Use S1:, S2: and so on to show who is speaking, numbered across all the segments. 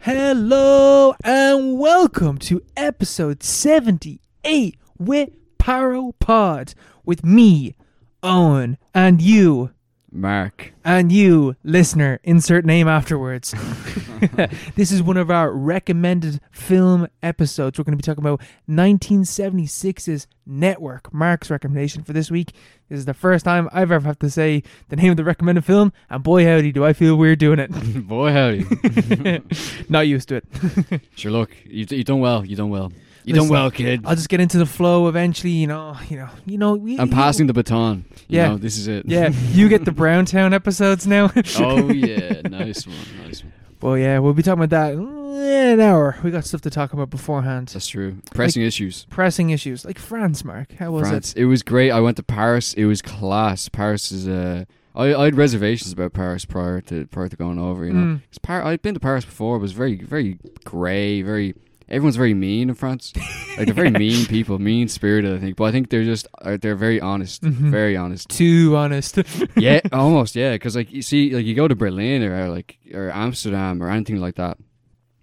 S1: Hello and welcome to episode 78 with Paro Pod with me, Owen, and you,
S2: Mark.
S1: and you, listener, insert name afterwards. this is one of our recommended film episodes. We're going to be talking about 1976's Network, Mark's recommendation for this week. This is the first time I've ever had to say the name of the recommended film, and boy, howdy, do I feel weird doing it.
S2: Boy, howdy.
S1: Not used to it.
S2: sure, look, you you done well. You done well. You
S1: Listen,
S2: done well, kid.
S1: I'll just get into the flow eventually, you know, you know, you know. we-
S2: I'm passing the baton. You
S1: Yeah.
S2: know, this is it.
S1: Yeah, you get the Brown Town episodes now.
S2: oh yeah, nice one, nice one.
S1: Well, yeah, we'll be talking about that in an hour. We got stuff to talk about beforehand.
S2: That's true. Pressing issues.
S1: Pressing issues like France, Mark. How was
S2: France. It? was great. I went to Paris. It was class. Paris is Uh, I, I had reservations about Paris prior to prior to going over.
S1: it?
S2: You know,
S1: Mm.
S2: 'Cause Par- I'd been to Paris before. It was very very grey. Very everyone's very mean in France. like they're very mean people, mean spirited. I think, but I think they're just uh, they're very honest.
S1: Mhm.
S2: Very honest.
S1: Too honest.
S2: yeah, almost. Yeah, because like you see, like you go to Berlin or, uh, like or Amsterdam or anything like that,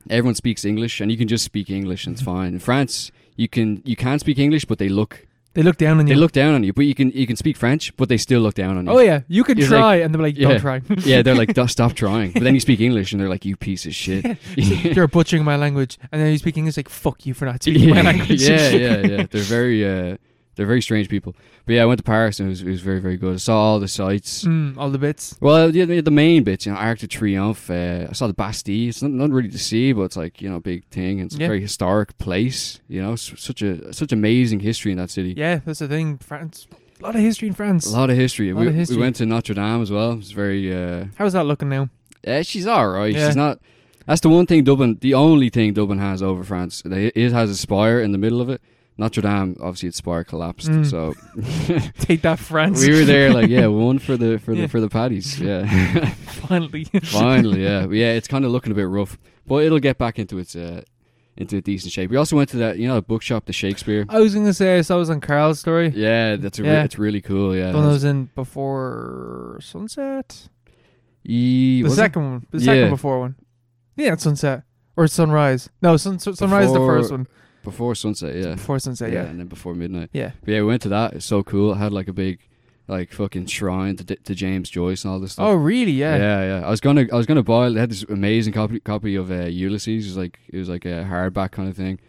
S2: everyone speaks English, and you can just speak English, and it's fine. In France, you can you can speak English, but they look
S1: they look down on you.
S2: they look down on you. But you can you can speak French, but they still look down on you.
S1: oh yeah, you can
S2: It's like-
S1: try, and they're like,
S2: yeah.
S1: "Don't try."
S2: yeah, they're like, "Duh, stop trying. But then you speak English, and they're like, you piece of shit.
S1: You're butchering my language, and then you're speaking. It's like, "Fuck you for not speaking my
S2: yeah,
S1: language."
S2: yeah, yeah, yeah. They're very uh, they're very strange people. But yeah, I went to Paris, and it was, it was very very good. I saw all the sights.
S1: Mm, all the bits.
S2: Well, the, the, the main bits, you know, Arc de Triomphe. Uh, I saw the Bastille. It's not, not really to see, but it's like you know, a big thing. It's
S1: Yeah.
S2: a very historic place. You know, s- such a such amazing history in that city.
S1: Yeah, that's the thing. France, a lot of history in France.
S2: A lot of history.
S1: Lot
S2: we,
S1: of history.
S2: we went to Notre Dame as well. It's very. Uh,
S1: How's that looking now?
S2: eh, she's all right.
S1: Yeah.
S2: She's not. That's the one thing Dublin. The only thing Dublin has over France. They- It has a spire in the middle of it. Notre Dame, obviously, its spire collapsed.
S1: Mm.
S2: So
S1: Take that, France.
S2: we were there, like, yeah, one for the for
S1: Yeah.
S2: the for the patties. Yeah.
S1: finally.
S2: Finally, yeah, But yeah. It's kind of looking a bit rough, but it'll get back into its uh, into a decent shape. We also went to that, you know, bookshop, the Shakespeare.
S1: I was gonna say I saw it was on Carl's story.
S2: Yeah, that's a re-
S1: Oh, Yeah.
S2: it's really cool. Yeah,
S1: The one that was in before sunset.
S2: Ye-
S1: The
S2: was it?
S1: second one. The second
S2: Yeah.
S1: before one. Yeah, it's sunset or sunrise. No, sun, sun, sunrise is the
S2: Before-
S1: first one.
S2: before sunset. Yeah.
S1: Before sunset. Yeah.
S2: and then before midnight.
S1: Yeah.
S2: But yeah, we went to that. It's so cool. It had like a big, like fucking shrine to, D- to James Joyce and all this stuff.
S1: Oh really? Yeah.
S2: yeah, yeah. I was gonna, I was gonna buy. They had this amazing copy, copy of uh, Ulysses. It was like, it was like a hardback kind of thing.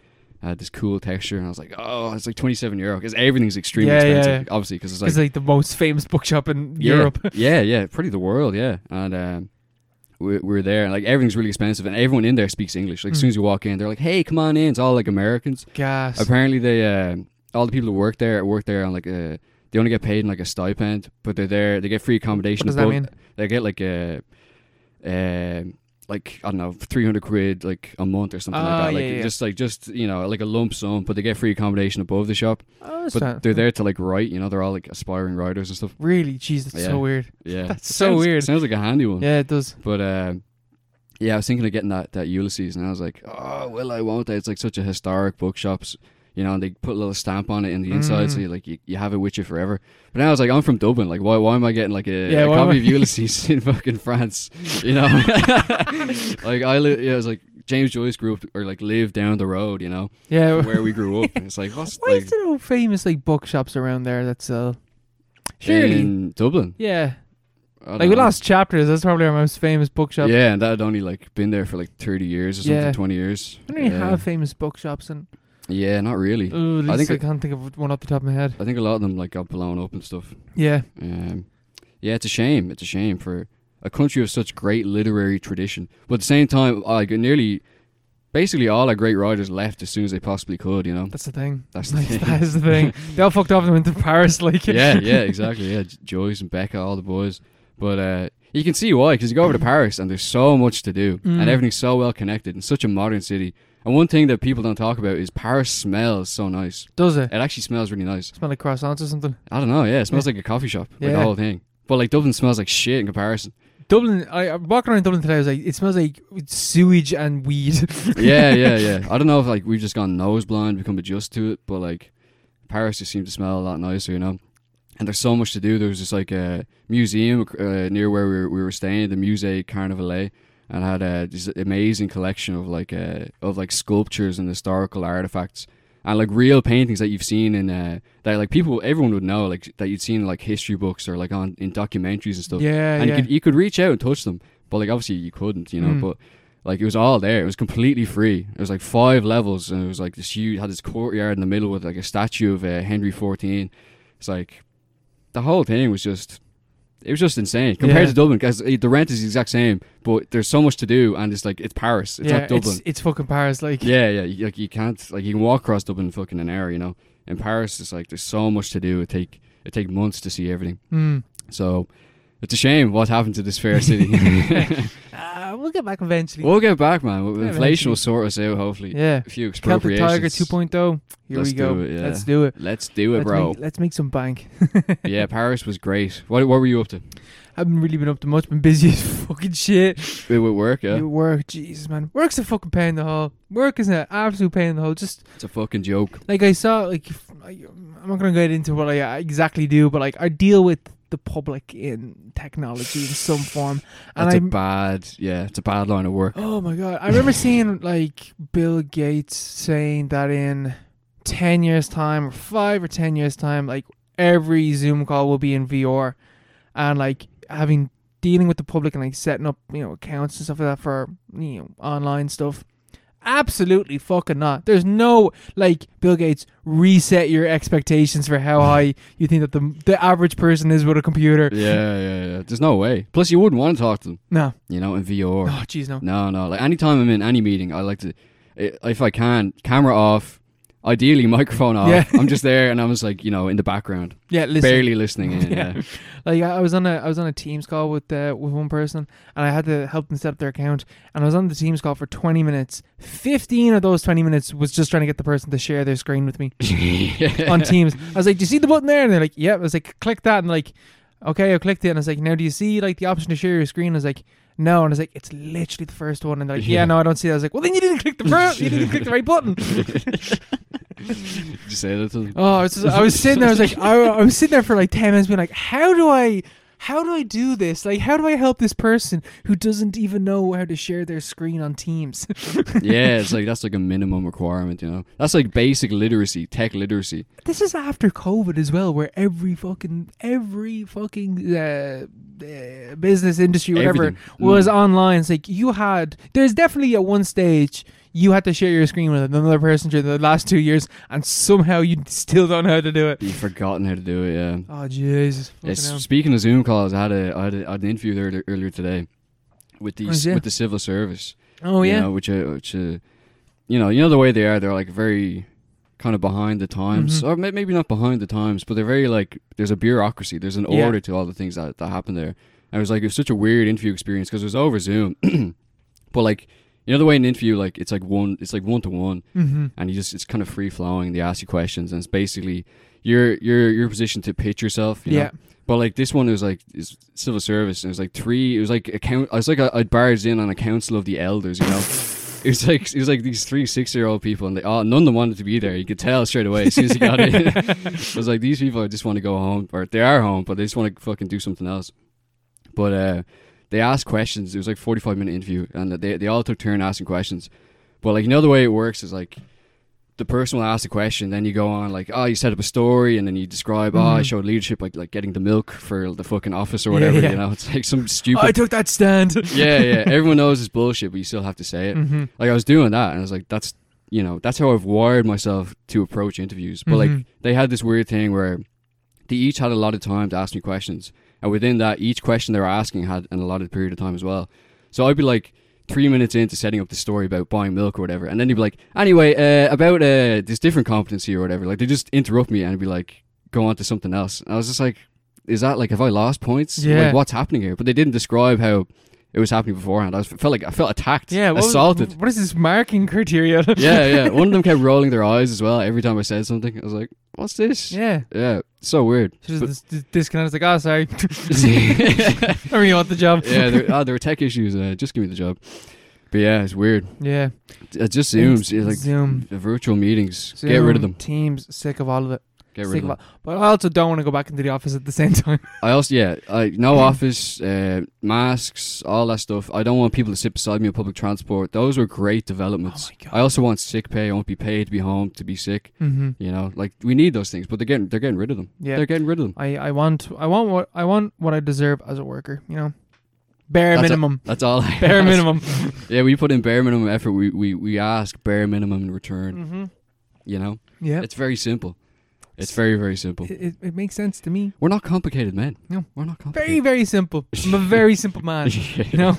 S2: It had this cool texture, and I was like, oh, it's like twenty seven euro because everything's extremely
S1: Yeah, yeah,
S2: expensive, obviously, because it's like,
S1: It's like the most famous bookshop in
S2: Yeah.
S1: Europe.
S2: yeah, yeah, pretty the world, yeah. And um, we, we're there, and like everything's really expensive, and everyone in there speaks English. Like
S1: Mm.
S2: as soon as you walk in, they're like, hey, come on in. It's all like Americans.
S1: Gas.
S2: Apparently, they uh, all the people who work there work there on like uh They only get paid in like a stipend, but they're there. They get free accommodation.
S1: What does that
S2: above-
S1: mean?
S2: they get like a, um, like I don't know, three hundred quid like a month or something
S1: Ah,
S2: like that.
S1: yeah,
S2: Like
S1: yeah.
S2: just like just you know like a lump sum, but they get free accommodation above the shop.
S1: Oh, that's
S2: But
S1: not-
S2: they're there to like write. You know, they're all like aspiring writers and stuff.
S1: Really? Jeez, that's
S2: Yeah.
S1: so weird.
S2: Yeah,
S1: That's so
S2: Sounds-
S1: weird.
S2: Sounds like a handy one.
S1: Yeah, it does.
S2: But um, yeah, I was thinking of getting that that Ulysses, and I was like, oh well, I won't. It's like such a historic bookshops. You know, and they put a little stamp on it in the inside, so
S1: Mm.
S2: you like you, you have it with you forever. But now I was like, I'm from Dublin. Like, why why am I getting like a,
S1: Yeah,
S2: a
S1: why am I-
S2: copy of Ulysses in fucking France? You know, like I li- yeah, I was like James Joyce grew up or like lived down the road. You know,
S1: Yeah.
S2: from where we grew up. And it's like what's
S1: Why
S2: like
S1: is there no famous like bookshops around there? That's uh, surely.
S2: in Dublin?
S1: yeah.
S2: I don't
S1: Like we
S2: know.
S1: lost chapters. That's probably our most famous bookshop.
S2: Yeah, and that had only like been there for like thirty years or something,
S1: Yeah.
S2: twenty years.
S1: I don't really
S2: yeah.
S1: have famous bookshops, and
S2: yeah, not really.
S1: ooh, at
S2: I
S1: least I,
S2: think
S1: can't think of one off the top of my head.
S2: I think a lot of them like got blown up and stuff.
S1: Yeah,
S2: Um, yeah, it's a shame. It's a shame for a country of such great literary tradition, but at the same time, like nearly, basically all our great writers left as soon as they possibly could. You know.
S1: that's the thing.
S2: That's the
S1: like,
S2: thing.
S1: that is the thing. They all fucked off and went to Paris. Like
S2: yeah, yeah, exactly. Yeah, J- Joyce and Becca, all the boys. But uh, you can see why, because you go over to Paris and there's so much to do,
S1: Mm.
S2: and everything's so well connected, and such a modern city. And one thing that people don't talk about is Paris smells so nice.
S1: Does it
S2: It actually smells really nice.
S1: smell like croissants or something?
S2: I don't know. Yeah, it smells like a coffee shop, like
S1: Yeah.
S2: the whole thing. But like Dublin smells like shit in comparison.
S1: Dublin. I, I'm walking around Dublin today. I was like, it smells like sewage and weed.
S2: yeah, yeah, yeah. I don't know if like we've just gone nose blind, become adjusted to it, but like Paris just seems to smell a lot nicer, you know. And there's so much to do. There was just like a museum uh, near where we were, we were staying, the Musée Carnavalet, and had uh, this amazing collection of like uh, of like sculptures and historical artifacts and like real paintings that you've seen in uh, that like people everyone would know like that you'd seen in, like history books or like on in documentaries and stuff.
S1: Yeah,
S2: and
S1: yeah.
S2: you could you could reach out and touch them, but like obviously you couldn't, you know.
S1: Mm.
S2: But like it was all there. It was completely free. It was like five levels, and it was like this huge had this courtyard in the middle with like a statue of uh, Henry XIV. It's like the whole thing was just it was just insane compared
S1: Yeah.
S2: to Dublin because the rent is the exact same, but there's so much to do, and it's like it's Paris. It's
S1: yeah,
S2: not Dublin.
S1: It's, it's fucking Paris. Like,
S2: Yeah, yeah. You, like you can't like you can walk across Dublin in fucking an hour, you know. In Paris, it's like there's so much to do. It take it take months to see everything.
S1: mm.
S2: So it's a shame what happened to this fair city.
S1: Ah, we'll get back eventually.
S2: we'll get back, man.
S1: Yeah,
S2: Inflation
S1: eventually.
S2: will sort us out, hopefully.
S1: yeah.
S2: A few
S1: Celtic
S2: expropriations.
S1: Tiger 2.0. Here
S2: Let's
S1: we go.
S2: do it, yeah.
S1: Let's do it.
S2: Let's do it,
S1: Let's
S2: bro.
S1: make, let's make some bank.
S2: yeah, Paris was great. What what were you up to?
S1: haven't really been up to much. Been busy as fucking shit.
S2: It would work, yeah.
S1: You work, Jesus man. Work's a fucking pain in the hole. Work is an absolute pain in the hole. Just
S2: It's a fucking joke.
S1: like I saw, like if- I- I'm not gonna get into what I exactly do, but like I deal with the public in technology in some form, and
S2: That's
S1: I
S2: a bad yeah, it's a bad line of work.
S1: Oh my god! I remember seeing like Bill Gates saying that in ten years' time, or five or ten years' time, like every Zoom call will be in VR, and like having dealing with the public and like setting up you know accounts and stuff like that for you know online stuff. Absolutely fucking not. There's no like Bill Gates reset your expectations for how high you think that the the average person is with a computer.
S2: Yeah, yeah, yeah. There's no way. Plus you wouldn't want to talk to them,
S1: No,
S2: you know, in VR.
S1: oh jeez, no.
S2: No, no. Like anytime I'm in any meeting, I like to, i- if I can, camera off, ideally microphone off.
S1: Yeah.
S2: I'm just there and I'm just like you know in the background,
S1: Yeah, listen.
S2: barely listening in.
S1: Yeah.
S2: Yeah.
S1: Like I I was on a I was on a Teams call with uh, with one person, and I had to help them set up their account. And I was on the Teams call for twenty minutes. Fifteen of those twenty minutes was just trying to get the person to share their screen with me on Teams. I was like, "Do you see the button there?" And they're like, "Yep." I was like, "Click that," and like, "Okay, I clicked it." And I was like, "Now, do you see like the option to share your screen?" And I was like, "No," and I was like, "It's literally the first one." And they're like, "Yeah,
S2: Yeah.
S1: no, I don't see that." I was like, "Well, then you didn't click the pro- you didn't click the right button."
S2: Did you say that to them?
S1: Oh, I was, just- I was sitting there. I was like, I, I was sitting there for like ten minutes, being like, how do I, how do I do this? Like, how do I help this person who doesn't even know how to share their screen on Teams?
S2: yeah, it's like that's like a minimum requirement, you know. That's like basic literacy, tech literacy.
S1: this is after COVID as well, where every fucking every fucking uh, uh, business industry, whatever,
S2: Everything.
S1: was
S2: Mm.
S1: online. It's like you had. There's definitely at one stage. You had to share your screen with another person during the last two years, and somehow you still don't know how to do it.
S2: You've forgotten how to do it. Yeah.
S1: Oh Jesus! Fucking
S2: It's,
S1: hell.
S2: speaking of Zoom calls, I had a I had, a, I had an interview there earlier today with the
S1: Oh, yeah.
S2: with the civil service.
S1: Oh
S2: you
S1: yeah.
S2: know, which uh, which uh, you know, you know the way they are. They're like very kind of behind the times,
S1: Mhm.
S2: or may- maybe not behind the times, but they're very like there's a bureaucracy, there's an
S1: Yeah.
S2: order to all the things that that happen there. And it was like it was such a weird interview experience because it was over Zoom, but like you know the way an interview like it's like one it's like one to one,
S1: mm-hmm.
S2: and you just it's kind of free flowing. They ask you questions, and it's basically your your your position to pitch yourself. You
S1: Yeah.
S2: Know? But like this one was like is civil service, and it was like three. It was like account. I was like I, I barged in on a council of the elders. You know, it was like it was like these three six year old people, and they all none of them wanted to be there. You could tell straight away as soon as you got in. I was like, these people just want to go home, or they are home, but they just want to fucking do something else. But uh, they asked questions. It was like forty five minute interview, and they they all took turn asking questions. But like you know the way it works is like the person will ask the question, then you go on like, oh, you set up a story, and then you describe, oh, I
S1: Mhm.
S2: showed leadership, like like getting the milk for the fucking office or
S1: Yeah,
S2: whatever.
S1: yeah. Oh,
S2: You know, it's like some
S1: I
S2: stupid.
S1: took that stand.
S2: yeah, yeah. Everyone knows it's bullshit, but you still have to say it.
S1: Mhm.
S2: Like I was doing that, and I was like, that's you know, that's how I've wired myself to approach interviews. But
S1: Mhm.
S2: like they had this weird thing where they each had a lot of time to ask me questions, and within that, each question they were asking had an allotted period of time as well. So I'd be like three minutes into setting up the story about buying milk or whatever, and then they'd be like, anyway, uh, about uh, this different competency or whatever. Like they just interrupt me and be like, go on to something else. And I was just like, is that like have I lost points?
S1: Yeah.
S2: Like what's happening here? But they didn't describe how. It was happening beforehand. I was, felt like I felt attacked,
S1: Yeah, what was-
S2: assaulted
S1: what is this marking criteria?
S2: yeah, yeah. One of them kept rolling their eyes as well every time I said something. I was like, "What's this?"
S1: yeah.
S2: Yeah, so weird.
S1: So
S2: But-
S1: this, this disconnect. It's like, oh, sorry.
S2: yeah,
S1: I really want the job.
S2: there, oh, there were tech issues. Uh, just give me the job. But yeah, it's weird.
S1: Yeah.
S2: It just zooms. It's like
S1: Zoom.
S2: the virtual meetings. Get rid of
S1: Zoom,
S2: them.
S1: Teams sick of all of it.
S2: Get
S1: Sick
S2: rid
S1: of
S2: of
S1: all-
S2: it.
S1: But I also don't want to go back into the office at the same time.
S2: I also yeah, I no office, uh, masks, all that stuff. I don't want people to sit beside me on public transport. Those were great developments.
S1: Oh my God.
S2: I also want sick pay. I won't be paid to be home to be sick.
S1: mm-hmm.
S2: You know, like we need those things, but they're getting they're getting rid of them.
S1: Yeah.
S2: They're getting rid of them.
S1: I, I want I want what I want what I deserve as a worker. You know, bare
S2: That's a-
S1: minimum.
S2: That's all. I
S1: bare
S2: ask.
S1: minimum.
S2: Yeah, we put in bare minimum effort. We we, we ask bare minimum in return.
S1: mm-hmm.
S2: You know,
S1: Yeah,
S2: it's very simple. It's very very simple.
S1: it, it, it makes sense to me.
S2: We're not complicated, men.
S1: No.
S2: we're not
S1: Very
S2: complicated.
S1: very simple. I'm a very simple man. You know,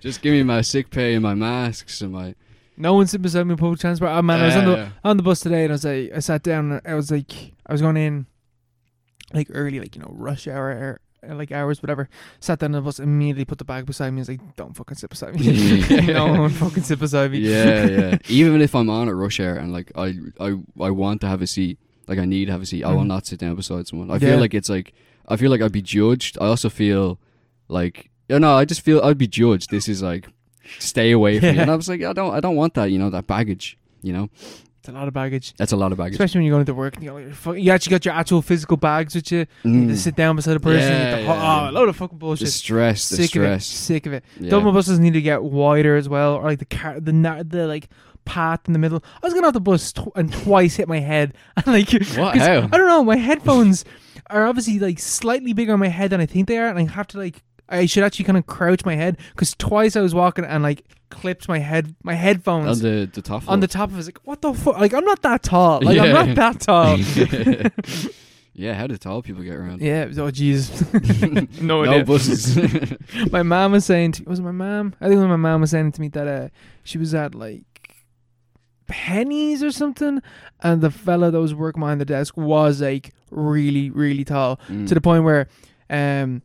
S2: Just give me my sick pay and my masks and my.
S1: no one sitting beside me in public transport. Oh man, I was on the
S2: Yeah,
S1: on the bus today, and I was like, I sat down, and I was like, I was going in, like early, like you know, rush hour, er- like hours, whatever. Sat down on the bus, immediately put the bag beside me. I was like, don't fucking sit beside me. no one fucking sit beside me.
S2: yeah, yeah. Even if I'm on a rush hour and like I, I, I want to have a seat, like I need to have a seat. I will
S1: Mhm.
S2: not sit down beside someone. I
S1: Yeah.
S2: feel like it's like I feel like I'd be judged. I also feel like yeah, no, I just feel I'd be judged. This is like stay away from me.
S1: Yeah.
S2: And I was like, I don't, I don't want that. You know, that baggage. You know,
S1: It's a lot of baggage.
S2: that's a lot of baggage.
S1: Especially when you're going to work and you got like, your fuck- you actually got your actual physical bags with you. You
S2: Mm.
S1: just sit down beside a person.
S2: Yeah,
S1: you get the, whole-
S2: yeah,
S1: oh, a
S2: yeah.
S1: load of fucking bullshit.
S2: the stress, the
S1: sick of it.
S2: stress.
S1: Sick of it.
S2: Yeah.
S1: Double buses need to get wider as well, or like the car, the na- the like path in the middle. I was going off the bus tw- and twice hit my head, and like 'cause
S2: What? How?
S1: I don't know. My headphones are obviously like slightly bigger on my head than I think they are, and I have to like I should actually kind of crouch my head because twice I was walking and like clipped my head my headphones
S2: On the the top.
S1: on the top of it. It's Like what the fuck? Like I'm not that tall. Like I'm
S2: Yeah.
S1: not that tall.
S2: yeah, how do tall people get around?
S1: yeah. Oh, it was- Oh jeez. no
S2: no
S1: idea.
S2: buses.
S1: my mom was saying to was it my mom? I think it was my mom was saying to me that uh, she was at like pennies or something, and the fella that was working behind the desk was like really really tall
S2: Mm.
S1: to the point where um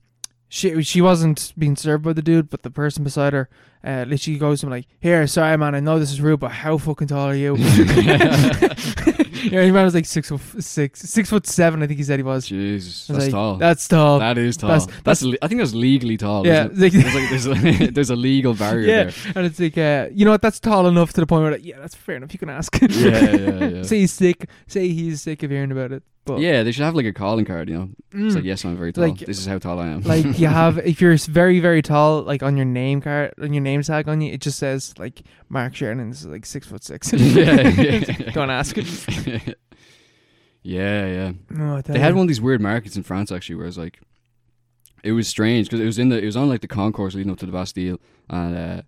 S1: she she wasn't being served by the dude, but the person beside her uh, literally goes to him like, "Here, sorry man, I know this is rude, but how fucking tall are you?" yeah, your man was like six foot six, six foot seven, I think he said he was.
S2: Jesus,
S1: I was
S2: that's
S1: like,
S2: tall.
S1: That's tall.
S2: that is tall.
S1: that's-
S2: That's, le- I think that's legally tall.
S1: yeah,
S2: isn't it?
S1: like-
S2: There's, like, there's, a, there's a legal barrier
S1: Yeah.
S2: there.
S1: And it's like, uh, you know what? That's tall enough to the point where, like, yeah, that's fair enough. You can ask.
S2: Yeah, yeah, yeah.
S1: Say he's sick. Say he's sick of hearing about it. But
S2: Yeah, they should have like a calling card. You know,
S1: mm,
S2: it's like yes, I'm very tall.
S1: Like-
S2: this is how tall I am.
S1: like you have, if you're s- very, very tall, like on your name card, on your name tag on you, it just says like Mark Sheridan is like six foot six.
S2: yeah, yeah.
S1: Don't ask.
S2: yeah, yeah.
S1: No, I tell
S2: They had
S1: you.
S2: one of these weird markets in France actually, where it's like, it was strange because it was in the it was on like the concourse leading up to the Bastille, and uh,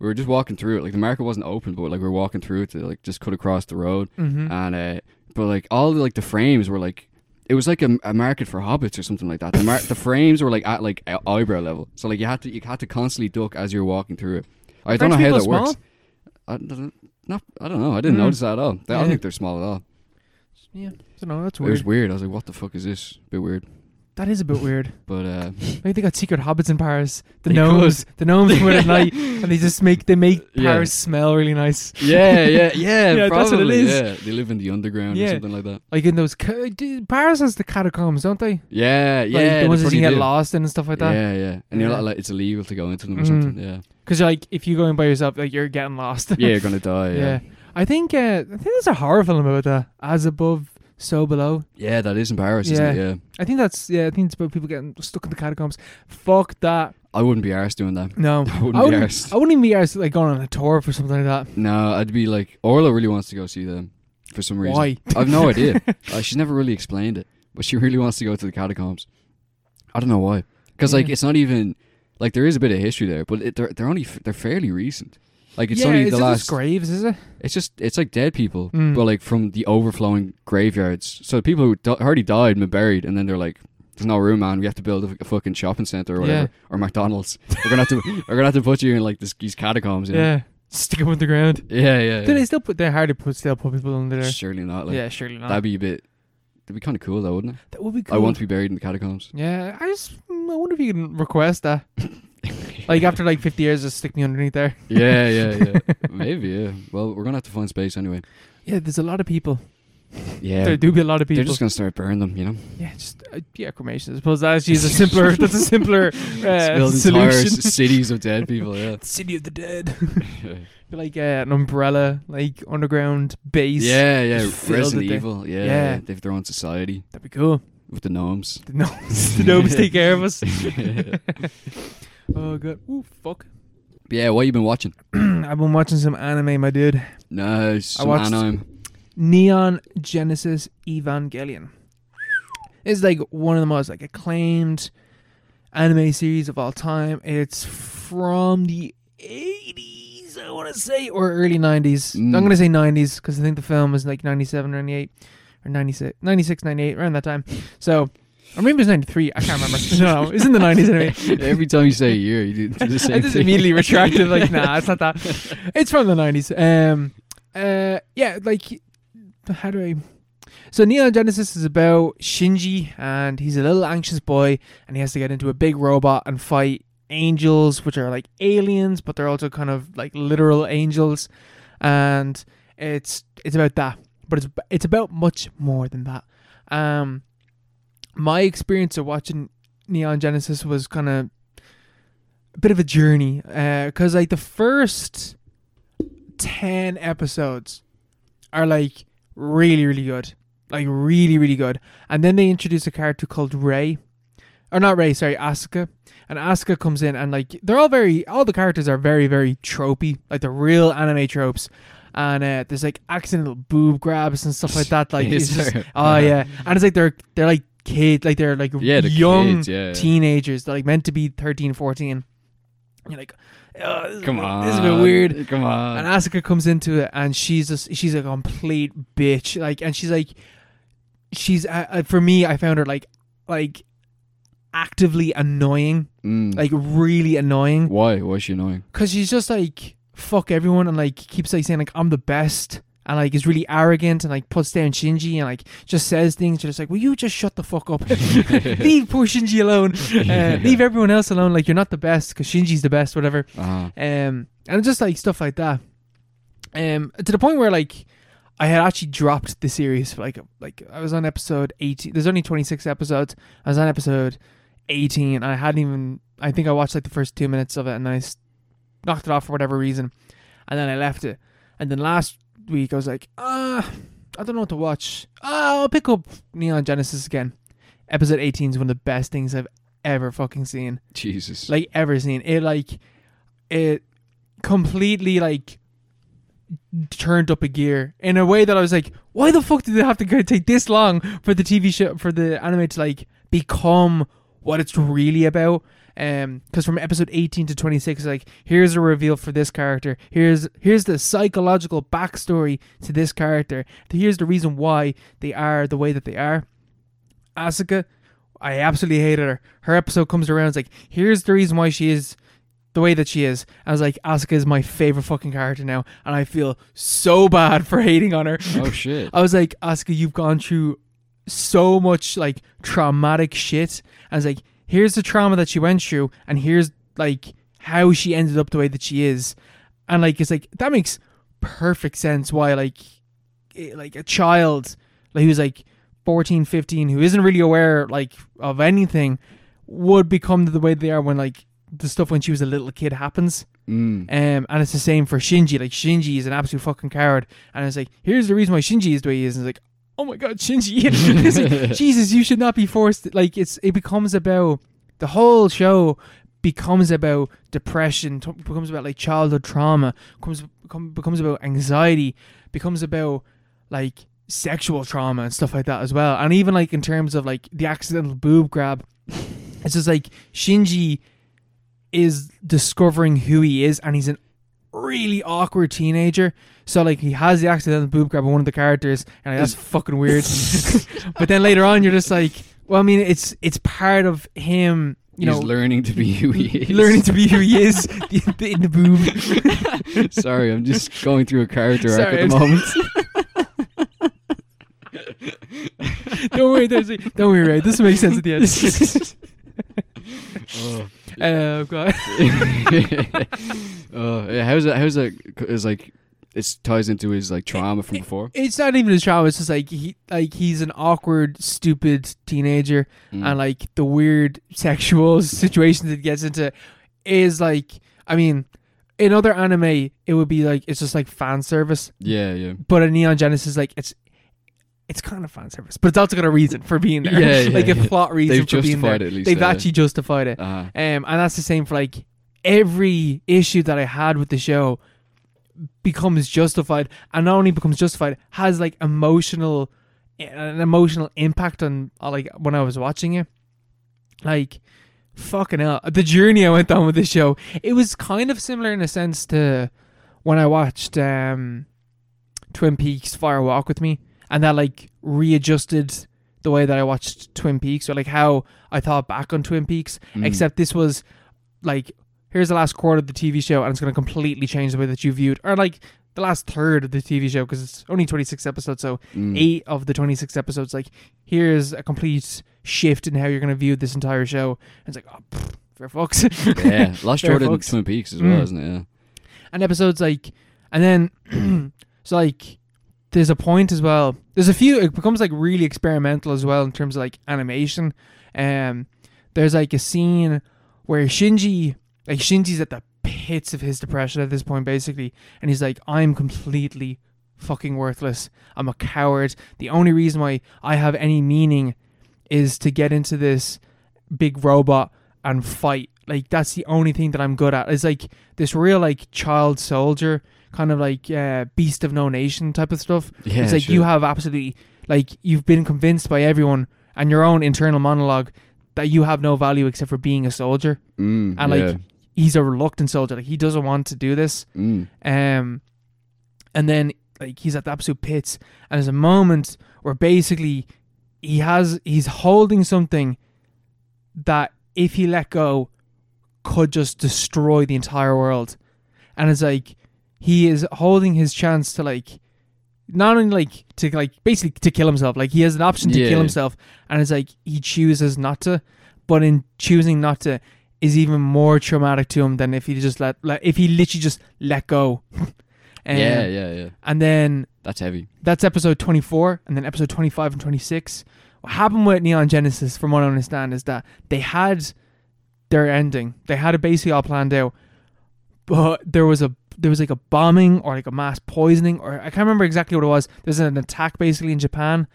S2: we were just walking through it. Like the market wasn't open, but like we were walking through it to like just cut across the road,
S1: Mhm.
S2: and uh, but like all the, like the frames were like. It was like a, a market for hobbits or something like that. The, mar- the frames were like at like e- eyebrow level, so like you had to you had to constantly duck as you're walking through it. I don't know
S1: French people
S2: how that
S1: are small?
S2: works. I don't, not, I don't know. I didn't
S1: Mm.
S2: notice that at all. I
S1: Yeah.
S2: don't think they're small at all.
S1: Yeah, I don't know. That's
S2: It
S1: weird.
S2: was weird. I was like, "What the fuck is this?" bit weird.
S1: That is a bit weird.
S2: But uh,
S1: Like they got secret hobbits in Paris. The
S2: They
S1: gnomes, the gnomes come in at night, and they just make they make
S2: Yeah.
S1: Paris smell really nice.
S2: yeah, yeah, yeah,
S1: Yeah, that's what it
S2: probably,
S1: is.
S2: Yeah, they live in the underground
S1: Yeah.
S2: or something like that.
S1: Like in those ca- uh, d- Paris has the catacombs, don't they?
S2: Yeah, yeah,
S1: like,
S2: they
S1: the ones that you
S2: probably
S1: get
S2: do.
S1: lost in and stuff like that.
S2: Yeah, yeah, and you're
S1: Yeah.
S2: not like it's illegal to go into them or
S1: Mm.
S2: something. Yeah,
S1: Because like if you go in by yourself, like you're getting lost.
S2: yeah, you're gonna die. Yeah, yeah,
S1: I think uh, I think there's a horror film about that. As above, so below.
S2: that is in Paris, isn't it? Yeah,
S1: I think that's yeah. I think it's about people getting stuck in the catacombs. Fuck that.
S2: I wouldn't be arsed doing that.
S1: No,
S2: I wouldn't be arsed.
S1: I wouldn't even be arsed like going on a tour for something like that.
S2: No, I'd be like Orla really wants to go see them for some reason.
S1: Why?
S2: I've no idea. uh, she's never really explained it, but she really wants to go to the catacombs. I don't know why. Because like
S1: Yeah.
S2: it's not even like there is a bit of history there, but it, they're they're only f- they're fairly recent. Like it's
S1: yeah,
S2: only
S1: it's
S2: the
S1: just
S2: last
S1: graves, is it?
S2: It's just it's like dead people,
S1: Mm.
S2: but like from the overflowing graveyards. So people who di- already died and been buried, and then they're like, "There's no room, man. We have to build a, a fucking shopping center or whatever, or McDonald's. we're gonna have to we're gonna have to put you in like this, these catacombs." You know?
S1: Yeah, stick them underground.
S2: yeah, yeah.
S1: Do
S2: yeah.
S1: they still put? They hardly put still put people under there.
S2: Surely not. Like
S1: yeah, surely not.
S2: that'd be a bit. That'd be kind of cool, though, wouldn't it?
S1: that would be. Cool.
S2: I want to be buried in the catacombs.
S1: Yeah, I just mm, I wonder if you can request that. like after like fifty years, just stick me underneath there.
S2: yeah, yeah, yeah. Maybe. Yeah. Well, we're gonna have to find space anyway.
S1: Yeah, there's a lot of people.
S2: Yeah,
S1: There
S2: they're,
S1: do be a lot of people.
S2: just gonna start burning them. You know,
S1: yeah, just uh, yeah, cremation. I suppose that's a simpler. that's a simpler uh,
S2: build entire
S1: solution.
S2: s- cities of dead people. Yeah,
S1: City of the Dead.
S2: yeah,
S1: like uh, an umbrella, like underground base.
S2: yeah. yeah.
S1: just filled
S2: Resident
S1: with the-
S2: Evil. Yeah,
S1: Yeah.
S2: they've their own society
S1: that'd be cool.
S2: with the gnomes.
S1: The gnomes, the gnomes take care of us.
S2: but
S1: oh god, ooh fuck.
S2: yeah, what you been watching?
S1: I've been watching some anime, my dude.
S2: No, some
S1: watched-
S2: anime.
S1: Neon Genesis Evangelion. It's like one of the most like acclaimed anime series of all time. It's from the 80s, I want to say, or early 90s.
S2: Mm.
S1: I'm going to say 90s because I think the film was like 97, 98, or 96, 96, 98, around that time. So, or maybe it was 93. I can't remember. no, it's in the 90s anyway.
S2: Every time you say a year, you do the same
S1: I just
S2: thing.
S1: immediately retracted like, nah, it's not that. It's from the nineties. Um, uh, yeah, like how do I? So Neon Genesis is about Shinji, and he's a little anxious boy, and he has to get into a big robot and fight angels, which are like aliens, but they're also kind of like literal angels, and it's it's about that, but it's it's about much more than that. Um, my experience of watching Neon Genesis was kind of a bit of a journey because like the first 10 episodes are like really really good like really really good and then they introduce a character called ray or not ray sorry asuka and asuka comes in and like they're all very all the characters are very very tropey like the real anime tropes and uh, there's like accidental boob grabs and stuff like that like
S2: Is
S1: it's just-
S2: there?
S1: oh yeah and it's like they're they're like kids like they're like
S2: yeah, the
S1: young
S2: kids, yeah.
S1: teenagers they're like meant to be 13 14 you're like oh, this is
S2: Come
S1: a bit-
S2: on,
S1: this is a bit weird
S2: Come on.
S1: and Asuka comes into it and she's just she's a complete bitch like and she's like she's uh, uh, for me I found her like like actively annoying
S2: Mm.
S1: like really annoying
S2: why? Why is she annoying?
S1: because she's just like fuck everyone and like keeps like saying like I'm the best and like is really arrogant and like puts down Shinji and like just says things you're just like will you just shut the fuck up leave poor Shinji alone uh, leave everyone else alone like you're not the best because Shinji's the best whatever
S2: Uh-huh.
S1: um and just like stuff like that um to the point where like I had actually dropped the series like like I was on episode 18 there's only 26 episodes I was on episode 18 and I hadn't even I think I watched like the first 2 minutes of it and I s- knocked it off for whatever reason and then I left it and then last week I was like ah I don't know what to watch ah I'll pick up Neon Genesis again episode 18 is one of the best things I've ever fucking seen
S2: Jesus.
S1: like ever seen. It like it completely like turned up a gear in a way that I was like, why the fuck did it have to go take this long for the TV show for the anime to like become what it's really about? Um, because from episode eighteen to twenty six, like here's a reveal for this character. Here's here's the psychological backstory to this character. Here's the reason why they are the way that they are. Asuka, I absolutely hated her. Her episode comes around, it's like, here's the reason why she is the way that she is. I was like, Asuka is my favorite fucking character now, and I feel so bad for hating on her.
S2: oh shit.
S1: I was like, Asuka, you've gone through so much like traumatic shit. I was like, here's the trauma that she went through, and here's like how she ended up the way that she is. And like, it's like that makes perfect sense why like it- like a child like who's like 14 15 who isn't really aware like of anything would become the way they are when like the stuff when she was a little kid happens
S2: Mm.
S1: um, and it's the same for Shinji. Like Shinji is an absolute fucking coward, and it's like, here's the reason why Shinji is the way he is. And it's like, oh my god, Shinji, It's like, Jesus, you should not be forced. Like it's it becomes about the whole show becomes about depression, t- becomes about like childhood trauma, comes become, becomes about anxiety, becomes about like sexual trauma and stuff like that as well. And even like in terms of like the accidental boob grab, it's just like Shinji is discovering who he is and he's an really awkward teenager. So like he has the accidental boob grab on one of the characters and like, that's fucking weird. but then later on you're just like, well I mean it's it's part of him, you
S2: He's
S1: know,
S2: learning to be who he is.
S1: learning to be who he is in the- in the boob.
S2: Sorry, I'm just going through a character arc
S1: Sorry,
S2: at the
S1: I'm-
S2: moment.
S1: Don't worry, there's a, don't worry, right? This makes sense at the end.
S2: oh.
S1: Oh god.
S2: oh, yeah, how's that? How's that? Is like it ties into his like trauma from before.
S1: It's not even his trauma. It's just like he, like he's an awkward, stupid teenager,
S2: Mm.
S1: and like the weird sexual situations that he gets into is like. I mean, in other anime, it would be like it's just like fan service,
S2: yeah, yeah,
S1: but in Neon Genesis, like it's. It's kind of fan service, but it's also got a reason for being there.
S2: Yeah, yeah,
S1: like
S2: yeah.
S1: a plot reason
S2: they've
S1: for being there.
S2: justified it at least.
S1: They've
S2: yeah.
S1: actually justified it.
S2: Uh-huh.
S1: Um, and that's the same for like every issue that I had with the show becomes justified, and not only becomes justified, has like emotional, an emotional impact on on, like when I was watching it. Like, fucking hell, the journey I went on with this show. It was kind of similar in a sense to when I watched um, Twin Peaks: Fire Walk with Me, and that like readjusted the way that I watched Twin Peaks, or like how I thought back on Twin Peaks
S2: Mm.
S1: except this was like here's the last quarter of the TV show and it's going to completely change the way that you viewed or like the last third of the TV show because it's only 26 episodes so
S2: Mm.
S1: 8 of the 26 episodes like here's a complete shift in how you're going to view this entire show and it's like oh pfft, fair fucks
S2: yeah, Last
S1: Fair
S2: Jordan,
S1: folks.
S2: Twin Peaks as well,
S1: Mm.
S2: isn't it? Yeah.
S1: and episodes like and then so like there's a point as well there's a few it becomes like really experimental as well in terms of like animation um there's like a scene where shinji like shinji's at the pits of his depression at this point basically and he's like i'm completely fucking worthless i'm a coward the only reason why i have any meaning is to get into this big robot and fight like that's the only thing that i'm good at it's like this real like child soldier kind of like uh, beast of no nation type of stuff.
S2: Yeah,
S1: it's like
S2: sure.
S1: you have absolutely like you've been convinced by everyone and your own internal monologue that you have no value except for being a soldier.
S2: Mm,
S1: and, like,
S2: yeah.
S1: He's a reluctant soldier. Like he doesn't want to do this.
S2: Mm.
S1: Um, and then like he's at the absolute pits, and there's a moment where basically he has he's holding something that if he let go could just destroy the entire world, and it's like he is holding his chance to like not only like to like basically to kill himself like he has an option to
S2: Yeah.
S1: kill himself and it's like he chooses not to but in choosing not to is even more traumatic to him than if he just let, let if he literally just let go Um,
S2: yeah, yeah, yeah.
S1: and then
S2: That's heavy.
S1: that's episode 24 and then episode 25 and 26 what happened with neon genesis from what i understand is that they had their ending they had it basically all planned out but there was a there was like a bombing or like a mass poisoning or i can't remember exactly what it was there's an attack basically in japan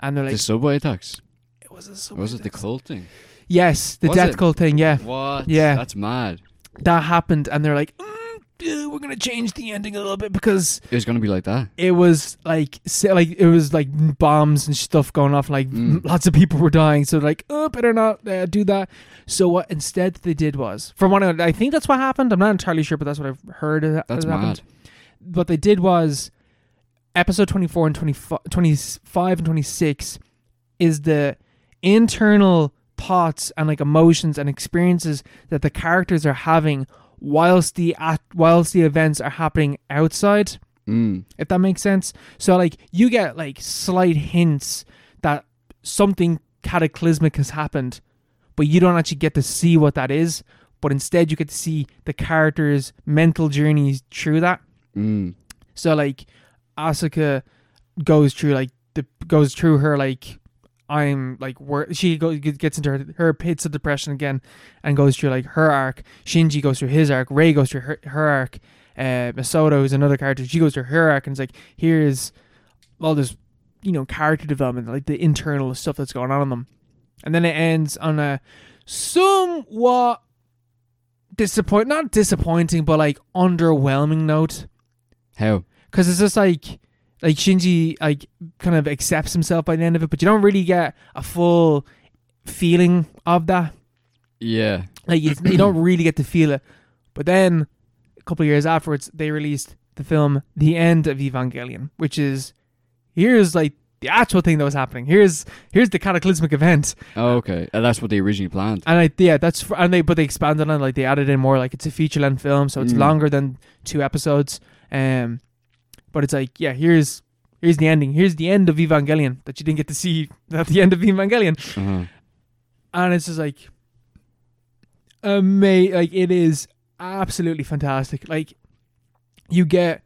S1: and they're like
S2: the subway attacks.
S1: it was, a subway
S2: Was it the
S1: attack."
S2: cult thing?
S1: yes the
S2: Was
S1: death
S2: it?
S1: cult thing yeah
S2: What?
S1: Yeah.
S2: That's mad.
S1: that happened and they're like "Mm, uh, we're gonna change the ending a little bit because
S2: It was gonna be like that.
S1: it was like si- like it was like bombs and stuff going off like
S2: Mm.
S1: lots of people were dying so like oh better not uh, do that so what instead they did was from what I, I think that's what happened i'm not entirely sure but that's what i've heard that
S2: That's
S1: that
S2: mad.
S1: happened what they did was episode 24 and 25, 25 and 26 is the internal thoughts and like emotions and experiences that the characters are having whilst the at, whilst the events are happening outside
S2: Mm.
S1: if that makes sense. So like you get like slight hints that something cataclysmic has happened, but you don't actually get to see what that is. But instead, you get to see the characters' mental journeys through that.
S2: Mm.
S1: So like Asuka goes through like the goes through her like I'm like wor- she go, gets into her, her pits of depression again and goes through like her arc. Shinji goes through his arc. Rei goes through her, her arc. Uh, Masato is another character. She goes through her arc and it's like here's all this you know character development like the internal stuff that's going on in them. And then it ends on a somewhat disappoint not disappointing but like underwhelming note
S2: How?
S1: because it's just like like Shinji like kind of accepts himself by the end of it, but you don't really get a full feeling of that.
S2: Yeah.
S1: Like you, you don't really get to feel it. But then a couple of years afterwards, they released the film "The End of Evangelion," which is here's like the actual thing that was happening. Here's here's the cataclysmic event,
S2: Oh, okay. And that's what they originally planned.
S1: and I yeah that's fr- and they but they expanded on it, like they added in more like it's a feature length film, so it's
S2: Mm.
S1: longer than two episodes. Um, but it's like yeah, here's here's the ending. Here's the end of Evangelion that you didn't get to see at the end of Evangelion,
S2: Uh-huh.
S1: and it's just like amazing. Like it is absolutely fantastic. Like you get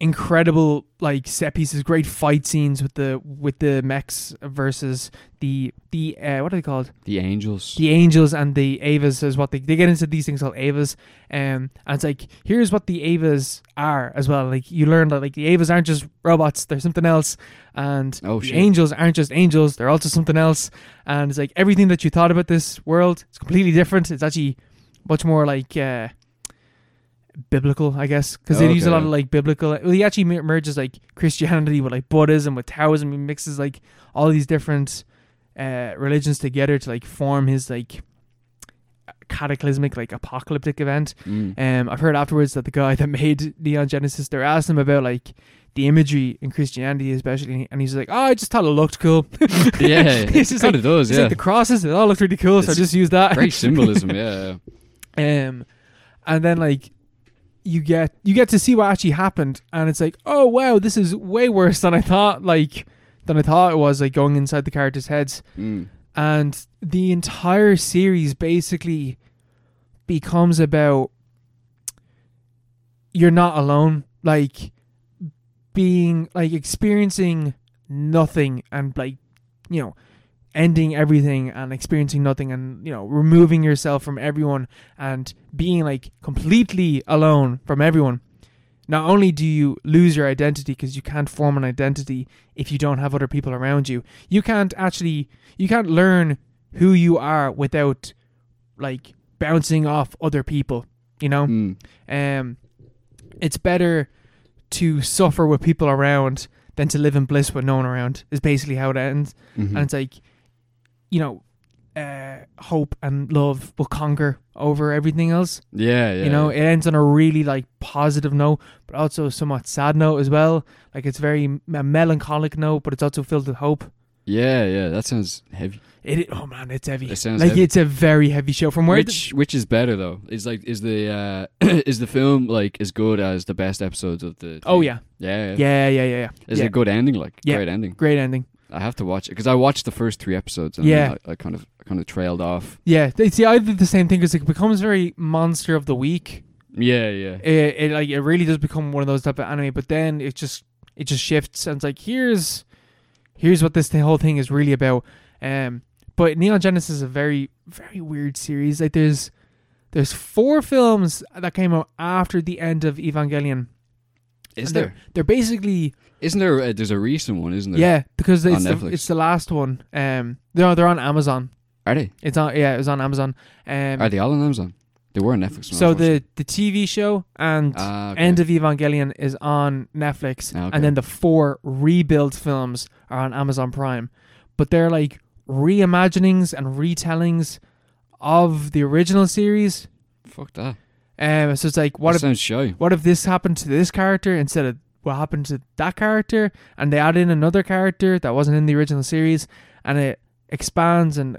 S1: incredible like set pieces, great fight scenes with the with the mechs versus the the uh, what are they called?
S2: The Angels.
S1: The angels and the avas is what they they get into these things called avas, um, and it's like here's what the avas are as well. Like you learn that like the avas aren't just robots; they're something else, and
S2: Oh,
S1: the
S2: shit.
S1: angels aren't just angels; they're also something else. And it's like everything that you thought about this world is completely different. It's actually much more like. Uh, biblical, I guess, because they use a
S2: Okay.
S1: lot of like biblical. Well, he actually mer- merges like Christianity with like Buddhism, with Taoism. He mixes like all these different uh, religions together to like form his like cataclysmic, like apocalyptic event.
S2: Mm.
S1: Um, I've heard afterwards that the guy that made Neon Genesis, they're asking him about like the imagery in Christianity, especially, and he's like, "Oh, I just thought it looked cool."
S2: yeah, it
S1: It's just
S2: kind of does.
S1: It's
S2: Yeah,
S1: like the crosses; it all looked really cool, so I
S2: It's
S1: just used that.
S2: great symbolism. Yeah,
S1: Um, and then like you get you get to see what actually happened, and it's like, oh wow, this is way worse than I thought. Like than I thought it was. Like going inside the characters' heads,
S2: mm.
S1: and the entire series basically becomes about you're not alone. Like being like experiencing nothing and like you know ending everything and experiencing nothing and you know removing yourself from everyone and being like completely alone from everyone not only do you lose your identity because you can't form an identity if you don't have other people around you you can't actually you can't learn who you are without like bouncing off other people you know
S2: Mm.
S1: um, it's better to suffer with people around than to live in bliss with no one around. Is basically how it ends,
S2: Mhm.
S1: and it's like, you know, uh, hope and love will conquer over everything else.
S2: yeah, yeah.
S1: you know,
S2: yeah.
S1: it ends on a really like positive note, but also somewhat sad note as well. Like it's very m- a melancholic note, but it's also filled with hope.
S2: yeah, yeah. That sounds heavy.
S1: It oh man, it's heavy.
S2: It sounds
S1: like
S2: heavy.
S1: it's a very heavy show. From where the-
S2: which which is better though? Is like is the uh is the film like as good as the best episodes of the?
S1: oh yeah,
S2: yeah, yeah.
S1: yeah, yeah, yeah, yeah.
S2: Is
S1: yeah.
S2: it a good ending? Like
S1: Yeah.
S2: great ending.
S1: Great ending.
S2: I have to watch it because I watched the first three episodes and
S1: Yeah.
S2: then I, I kind of I kind of trailed off.
S1: Yeah, they see. I did the same thing because it becomes very monster of the week.
S2: Yeah, yeah.
S1: It, it like it really does become one of those type of anime, but then it just it just shifts and it's like here's here's what this whole thing is really about. Um, but Neon Genesis is a very very weird series. Like there's there's four films that came out after the end of Evangelion.
S2: Is
S1: And
S2: there?
S1: they're, They're basically
S2: Isn't there? A, there's a recent one, isn't there?
S1: yeah because
S2: On
S1: it's the,
S2: Netflix.
S1: it's the last one. Um, no, they're on Amazon.
S2: Are they?
S1: It's on yeah, it was on Amazon. Um,
S2: Are they all on Amazon? They were on Netflix. when I
S1: so
S2: was watching.
S1: the the TV show and
S2: Ah, okay.
S1: End of Evangelion is on Netflix,
S2: Ah, okay.
S1: and then the four rebuild films are on Amazon Prime. But they're like reimaginings and retellings of the original series.
S2: fuck that.
S1: Um, so it's like, what
S2: that
S1: if
S2: sounds shy.
S1: what if this happened to this character instead of what happened to that character, and they add in another character that wasn't in the original series, and it expands and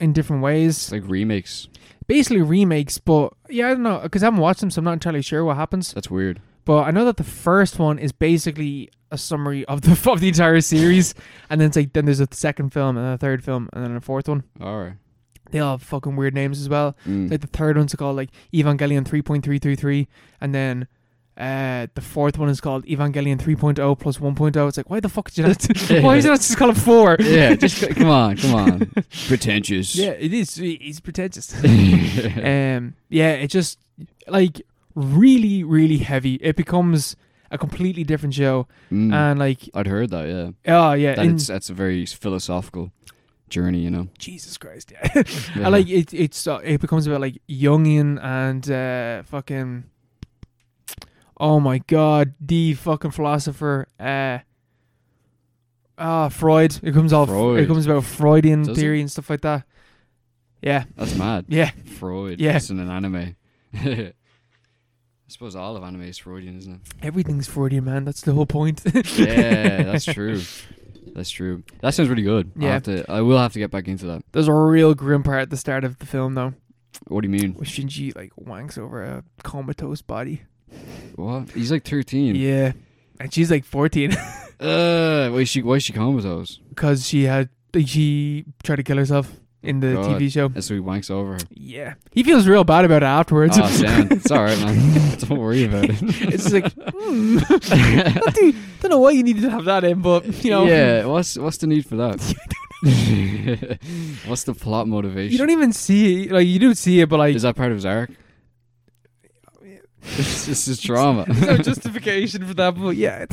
S1: in different ways
S2: It's like remakes.
S1: basically remakes, but yeah, I don't know because I haven't watched them, so I'm not entirely sure what happens.
S2: That's weird.
S1: But I know that the first one is basically a summary of the of the entire series, and then it's like then there's a second film and then a third film and then a fourth one.
S2: All right.
S1: They all have fucking weird names as well.
S2: Mm.
S1: Like the third one's called like Evangelion 3.333, and then. Uh, the fourth one is called Evangelion 3.0 plus 1.0. It's like, why the fuck did you not? why is it not just called four?
S2: yeah, just c- come on, come on. Pretentious.
S1: Yeah, it is. It's pretentious.
S2: yeah.
S1: um yeah it just like really really heavy it becomes a completely different show
S2: Mm.
S1: and like
S2: I'd heard that. Yeah,
S1: oh yeah
S2: that
S1: in-
S2: it's that's a very philosophical journey. You know.
S1: jesus christ yeah,
S2: Yeah.
S1: and like it it's uh, it becomes about like jungian and uh fucking oh my god the fucking philosopher uh ah freud it comes off
S2: Freud.
S1: it comes about freudian
S2: Does it?
S1: theory and stuff like that yeah
S2: that's mad.
S1: yeah
S2: Freud.
S1: Yeah.
S2: It's in an anime. I suppose all of anime is Freudian, isn't it?
S1: everything's freudian man that's the whole point
S2: Yeah, that's true. That's true. That sounds really good.
S1: Yeah.
S2: I have to. I will have to get back into that.
S1: there's a real grim part at the start of the film though
S2: What do you mean?
S1: Where Shinji like wanks over a comatose body.
S2: What? He's like thirteen.
S1: Yeah, and she's like fourteen
S2: Uh, why is she? Why is she comatose?
S1: because she had like, she tried to kill herself. in the
S2: God.
S1: TV show.
S2: As he wanks over her.
S1: Yeah, he feels real bad about it afterwards.
S2: Oh, Sam, it's all right, man. Don't worry about it.
S1: it's just like, hmm. Not too- don't know why you needed to have that in, but you know,
S2: yeah. What's what's the need for that? what's the plot motivation?
S1: you don't even see it. like you do see it, but like
S2: Is that part of his arc? This this is drama.
S1: there's no justification for that. But yeah,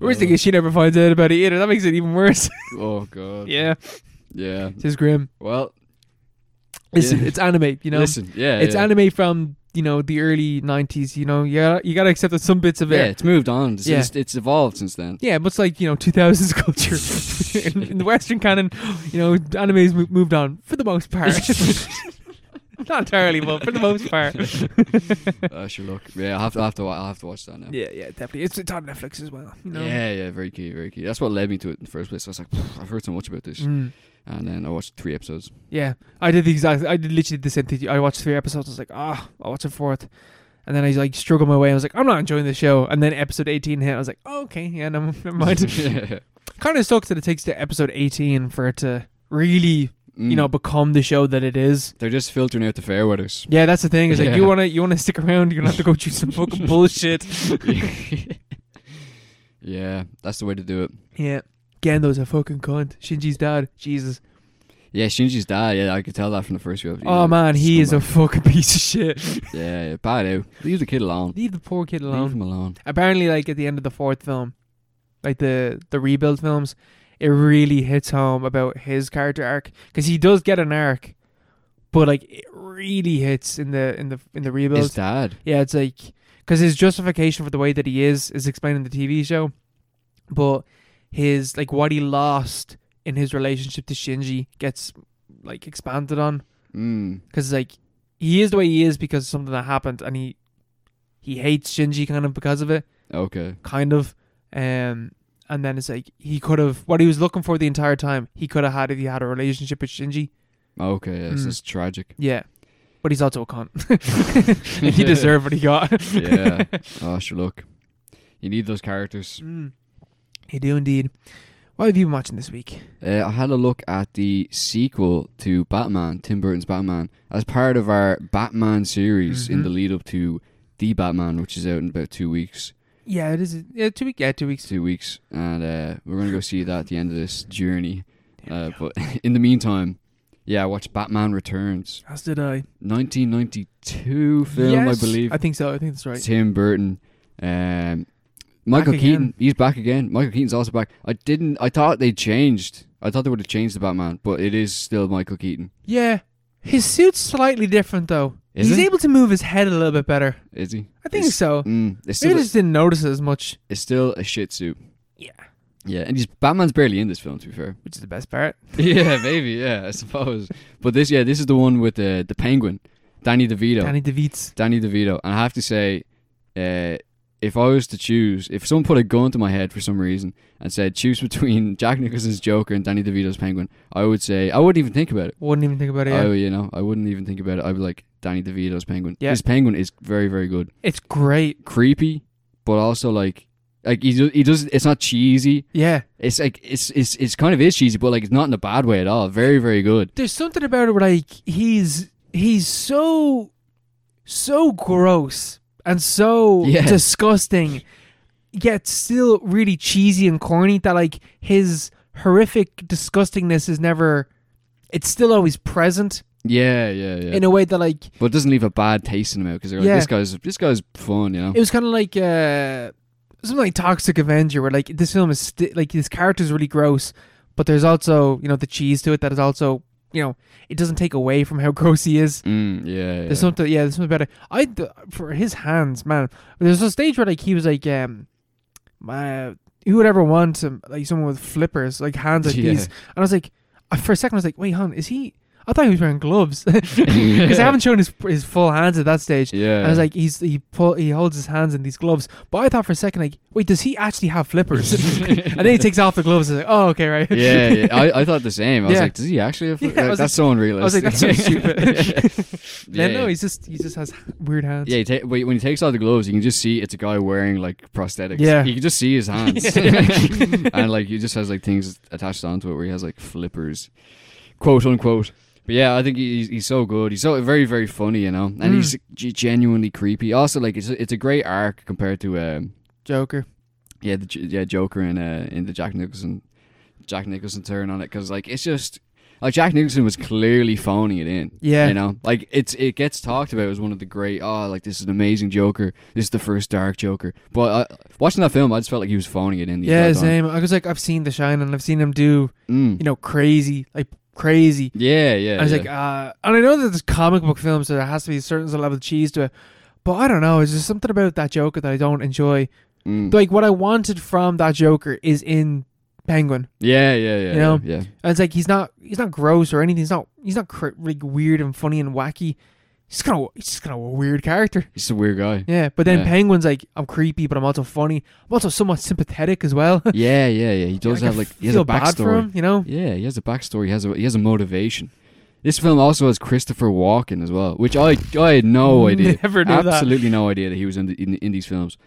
S1: worst thing is she never finds out about it either. That makes it even worse.
S2: oh god.
S1: yeah,
S2: Yeah.
S1: it's just grim.
S2: Well,
S1: Listen,
S2: Yeah.
S1: it's anime, you know.
S2: listen. Yeah.
S1: it's
S2: yeah.
S1: anime from you know the early '90s. You know, you gotta, you gotta accept that some bits of
S2: Yeah,
S1: it
S2: it's moved on. It's,
S1: Yeah.
S2: it's, it's evolved since then.
S1: Yeah, much like you know, two thousands culture in, in the Western canon, you know, anime's mo- moved on for the most part. Not entirely, but for the most part.
S2: I should look. Yeah, I have to. I have to. wa- I'll have to watch that now.
S1: Yeah, yeah, definitely. It's, it's on Netflix as well. You know?
S2: Yeah, yeah, very key, very key. That's what led me to it in the first place. I was like, "Pff, I've heard so much about this,
S1: Mm.
S2: and then I watched three episodes.
S1: yeah. I did the exact. I did literally the same thing. I watched three episodes. I was like, ah, I'll watch a fourth, and then I like struggled my way. I was like, I'm not enjoying the show. And then episode 18 hit. I was like, oh, okay, yeah, no, never mind.
S2: Yeah.
S1: kind of sucks that it takes to episode 18 for it to really, you
S2: Mm.
S1: know, become the show that it is.
S2: they're just filtering out the fair weathers.
S1: Yeah, that's the thing. Is like you
S2: Yeah.
S1: wanna you wanna stick around, you're gonna have to go through some fucking bullshit.
S2: yeah, that's the way to do it.
S1: Yeah. Gendo's a fucking cunt. Shinji's dad. Jesus.
S2: Yeah, Shinji's dad. Yeah, I could tell that from the first few. episodes.
S1: Oh man, he is a
S2: Scumbag.
S1: fucking piece of shit.
S2: yeah, yeah, bad out. Leave the kid alone.
S1: Leave the poor kid
S2: Leave
S1: alone.
S2: him alone.
S1: Apparently, like at the end of the fourth film, like the the rebuild films, it really hits home about his character arc because he does get an arc, but like it really hits in the in the in the rebuild.
S2: His dad.
S1: Yeah, it's like because his justification for the way that he is is explained in the TV show, but his like what he lost in his relationship to Shinji gets like expanded on
S2: Mm.
S1: because like he is the way he is because of something that happened and he he hates Shinji kind of because of it,
S2: Okay.
S1: kind of, um. And then it's like he could have what he was looking for the entire time. He could have had if he had a relationship with Shinji.
S2: Okay. Yeah, This
S1: Mm.
S2: is tragic.
S1: Yeah, but he's also a cunt. and he deserved what he got.
S2: yeah. Oh, sure. Look, you need those characters.
S1: Mm. You do indeed. What have you been watching this week?
S2: Uh, I had a look at the sequel to Batman, Tim Burton's Batman, as part of our Batman series in
S1: Mhm.
S2: the lead up to the Batman, which is out in about two weeks.
S1: Yeah, it is. Yeah, two weeks. Yeah, two weeks.
S2: Two weeks, and uh, we're gonna go see that at the end of this journey. Uh, but in the meantime, yeah, I watched Batman Returns,
S1: As did I.
S2: 1992 film,
S1: Yes,
S2: I believe.
S1: I think so. I think that's right.
S2: Tim Burton. Um, Michael
S1: again.
S2: Keaton, he's back again. Michael Keaton's also back. I didn't. I thought they changed. I thought they would have changed the Batman, but it is still Michael Keaton.
S1: Yeah, his suit's slightly different though.
S2: Is
S1: He's
S2: it?
S1: able to move his head a little bit better.
S2: Is he?
S1: I think
S2: It's-
S1: so.
S2: Mm, it's
S1: Maybe
S2: still,
S1: I
S2: a,
S1: just didn't notice it as much.
S2: it's still a shit suit.
S1: Yeah,
S2: Yeah, and he's Batman's barely in this film, to be fair.
S1: which is the best part.
S2: yeah, maybe. Yeah, I suppose. But this, yeah, this is the one with the the Penguin, Danny DeVito.
S1: Danny DeVito.
S2: Danny DeVito. And I have to say, uh, if I was to choose, if someone put a gun to my head for some reason and said choose between Jack Nicholson's Joker and Danny DeVito's Penguin, I would say I wouldn't even think about it.
S1: Wouldn't even think about it. yeah.
S2: I, you know, I wouldn't even think about it. I'd be like Danny DeVito's Penguin.
S1: Yeah.
S2: His Penguin is very, very good.
S1: It's great.
S2: Creepy, but also like, like he do, he does. It's not cheesy.
S1: Yeah,
S2: It's like it's it's it's kind of is cheesy, but like it's not in a bad way at all. Very, very good.
S1: there's something about it where like he's he's so so gross and so
S2: Yeah.
S1: disgusting yet still really cheesy and corny that like his horrific disgustingness is never it's still always present
S2: Yeah, yeah, yeah.
S1: in a way that like
S2: but it doesn't leave a bad taste in the mouth because they're like
S1: Yeah.
S2: this guy's this guy's fun, you know.
S1: it was kind of like uh something like toxic avenger where like this film is sti- like this character's really gross but there's also you know the cheese to it that is also you know it doesn't take away from how gross he is
S2: Mm, yeah, yeah.
S1: There's something, yeah, there's something better. I th- for his hands, man. There's a stage where like he was like, um, my who would ever want him like someone with flippers, like hands like
S2: Yeah.
S1: these? And I was like, I- for a second, I was like, wait, hon, is he? I thought he was wearing gloves because I haven't shown his his full hands at that stage.
S2: Yeah.
S1: I was like, he's he pull, he holds his hands in these gloves, but I thought for a second, like, wait, does he actually have flippers? and then he takes off the gloves. And I was like, oh, okay, right.
S2: yeah, yeah. I, I thought the same. I was
S1: Yeah.
S2: like, does he actually have?
S1: Yeah, I
S2: like,
S1: was
S2: that's
S1: like-
S2: so
S1: I
S2: unrealistic.
S1: was like, that's so stupid.
S2: yeah,
S1: yeah, no, he's just he just has weird hands.
S2: yeah. He ta- when when he takes off the gloves, you can just see it's a guy wearing like prosthetics.
S1: Yeah.
S2: you can just see his hands, and like he just has like things attached onto it where he has like flippers, quote unquote. But yeah, I think he's he's so good. He's so very very funny, you know, and he's g- genuinely creepy. Also, like it's a, it's a great arc compared to um,
S1: Joker.
S2: yeah, the, J- yeah, Joker and uh, in the Jack Nicholson, Jack Nicholson turn on it because like it's just like Jack Nicholson was clearly phoning it in.
S1: Yeah.
S2: you know, like it's it gets talked about as one of the great. Oh, like this is an amazing Joker. This is the first dark Joker. But uh, watching that film, I just felt like he was phoning it in. The
S1: Yeah,
S2: entire time.
S1: same. I was like, I've seen The Shine, and I've seen him do
S2: Mm.
S1: you know crazy, like crazy.
S2: yeah, yeah.
S1: I was
S2: yeah.
S1: like, uh, and I know that there's comic book films, so there has to be a certain level of cheese to it. But I don't know. It's just something about that Joker that I don't enjoy.
S2: Mm.
S1: Like what I wanted from that Joker is in Penguin.
S2: yeah, yeah, yeah,
S1: you know?
S2: yeah, yeah.
S1: And it's like he's not he's not gross or anything. He's not he's not cr- like weird and funny and wacky. He's just kind of he's just kind of a weird character.
S2: He's a weird guy.
S1: Yeah. But then
S2: Yeah.
S1: Penguin's like I'm creepy, but I'm also funny. I'm also somewhat sympathetic as well.
S2: yeah, yeah, yeah. He does
S1: I
S2: have like he has
S1: feel
S2: a
S1: bad for
S2: backstory.
S1: him, you know.
S2: Yeah, he has a backstory. He has a he has a motivation. This film also has Christopher Walken as well, which I I had no
S1: Mm.
S2: idea.
S1: Never knew that.
S2: Absolutely no idea that he was in, the, in in these films.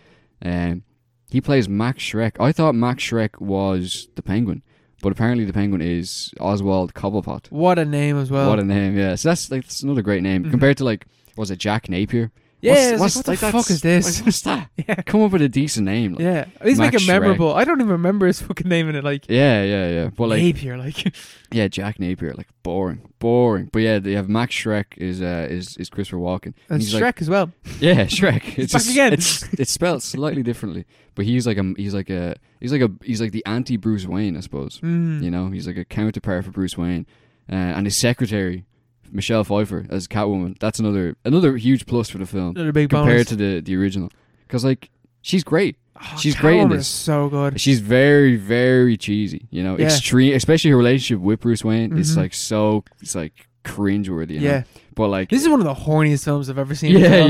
S2: Um, he plays Max Shrek. I thought Max Shrek was the Penguin, but apparently the Penguin is Oswald Cobblepot.
S1: What a name as well.
S2: what a name! Yeah, so that's like that's another great name
S1: Mhm.
S2: compared to like was it Jack Napier?
S1: yeah. it's like, what
S2: like,
S1: the fuck
S2: that's-
S1: is this?
S2: What's that?
S1: Yeah.
S2: Come up with a decent name. Like,
S1: Yeah, at least make
S2: Max
S1: it
S2: Schreck.
S1: memorable. I don't even remember his fucking name in it. Like,
S2: yeah, yeah, yeah. But like
S1: Napier, like
S2: Yeah, Jack Napier, like boring, boring. But yeah, they have Max Shrek is uh, is is Christopher Walken.
S1: and
S2: he's
S1: Shrek
S2: like,
S1: as well.
S2: yeah, Shrek.
S1: back
S2: just-
S1: again.
S2: It's, it's spelled slightly differently, but he's like a he's like a he's like a he's like the anti Bruce Wayne, I suppose.
S1: Mm.
S2: You know, he's like a counterpart for Bruce Wayne, uh, and his secretary Michelle Pfeiffer as Catwoman. That's another another huge plus for the film
S1: Another big
S2: compared
S1: bonus.
S2: to the the original, because like she's great.
S1: Oh,
S2: she's great in
S1: Catwoman is
S2: this.
S1: So good.
S2: She's very, very cheesy, you know,
S1: Yeah.
S2: extreme, especially her relationship with Bruce Wayne. It's
S1: Mhm.
S2: like so, it's like cringeworthy. You
S1: yeah,
S2: Know? But like,
S1: this is one of the horniest films I've ever seen. as
S2: yeah,
S1: well.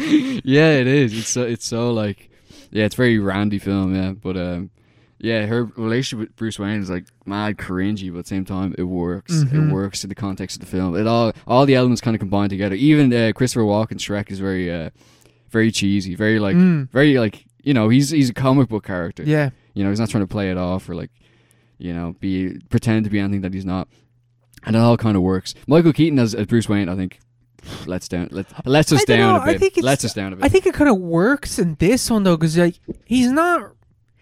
S2: yeah, yeah, it is. It's so, it's so like, yeah, it's very randy film. Yeah. But, um, yeah, her relationship with Bruce Wayne is like mad cringy, but at the same time, it works.
S1: Mhm.
S2: It works in the context of the film. It all, all the elements kind of combine together. Even uh, Christopher Walken Shrek is very, uh, very cheesy, very like,
S1: Mm.
S2: very like, you know, he's he's a comic book character.
S1: yeah,
S2: You know, he's not trying to play it off or like, you know, be pretend to be anything that he's not. And it all kind of works. Michael Keaton as, as Bruce Wayne, I think, lets down let, lets us
S1: I don't
S2: down
S1: know,
S2: a
S1: I
S2: bit.
S1: think it's-
S2: lets us down a bit.
S1: I think it kind of works in this one though, because like he's not,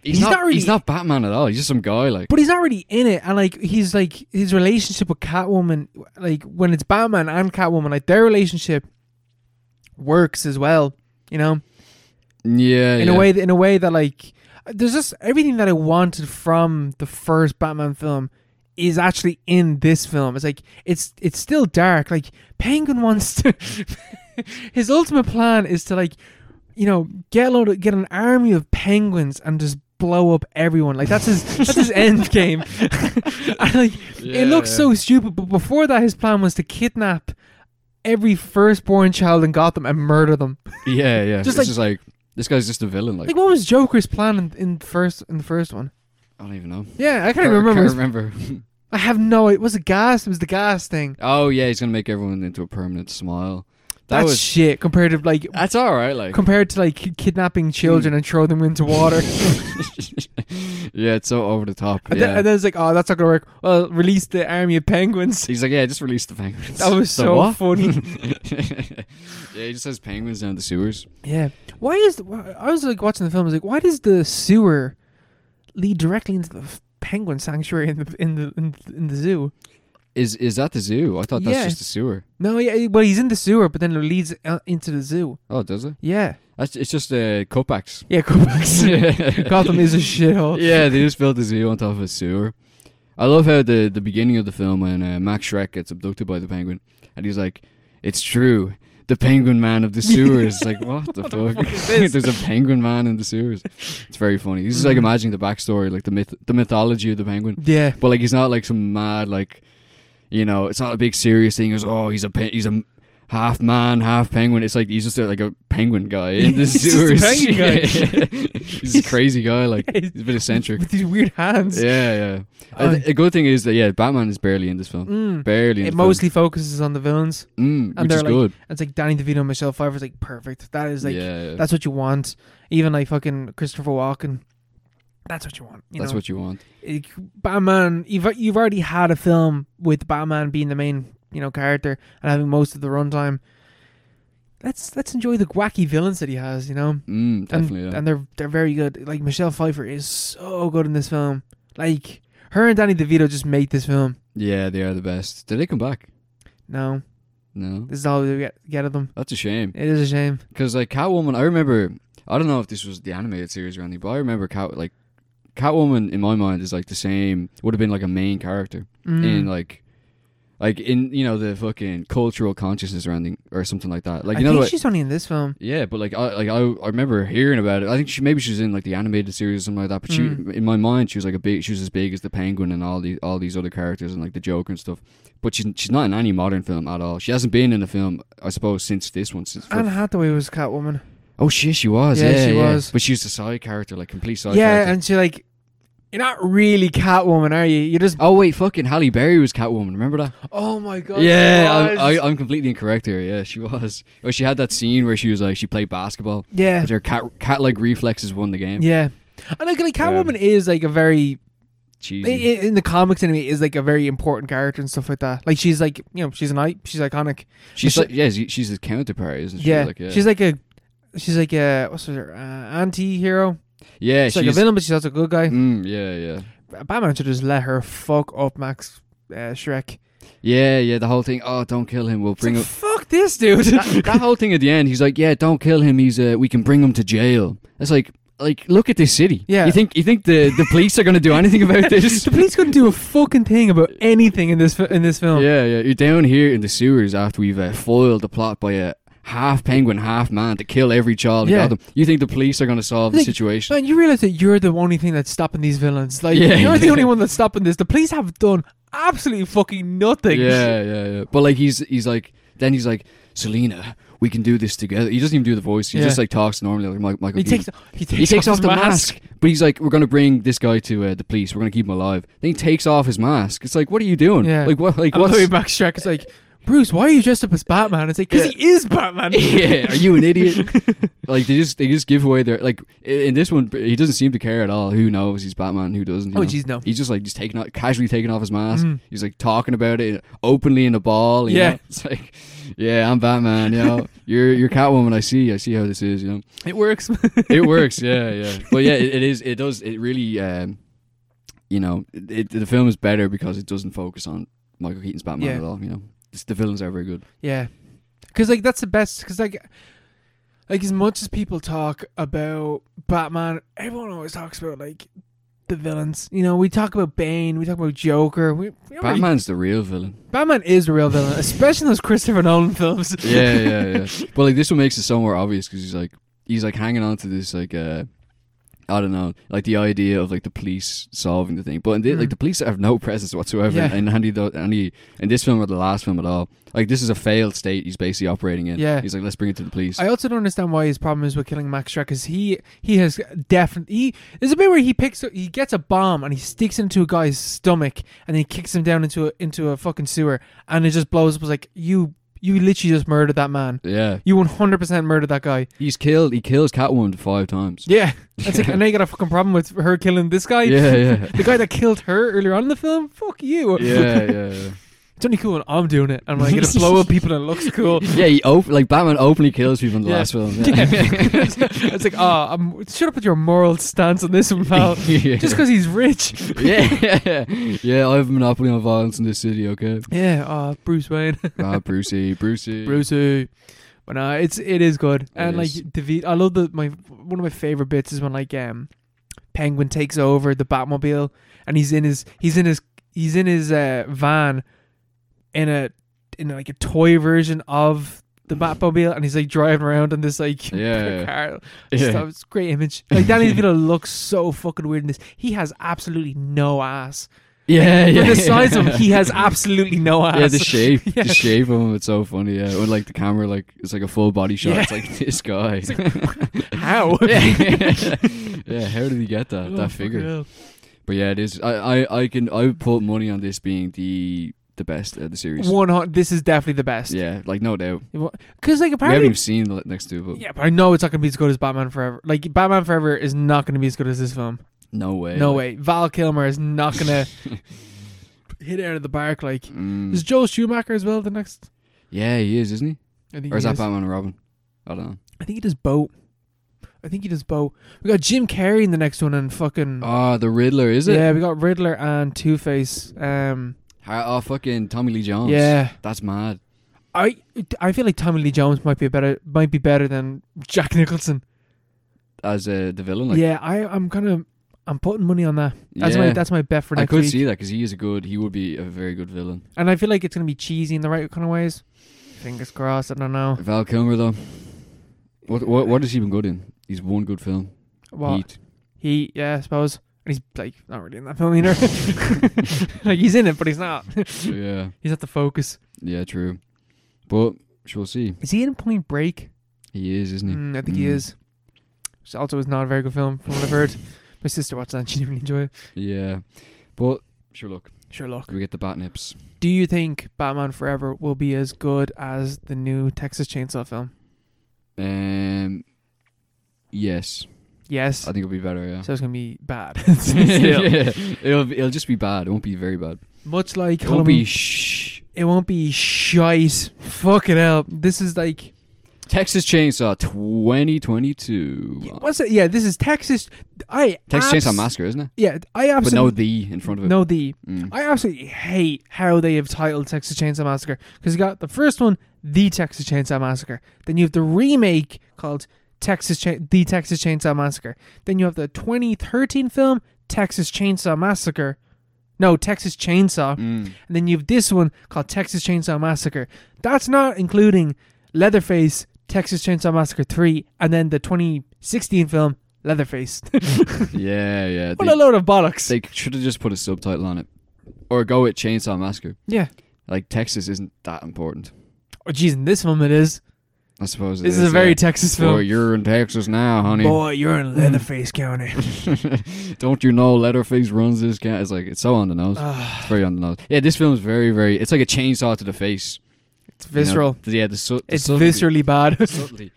S2: he's,
S1: he's
S2: not,
S1: not really-
S2: he's not Batman at all. He's just some guy like.
S1: but he's not really in it, and like he's like his relationship with Catwoman, like when it's Batman and Catwoman, like their relationship works as well. You know,
S2: Yeah,
S1: in
S2: yeah.
S1: a way that, in a way that like there's just everything that I wanted from the first Batman film is actually in this film. It's like it's it's still dark. Like Penguin wants to his ultimate plan is to like you know get a load of, get an army of penguins and just blow up everyone. Like that's his that's his end game. and like
S2: Yeah,
S1: it looks
S2: yeah.
S1: so stupid, but before that his plan was to kidnap every firstborn child in Gotham and murder them.
S2: Yeah, yeah.
S1: Just like-
S2: Just like, just like this guy's just a villain. Like,
S1: Like what was Joker's plan in, in first in the first one?
S2: I don't even know.
S1: Yeah, I can't
S2: Can't-
S1: remember.
S2: Can't
S1: his-
S2: remember.
S1: I have no. It was a gas. It was the gas thing.
S2: oh yeah, he's gonna make everyone into a permanent smile. That
S1: That's
S2: was.
S1: shit compared to like
S2: that's all right. Like.
S1: compared to like kidnapping children and throw them into water.
S2: yeah, it's so over the top.
S1: and,
S2: yeah.
S1: then, and then it's like, oh, that's not gonna work. Well, release the army of penguins.
S2: He's like, yeah, just release the penguins.
S1: That was
S2: The
S1: so
S2: what?
S1: funny.
S2: yeah, he just has penguins down the sewers.
S1: yeah. Why is why- I was like watching the film. I was like, why does the sewer lead directly into the f- penguin sanctuary in the in the in, the- in the zoo?
S2: Is is that the zoo? I thought that's
S1: Yeah.
S2: just the sewer.
S1: No, yeah. Well, he's in the sewer, but then it leads out into the zoo.
S2: Oh, does it?
S1: Yeah.
S2: That's it's just uh, cutbacks.
S1: Yeah. Go back. Gotham is a shithole.
S2: yeah, they just built the zoo on top of a sewer. I love how the the beginning of the film when uh, Max Shrek gets abducted by the penguin, and he's like, "It's true, the penguin man of the sewers." It's like, what the fuck?
S1: is this?
S2: There's a penguin man in the sewers. It's very funny. He's just like
S1: Mhm.
S2: imagining the backstory, like the myth, the mythology of the penguin.
S1: Yeah.
S2: But like he's not like some mad like You know, it's not a big serious thing. It's oh, he's a pe- he's a half man, half penguin. It's like he's just a, like a penguin guy in the
S1: He's just a
S2: sewers.
S1: penguin guy.
S2: Yeah. he's a crazy guy. Like
S1: Yeah, he's-
S2: he's a bit eccentric.
S1: with these weird hands.
S2: Yeah, yeah.
S1: Oh.
S2: I th- a good thing is that yeah, Batman is barely in this film.
S1: Mm.
S2: Barely. In
S1: It
S2: the
S1: mostly focuses on the villains.
S2: film. Mm,
S1: and
S2: which
S1: they're
S2: is
S1: like-
S2: good.
S1: It's like Danny DeVito, and Michelle Pfeiffer's like perfect. That is like
S2: yeah, yeah.
S1: that's what you want. Even like fucking Christopher Walken. That's what you want. You
S2: that's
S1: know?
S2: what you want.
S1: Like, Batman. You've you've already had a film with Batman being the main you know character and having most of the runtime. Let's let's enjoy the wacky villains that he has. You know.
S2: Mm,
S1: and,
S2: definitely. yeah.
S1: and they're they're very good. Like Michelle Pfeiffer is so good in this film. Like her and Danny DeVito just make this film.
S2: yeah, they are the best. Did they come back?
S1: No,
S2: No,
S1: this is all we get get of them.
S2: that's a shame.
S1: It is a shame.
S2: Because like Catwoman, I remember. I don't know if this was the animated series or anything, but I remember Cat like Catwoman in my mind is like the same. Would have been like a main character
S1: Mm.
S2: in like. Like in you know the fucking cultural consciousness or anything or something like that. Like
S1: I
S2: you know
S1: think
S2: what?
S1: she's only in this film.
S2: Yeah, but like I like I, I remember hearing about it. I think she maybe she was in like the animated series or something like that. But
S1: Mm.
S2: she in my mind she was like a big she was as big as the Penguin and all these all these other characters and like the Joker and stuff. But she's she's not in any modern film at all. She hasn't been in a film I suppose since this one. Since for-
S1: Anne Hathaway was Catwoman.
S2: oh shit, she was
S1: Yeah,
S2: yeah,
S1: she
S2: yeah.
S1: was.
S2: But she was a side character, like complete side
S1: yeah,
S2: character.
S1: and she like, you're not really Catwoman, are you? You're just.
S2: Oh wait, fucking Halle Berry was Catwoman. Remember that?
S1: Oh my god.
S2: yeah,
S1: she
S2: I'm,
S1: was.
S2: I, I'm completely incorrect here. Yeah, she was. Oh, she had that scene where she was like she played basketball.
S1: yeah,
S2: Her cat cat like reflexes won the game.
S1: yeah. And like, like Catwoman is like a very i-
S2: Cheesy.
S1: i- in the comics anyway is like a very important character and stuff like that. Like she's like you know she's an i she's iconic.
S2: She's
S1: She-
S2: like, yeah, she- she's his counterpart, isn't she?
S1: Yeah.
S2: like, yeah.
S1: she's like a she's like a what's her uh, anti-hero.
S2: yeah,
S1: She's like a
S2: she's-
S1: villain, but she's also a good guy.
S2: Mm, yeah, yeah,
S1: Batman should just let her fuck up Max uh, Shrek.
S2: yeah, yeah. The whole thing. Oh, don't kill him. We'll
S1: It's like,
S2: bring him.
S1: fuck this dude.
S2: that, that whole thing at the end. He's like, yeah, don't kill him. He's uh, we can bring him to jail. It's like, like, look at this city.
S1: Yeah.
S2: you think you think the the police are gonna do anything about this?
S1: the police couldn't do a fucking thing about anything in this fi- in this film.
S2: yeah, yeah. You're down here in the sewers after we've uh, foiled the plot by a half penguin, half man to kill every child. in
S1: Yeah.
S2: Gotham. You think the police are gonna solve the
S1: Like,
S2: situation?
S1: Man, you realize that you're the only thing that's stopping these villains. Like
S2: Yeah.
S1: you're the only one that's stopping this. The police have done absolutely fucking nothing.
S2: Yeah, yeah, yeah. But like he's he's like then he's like Selena, we can do this together. He doesn't even do the voice. He
S1: Yeah.
S2: just like talks normally like Mi- Michael.
S1: He
S2: Keaton.
S1: takes he takes,
S2: he takes off
S1: his
S2: the mask. but he's like, we're gonna bring this guy to uh, the police. We're gonna keep him alive. Then he takes off his mask. It's like, what are you doing?
S1: Yeah.
S2: Like what? Like
S1: I love the way
S2: what?
S1: Max Shrek is like, Bruce, why are you dressed up as Batman? It's like because he is Batman.
S2: yeah, are you an idiot? like they just they just give away their like i- in this one he doesn't seem to care at all. Who knows? He's Batman. Who doesn't? you
S1: Oh
S2: know?
S1: jeez, no.
S2: He's just like just taking off, casually taking off his mask.
S1: Mm.
S2: He's like talking about it openly in a ball. you
S1: Yeah.
S2: know? it's like, yeah, I'm Batman. You know, you're you're Catwoman. I see. I see how this is. You know,
S1: It works.
S2: it works. Yeah, yeah. But yeah, it, it is. It does. It really. Um, you know, it, the film is better because it doesn't focus on Michael Keaton's Batman
S1: Yeah.
S2: at all. You know, it's, the villains are very good.
S1: Yeah, because like that's the best. Because like, like as much as people talk about Batman, everyone always talks about like the villains. You know, we talk about Bane, we talk about Joker. We, we don't really-
S2: Batman's the real villain.
S1: Batman is the real villain, especially in those Christopher Nolan films.
S2: yeah, yeah, yeah. But like this one makes it so more obvious because he's like he's like hanging on to this like uh I don't know like the idea of like the police solving the thing, but in thi-
S1: Mm.
S2: like the police have no presence whatsoever
S1: Yeah.
S2: in any tho- any in this film or the last film at all. Like this is a failed state he's basically operating in.
S1: Yeah.
S2: he's like let's bring it to the police.
S1: I also don't understand why his problem is with killing Max Shrek because he he has definitely he there's a bit where he picks up he gets a bomb and he sticks it into a guy's stomach and then he kicks him down into a into a fucking sewer and it just blows up it's like you you literally just murdered that man
S2: yeah,
S1: you 100 percent murdered that guy
S2: he's killed. He kills Catwoman five times.
S1: yeah it's like, and now you got a fucking problem with her killing this guy
S2: yeah, yeah,
S1: the guy that killed her earlier on in the film fuck you
S2: yeah, yeah. yeah.
S1: it's only cool when I'm doing it and when I get to blow up people and it looks cool
S2: Yeah, he op- like Batman openly kills people in the
S1: Yeah.
S2: last film.
S1: Yeah. it's like, oh, I'm, shut up with your moral stance on this one, pal.
S2: yeah.
S1: Just because he's rich.
S2: yeah, yeah, I have a monopoly on violence in this city. Okay,
S1: Yeah, uh, Bruce Wayne,
S2: ah, Brucey, Brucey,
S1: Brucey. But uh, it's it is good, and
S2: is.
S1: like David, I love the my one of my favorite bits is when like um, Penguin takes over the Batmobile, and he's in his he's in his he's in his uh, van, in a in like a toy version of the Batmobile, and he's like driving around in this like
S2: Yeah.
S1: car.
S2: Yeah.
S1: Stuff. It's a great image. Like Danny DeVito looks so fucking weird in this. He has absolutely no ass.
S2: Yeah, yeah.
S1: For the size of him, he has absolutely no ass.
S2: Yeah, the shape,
S1: Yeah.
S2: the shape of him. It's so funny. Yeah, when like the camera, like it's like a full body shot.
S1: Yeah.
S2: It's like this guy.
S1: How?
S2: yeah. yeah, how did he get that
S1: Oh,
S2: that
S1: fucking
S2: figure?
S1: hell.
S2: But yeah, it is. I, I, I can. I would put money on this being the the best of the series.
S1: One, hun- this is definitely the best.
S2: Yeah, like no doubt.
S1: Because like
S2: We haven't
S1: apparently,
S2: even seen the next two, but
S1: yeah, but I know it's not going to be as good as Batman Forever. Like Batman Forever is not going to be as good as this film.
S2: no way.
S1: No
S2: like,
S1: way. Val Kilmer is not going to hit it out of the park. Like
S2: mm.
S1: is Joel Schumacher as well the next?
S2: yeah, he is, isn't he?
S1: I think
S2: Or is
S1: he
S2: that Batman and Robin? I don't know.
S1: I think he does boat. I think he does boat. We got Jim Carrey in the next one and fucking
S2: Ah, the Riddler is it?
S1: Mm. yeah. We got Riddler and Two Face. Um,
S2: Ha- oh, fucking Tommy Lee Jones.
S1: yeah.
S2: that's mad.
S1: I I feel like Tommy Lee Jones might be a better might be better than Jack Nicholson.
S2: As uh, the villain, like
S1: yeah, I I'm kind of I'm putting money on that. That's my
S2: Yeah.
S1: that's my bet for
S2: I
S1: next
S2: could
S1: week.
S2: see that because he is a good. He would be a very good villain.
S1: And I feel like it's gonna be cheesy in the right kind of ways. Fingers crossed. I don't know.
S2: Val Kilmer though. What what what has he been good in? He's one good film.
S1: Well,
S2: Heat.
S1: he yeah, I suppose. And he's like not really in that film either. like he's in it, but he's not.
S2: yeah,
S1: He's not the focus.
S2: yeah, true. But she'll see.
S1: Is he in Point Break?
S2: He is, isn't he?
S1: Mm, I think he
S2: Mm.
S1: is. Which also is not a very good film from what I've heard. My sister watched that and she didn't really enjoy it.
S2: Yeah, but sure. Look,
S1: Sherlock.
S2: we get the bat nips.
S1: Do you think Batman Forever will be as good as the new Texas Chainsaw film?
S2: Um, yes,
S1: Yes.
S2: I think it'll be better. Yeah.
S1: so it's gonna be bad. Still.
S2: yeah, it'll it'll just be bad. It won't be very bad.
S1: Much like
S2: It won't
S1: Halloween-
S2: be shh.
S1: It won't be shite. Fuck it up. This is like
S2: Texas Chainsaw 2022.
S1: what's it? Yeah, this is Texas. I abs-
S2: Texas Chainsaw Massacre, isn't it?
S1: Yeah, I
S2: But no
S1: absolutely
S2: the in front of it.
S1: no the.
S2: Mm.
S1: I absolutely hate how they have titled Texas Chainsaw Massacre because you got the first one, the Texas Chainsaw Massacre. Then you have the remake called Texas Chain the Texas Chainsaw Massacre. Then you have the 2013 film Texas Chainsaw Massacre. No, Texas Chainsaw.
S2: Mm.
S1: And then you have this one called Texas Chainsaw Massacre. That's not including Leatherface, Texas Chainsaw Massacre 3, and then the 2016 film Leatherface.
S2: Yeah, yeah.
S1: what a
S2: They,
S1: load of bollocks.
S2: they should have just put a subtitle on it, or go with Chainsaw Massacre.
S1: yeah.
S2: Like Texas isn't that important.
S1: Oh, jeez, in this film it is.
S2: I suppose. it
S1: This is a very
S2: yeah.
S1: Texas
S2: Boy,
S1: film.
S2: you're in Texas now, honey.
S1: Boy, you're in Leatherface County.
S2: Don't you know Leatherface runs this guy? It's like it's so on the nose.
S1: Ah,
S2: it's very on the nose. Yeah, this film's very, very. It's like a chainsaw to the face.
S1: it's
S2: you know?
S1: visceral.
S2: yeah, the, su- the
S1: it's
S2: subtlety-
S1: viscerally bad.
S2: subtlety.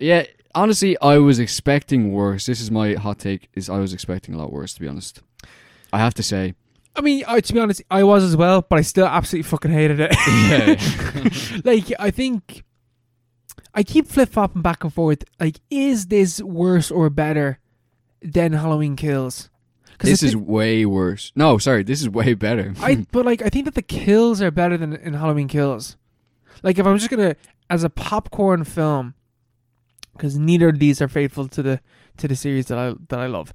S2: Yeah, honestly, I was expecting worse. This is my hot take. Is I was expecting a lot worse, to be honest. I have to say.
S1: I mean, I, to be honest, I was as well, but I still absolutely fucking hated it. like I think I keep flip flopping back and forth. Like, is this worse or better than Halloween Kills? 'Cause
S2: This
S1: I
S2: is
S1: thi-
S2: way worse. No, sorry, this is way better.
S1: I but like I think that the kills are better than in Halloween Kills. Like if I'm just gonna as a popcorn film, because neither of these are faithful to the to the series that I that I love.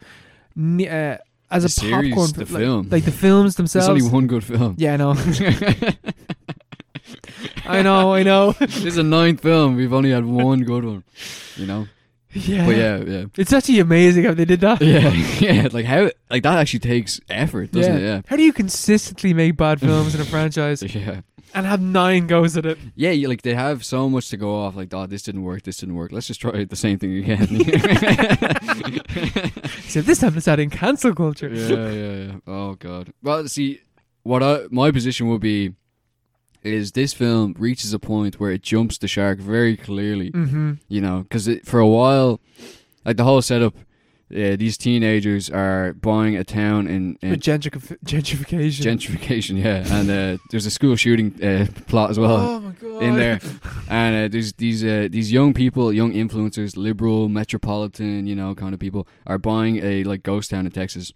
S1: Ne- uh, as
S2: The
S1: a
S2: series,
S1: popcorn
S2: the
S1: fi- like-
S2: film.
S1: like, the films
S2: There's
S1: themselves.
S2: only one good film.
S1: yeah, I know, I know, I know.
S2: this is a ninth film. We've only had one good one. You know?
S1: Yeah.
S2: But yeah, yeah.
S1: it's actually amazing how they did that.
S2: Yeah, yeah. Like how like that actually takes effort, doesn't it?
S1: How do you consistently make bad films in a franchise
S2: Yeah. Yeah.
S1: and have nine goes at it?
S2: Yeah, you, like they have so much to go off, like, oh, this didn't work, this didn't work. Let's just try the same thing again.
S1: So this time it's out in cancel culture.
S2: yeah, yeah, yeah. Oh god. Well, see, what I my position would be is this film reaches a point where it jumps the shark very clearly.
S1: Mm-hmm.
S2: You know, because for a while, like the whole setup, uh, these teenagers are buying a town in. in
S1: Gentrific- gentrification.
S2: Gentrification, yeah, and uh, there's a school shooting uh, plot as well
S1: oh my god.
S2: in there, and uh, there's these uh, these young people, young influencers, liberal, metropolitan, you know, kind of people are buying a like ghost town in Texas.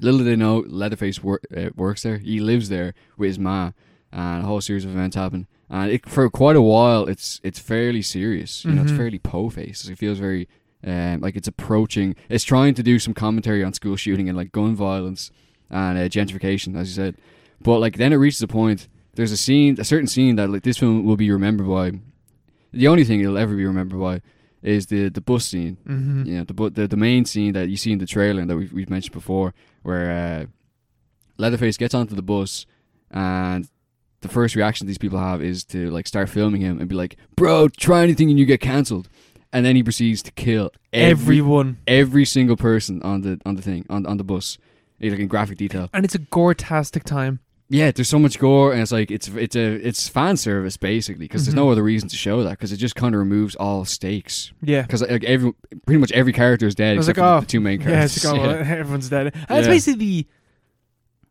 S2: Little do they know, Leatherface wor- uh, works there. He lives there with his ma, and a whole series of events happen. And it, for quite a while, it's it's fairly serious. You know, it's
S1: Mhm.
S2: fairly po face. It feels very. Um, like it's approaching, it's trying to do some commentary on school shooting and like gun violence and uh, gentrification, as you said. But like then it reaches a point. There's a scene, a certain scene that like this film will be remembered by. The only thing it'll ever be remembered by is the the bus scene.
S1: Mm-hmm.
S2: You know, the bu- the the main scene that you see in the trailer and that we've we've mentioned before, where uh, Leatherface gets onto the bus, and the first reaction these people have is to like start filming him and be like, "Bro, try anything and you get cancelled." And then he proceeds to kill every
S1: Everyone.
S2: every single person on the on the thing on on the bus, eh, like in graphic detail.
S1: And it's a gore-tastic time.
S2: Yeah, there's so much gore, and it's like it's it's a it's fan service basically because there's no other reason to show that because it just kind of removes all stakes
S1: Yeah.
S2: because like every pretty much every character is dead
S1: I was
S2: except
S1: like,
S2: for
S1: oh,
S2: the two main
S1: Yeah,
S2: characters.
S1: it's like, oh,
S2: Yeah.
S1: everyone's dead. And That's
S2: Yeah.
S1: basically the.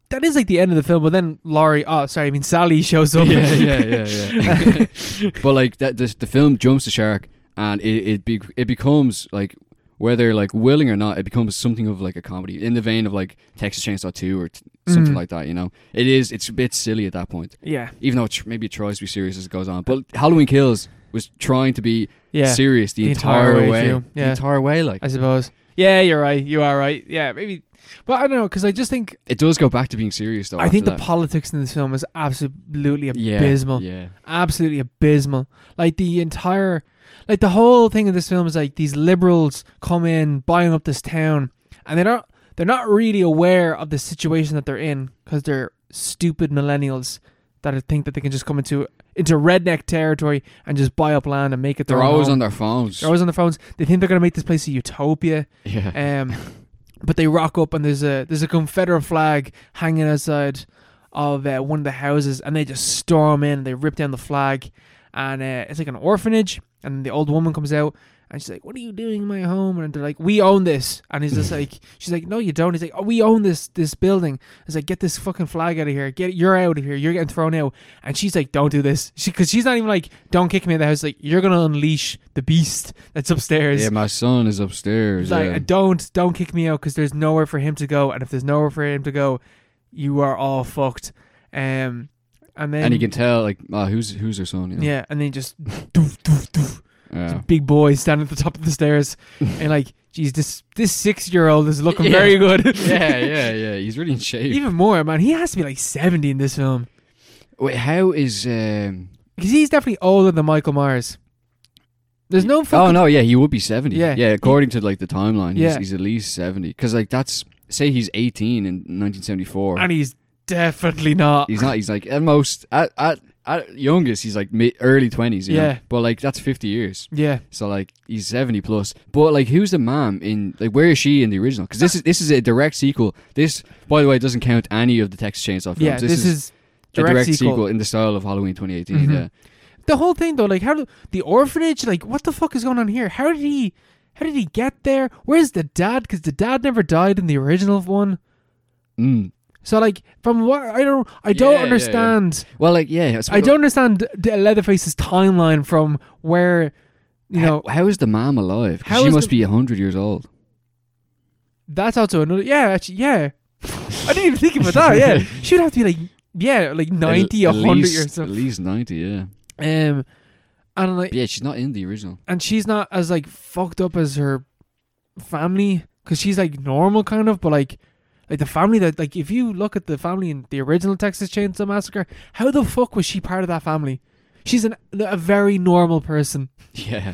S1: That is like the end of the film, but then Laurie, oh, sorry, I mean, Sally shows up.
S2: yeah, yeah, yeah, yeah. but like that, the, the film jumps the shark, and it it, be, it becomes like whether like willing or not, it becomes something of like a comedy in the vein of like Texas Chainsaw Two or t- something
S1: Mm.
S2: like that. You know, it is it's a bit silly at that point,
S1: yeah.
S2: even though it tr- maybe it tries to be serious as it goes on. But Halloween Kills was trying to be
S1: Yeah.
S2: serious the,
S1: The
S2: entire,
S1: entire way
S2: way,
S1: through,
S2: the
S1: yeah.
S2: entire way. Like
S1: I suppose. Yeah, you're right. You are right. Yeah, maybe. But I don't know, because I just think.
S2: it does go back to being serious though.
S1: I think the
S2: after that.
S1: politics in this film is absolutely
S2: yeah,
S1: abysmal.
S2: Yeah,
S1: absolutely abysmal. Like the entire, like the whole thing of this film is like these liberals come in buying up this town, and they're not they're not really aware of the situation that they're in because they're stupid millennials that think that they can just come into into redneck territory and just buy up land and make it their
S2: they're
S1: own
S2: always
S1: home.
S2: on their phones.
S1: they're always on the phones. They think they're gonna make this place a utopia.
S2: yeah.
S1: Um, but they rock up and there's a there's a Confederate flag hanging outside of uh, one of the houses, and they just storm in. They rip down the flag, and uh, it's like an orphanage. And the old woman comes out, and she's like, "What are you doing in my home?" And they're like, "We own this." And he's just like, "She's like, no, you don't." He's like, "Oh, we own this this building." It's like, "Get this fucking flag out of here! Get you're out of here! You're getting thrown out!" And she's like, "Don't do this," she because she's not even like, "Don't kick me out of the house!" Like, you're gonna unleash the beast that's upstairs.
S2: yeah, my son is upstairs.
S1: He's like,
S2: yeah.
S1: don't don't kick me out because there's nowhere for him to go, and if there's nowhere for him to go, you are all fucked. Um, and then
S2: and you can tell like oh, who's who's her son you know?
S1: yeah, and then just doof, doof, doof,
S2: yeah
S1: big boy standing at the top of the stairs, and like, geez, this this six year old is looking very good.
S2: yeah yeah yeah he's really in shape
S1: Even more, man. He has to be like seventy in this film
S2: wait how is um
S1: because he's definitely older than Michael Myers. There's no
S2: oh
S1: fucking
S2: no yeah he would be 70
S1: Yeah.
S2: yeah according to like the timeline he's,
S1: Yeah.
S2: he's at least 70 because like that's say he's 18 in 1974
S1: and he's definitely not.
S2: he's not he's like at most at at, at youngest he's like mid early 20s you know?
S1: Yeah.
S2: but like that's 50 years
S1: yeah,
S2: so like he's 70 plus but like who's the mom in like where is she in the original because this is this is a direct sequel this by the way doesn't count any of the texas chainsaw films
S1: yeah. This, is,
S2: a
S1: direct, sequel.
S2: in the style of Halloween 2018.
S1: Mhm.
S2: Yeah,
S1: the whole thing though like how do the orphanage like what the fuck is going on here how did he how did he get there where's the dad because the dad never died in the original one
S2: mm.
S1: so like from what i don't i don't
S2: Yeah, yeah,
S1: understand
S2: well, like yeah, suppose-
S1: i don't understand the leatherface's timeline from where you
S2: How-
S1: know
S2: how is the mom alive? 'Cause
S1: How
S2: she
S1: is
S2: must
S1: the-
S2: be be hundred years old.
S1: that's also another yeah actually yeah i didn't even think about that yeah she would have to be like yeah like 90
S2: At- at
S1: 100
S2: least-
S1: or
S2: At
S1: something
S2: least ninety. Yeah,
S1: um and like
S2: But yeah. She's not in the original.
S1: and she's not as like fucked up as her family because she's like normal kind of, but like like the family that like if you look at the family in the original Texas Chainsaw Massacre, how the fuck was she part of that family? She's an, a very normal person.
S2: Yeah,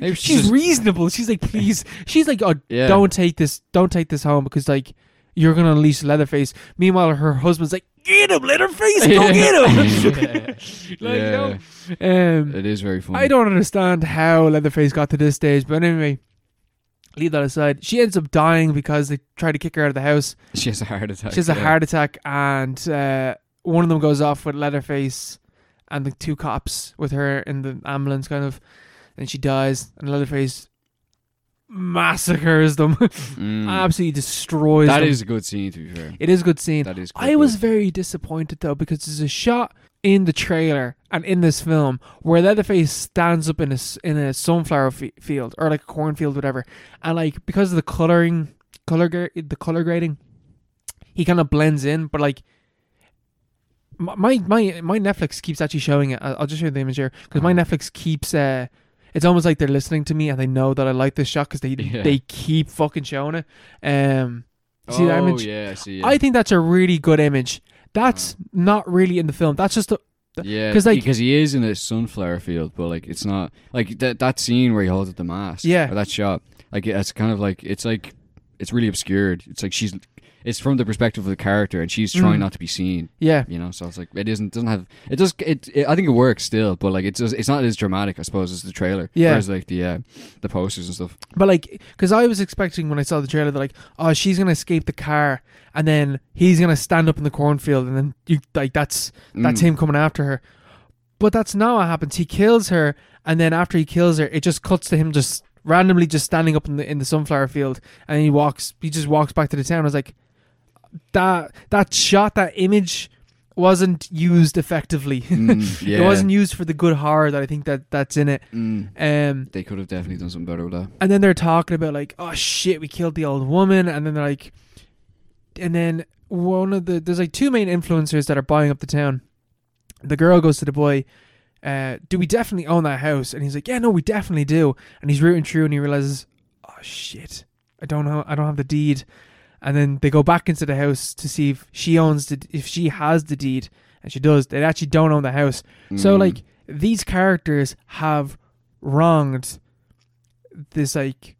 S2: maybe she's,
S1: She's
S2: just-
S1: reasonable. She's like, please. She's like, oh,
S2: yeah.
S1: don't take this, don't take this home because like you're gonna unleash Leatherface. Meanwhile, her husband's like, get him, Leatherface, go get him.
S2: yeah.
S1: Like, you know, um,
S2: It is very funny.
S1: I don't understand how Leatherface got to this stage, but anyway, leave that aside. She ends up dying because they try to kick her out of the house.
S2: She has a heart attack.
S1: She has a
S2: yeah.
S1: heart attack, and uh, one of them goes off with Leatherface and the two cops with her in the ambulance, kind of. And she dies, and Leatherface massacres them,
S2: Mm.
S1: absolutely destroys
S2: That
S1: them.
S2: is a good scene. To be fair,
S1: it is a good scene.
S2: that is. quite
S1: I was
S2: good.
S1: very disappointed though because there's a shot in the trailer and in this film where Leatherface stands up in a s- in a sunflower f- field or like a cornfield, whatever, and like because of the coloring, color gra- the color grading, he kind of blends in. But like m- my my my Netflix keeps actually showing it. I- I'll just show you the image here because my
S2: Oh.
S1: Netflix keeps. uh it's almost like they're listening to me and they know that I like this shot because they
S2: Yeah.
S1: they keep fucking showing it. Um, see that
S2: oh,
S1: image?
S2: Yeah, I see.
S1: I think that's a really good image. That's not really in the film. That's just a,
S2: Yeah,
S1: 'Cause, like-
S2: because he is in a sunflower field, but like it's not like that that scene where he holds up the mask.
S1: Yeah.
S2: or that shot. Like it's kind of like it's like it's really obscured. It's like she's. it's from the perspective of the character, and she's trying
S1: Mm.
S2: not to be seen.
S1: Yeah.
S2: You know, so it's like it isn't doesn't have it does it, it. I think it works still, but like it's just, it's not as dramatic, I suppose, as the trailer.
S1: Yeah.
S2: Whereas like the uh, the posters and stuff.
S1: But like, because I was expecting when I saw the trailer that like, oh, she's gonna escape the car, and then he's gonna stand up in the cornfield, and then you like that's that's
S2: Mm.
S1: him coming after her. But that's not what happens. He kills her, and then after he kills her, it just cuts to him just randomly just standing up in the in the sunflower field, and he walks. He just walks back to the town. I was like, that that shot, that image, wasn't used effectively.
S2: Mm, yeah.
S1: It wasn't used for the good horror that I think that that's in it.
S2: Mm.
S1: Um,
S2: They could have definitely done something better with that.
S1: and then they're talking about like, oh shit, we killed the old woman, and then they're like, and then one of the there's like two main influencers that are buying up the town. The girl goes to the boy, uh, do we definitely own that house? And he's like, yeah, no, we definitely do. And he's rooting through, and he realizes, oh shit, I don't know, I don't have the deed. And then they go back into the house to see if she owns the if she has the deed, and she does. They actually don't own the house. So
S2: Mm.
S1: like these characters have wronged this like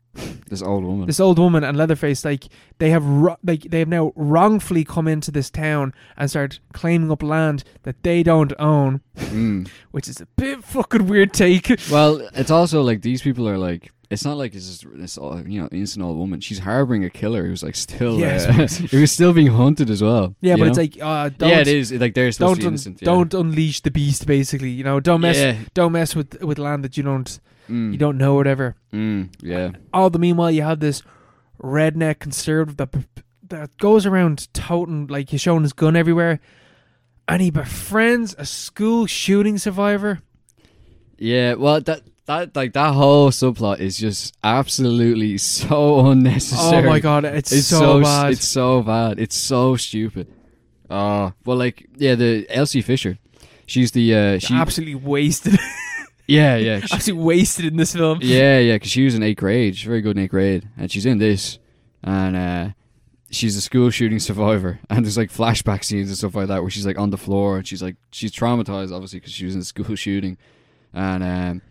S2: this old woman.
S1: this old woman and Leatherface like they have ro- like they have now wrongfully come into this town and start claiming up land that they don't own,
S2: Mm.
S1: which is a bit fucking weird take.
S2: Well, it's also like these people are like. It's not like it's just this, all- you know, innocent old woman. She's harboring a killer who's like still,
S1: Yeah, I
S2: uh, who was still being hunted as well.
S1: Yeah,
S2: you
S1: but
S2: know?
S1: it's like uh, don't
S2: yeah, it is. Like they're
S1: don't
S2: supposed to be
S1: un-
S2: innocent. yeah.
S1: don't unleash the beast basically. You know, don't mess
S2: Yeah.
S1: don't mess with with land that you don't
S2: Mm.
S1: you don't know or whatever.
S2: Mm. Yeah.
S1: all the meanwhile you have this redneck conservative that that goes around toting like he's showing his gun everywhere and he befriends a school shooting survivor
S2: Yeah. Well, that that like that whole subplot is just absolutely so
S1: oh
S2: unnecessary.
S1: my god it's,
S2: It's
S1: so,
S2: s-
S1: bad
S2: It's so bad. It's so stupid. Oh, well, like yeah, the Elsie Fisher. She's the uh, she.
S1: absolutely wasted
S2: yeah, yeah. she-
S1: absolutely wasted in this film
S2: Yeah, yeah, because she was in eighth grade. She's very good in eighth grade, and she's in this, and uh, she's a school shooting survivor. And there's like flashback scenes and stuff like that where she's like on the floor and she's like she's traumatized obviously because she was in a school shooting, and um,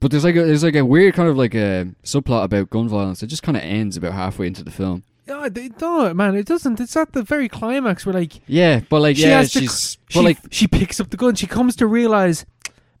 S2: but there's like a, there's like a weird kind of like a subplot about gun violence that just kind of ends about halfway into the film.
S1: no, they- no, man it doesn't it's at the very climax where like
S2: Yeah, but like
S1: She
S2: yeah,
S1: has to
S2: she's
S1: she,
S2: but like
S1: she picks up the gun she comes to realize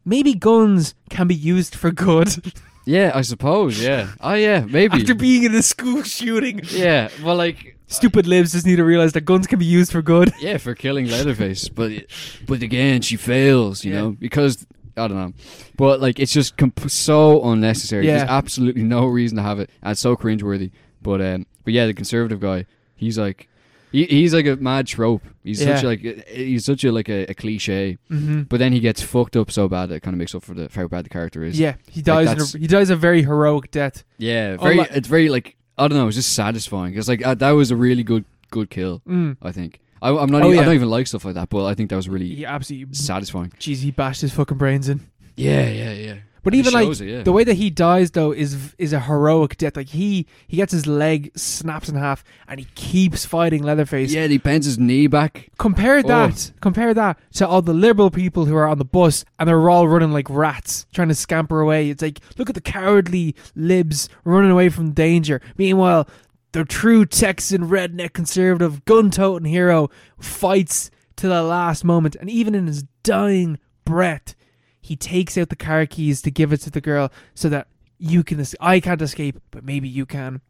S1: maybe guns can be used for good
S2: yeah, I suppose yeah. Oh yeah, maybe.
S1: after being in a school shooting
S2: yeah, well like
S1: stupid libs just need to realize that guns can be used for good
S2: yeah, for killing Leatherface. But but again, she fails, you
S1: Yeah.
S2: know, because I don't know. But like, it's just comp- so unnecessary. There's
S1: Yeah.
S2: absolutely no reason to have it, and so cringeworthy. But um, but yeah, the conservative guy, he's like. He, he's like a mad trope. He's such
S1: Yeah.
S2: like a- he's such a like a, a cliche.
S1: mm-hmm.
S2: But then he gets fucked up so bad that it kind of makes up for the for how bad the character is.
S1: Yeah, he dies.
S2: that's-
S1: in a, he dies a very heroic death.
S2: yeah.
S1: Oh,
S2: Very.
S1: like-
S2: it's very like I don't know. It's just satisfying. It's like uh, that was a really good good kill.
S1: Mm.
S2: I think. I, I'm not.
S1: Oh,
S2: even, I
S1: yeah.
S2: don't even like stuff like that. But I think that was really
S1: He absolutely.
S2: satisfying.
S1: Jeez, he bashed his fucking brains in.
S2: Yeah, yeah, yeah.
S1: But
S2: It
S1: even like
S2: shows it, yeah.
S1: the way that he dies though is is a heroic death. Like he he gets his leg snaps in half and he keeps fighting Leatherface.
S2: yeah, he bends his knee back.
S1: Compare that. Compare that to all the liberal people who are on the bus and they're all running like rats, trying to scamper away. It's like look at the cowardly libs running away from danger. Meanwhile, the true Texan redneck conservative gun-toting hero fights to the last moment, and even in his dying breath, he takes out the car keys to give it to the girl so that you can. es- I can't escape, but maybe you can.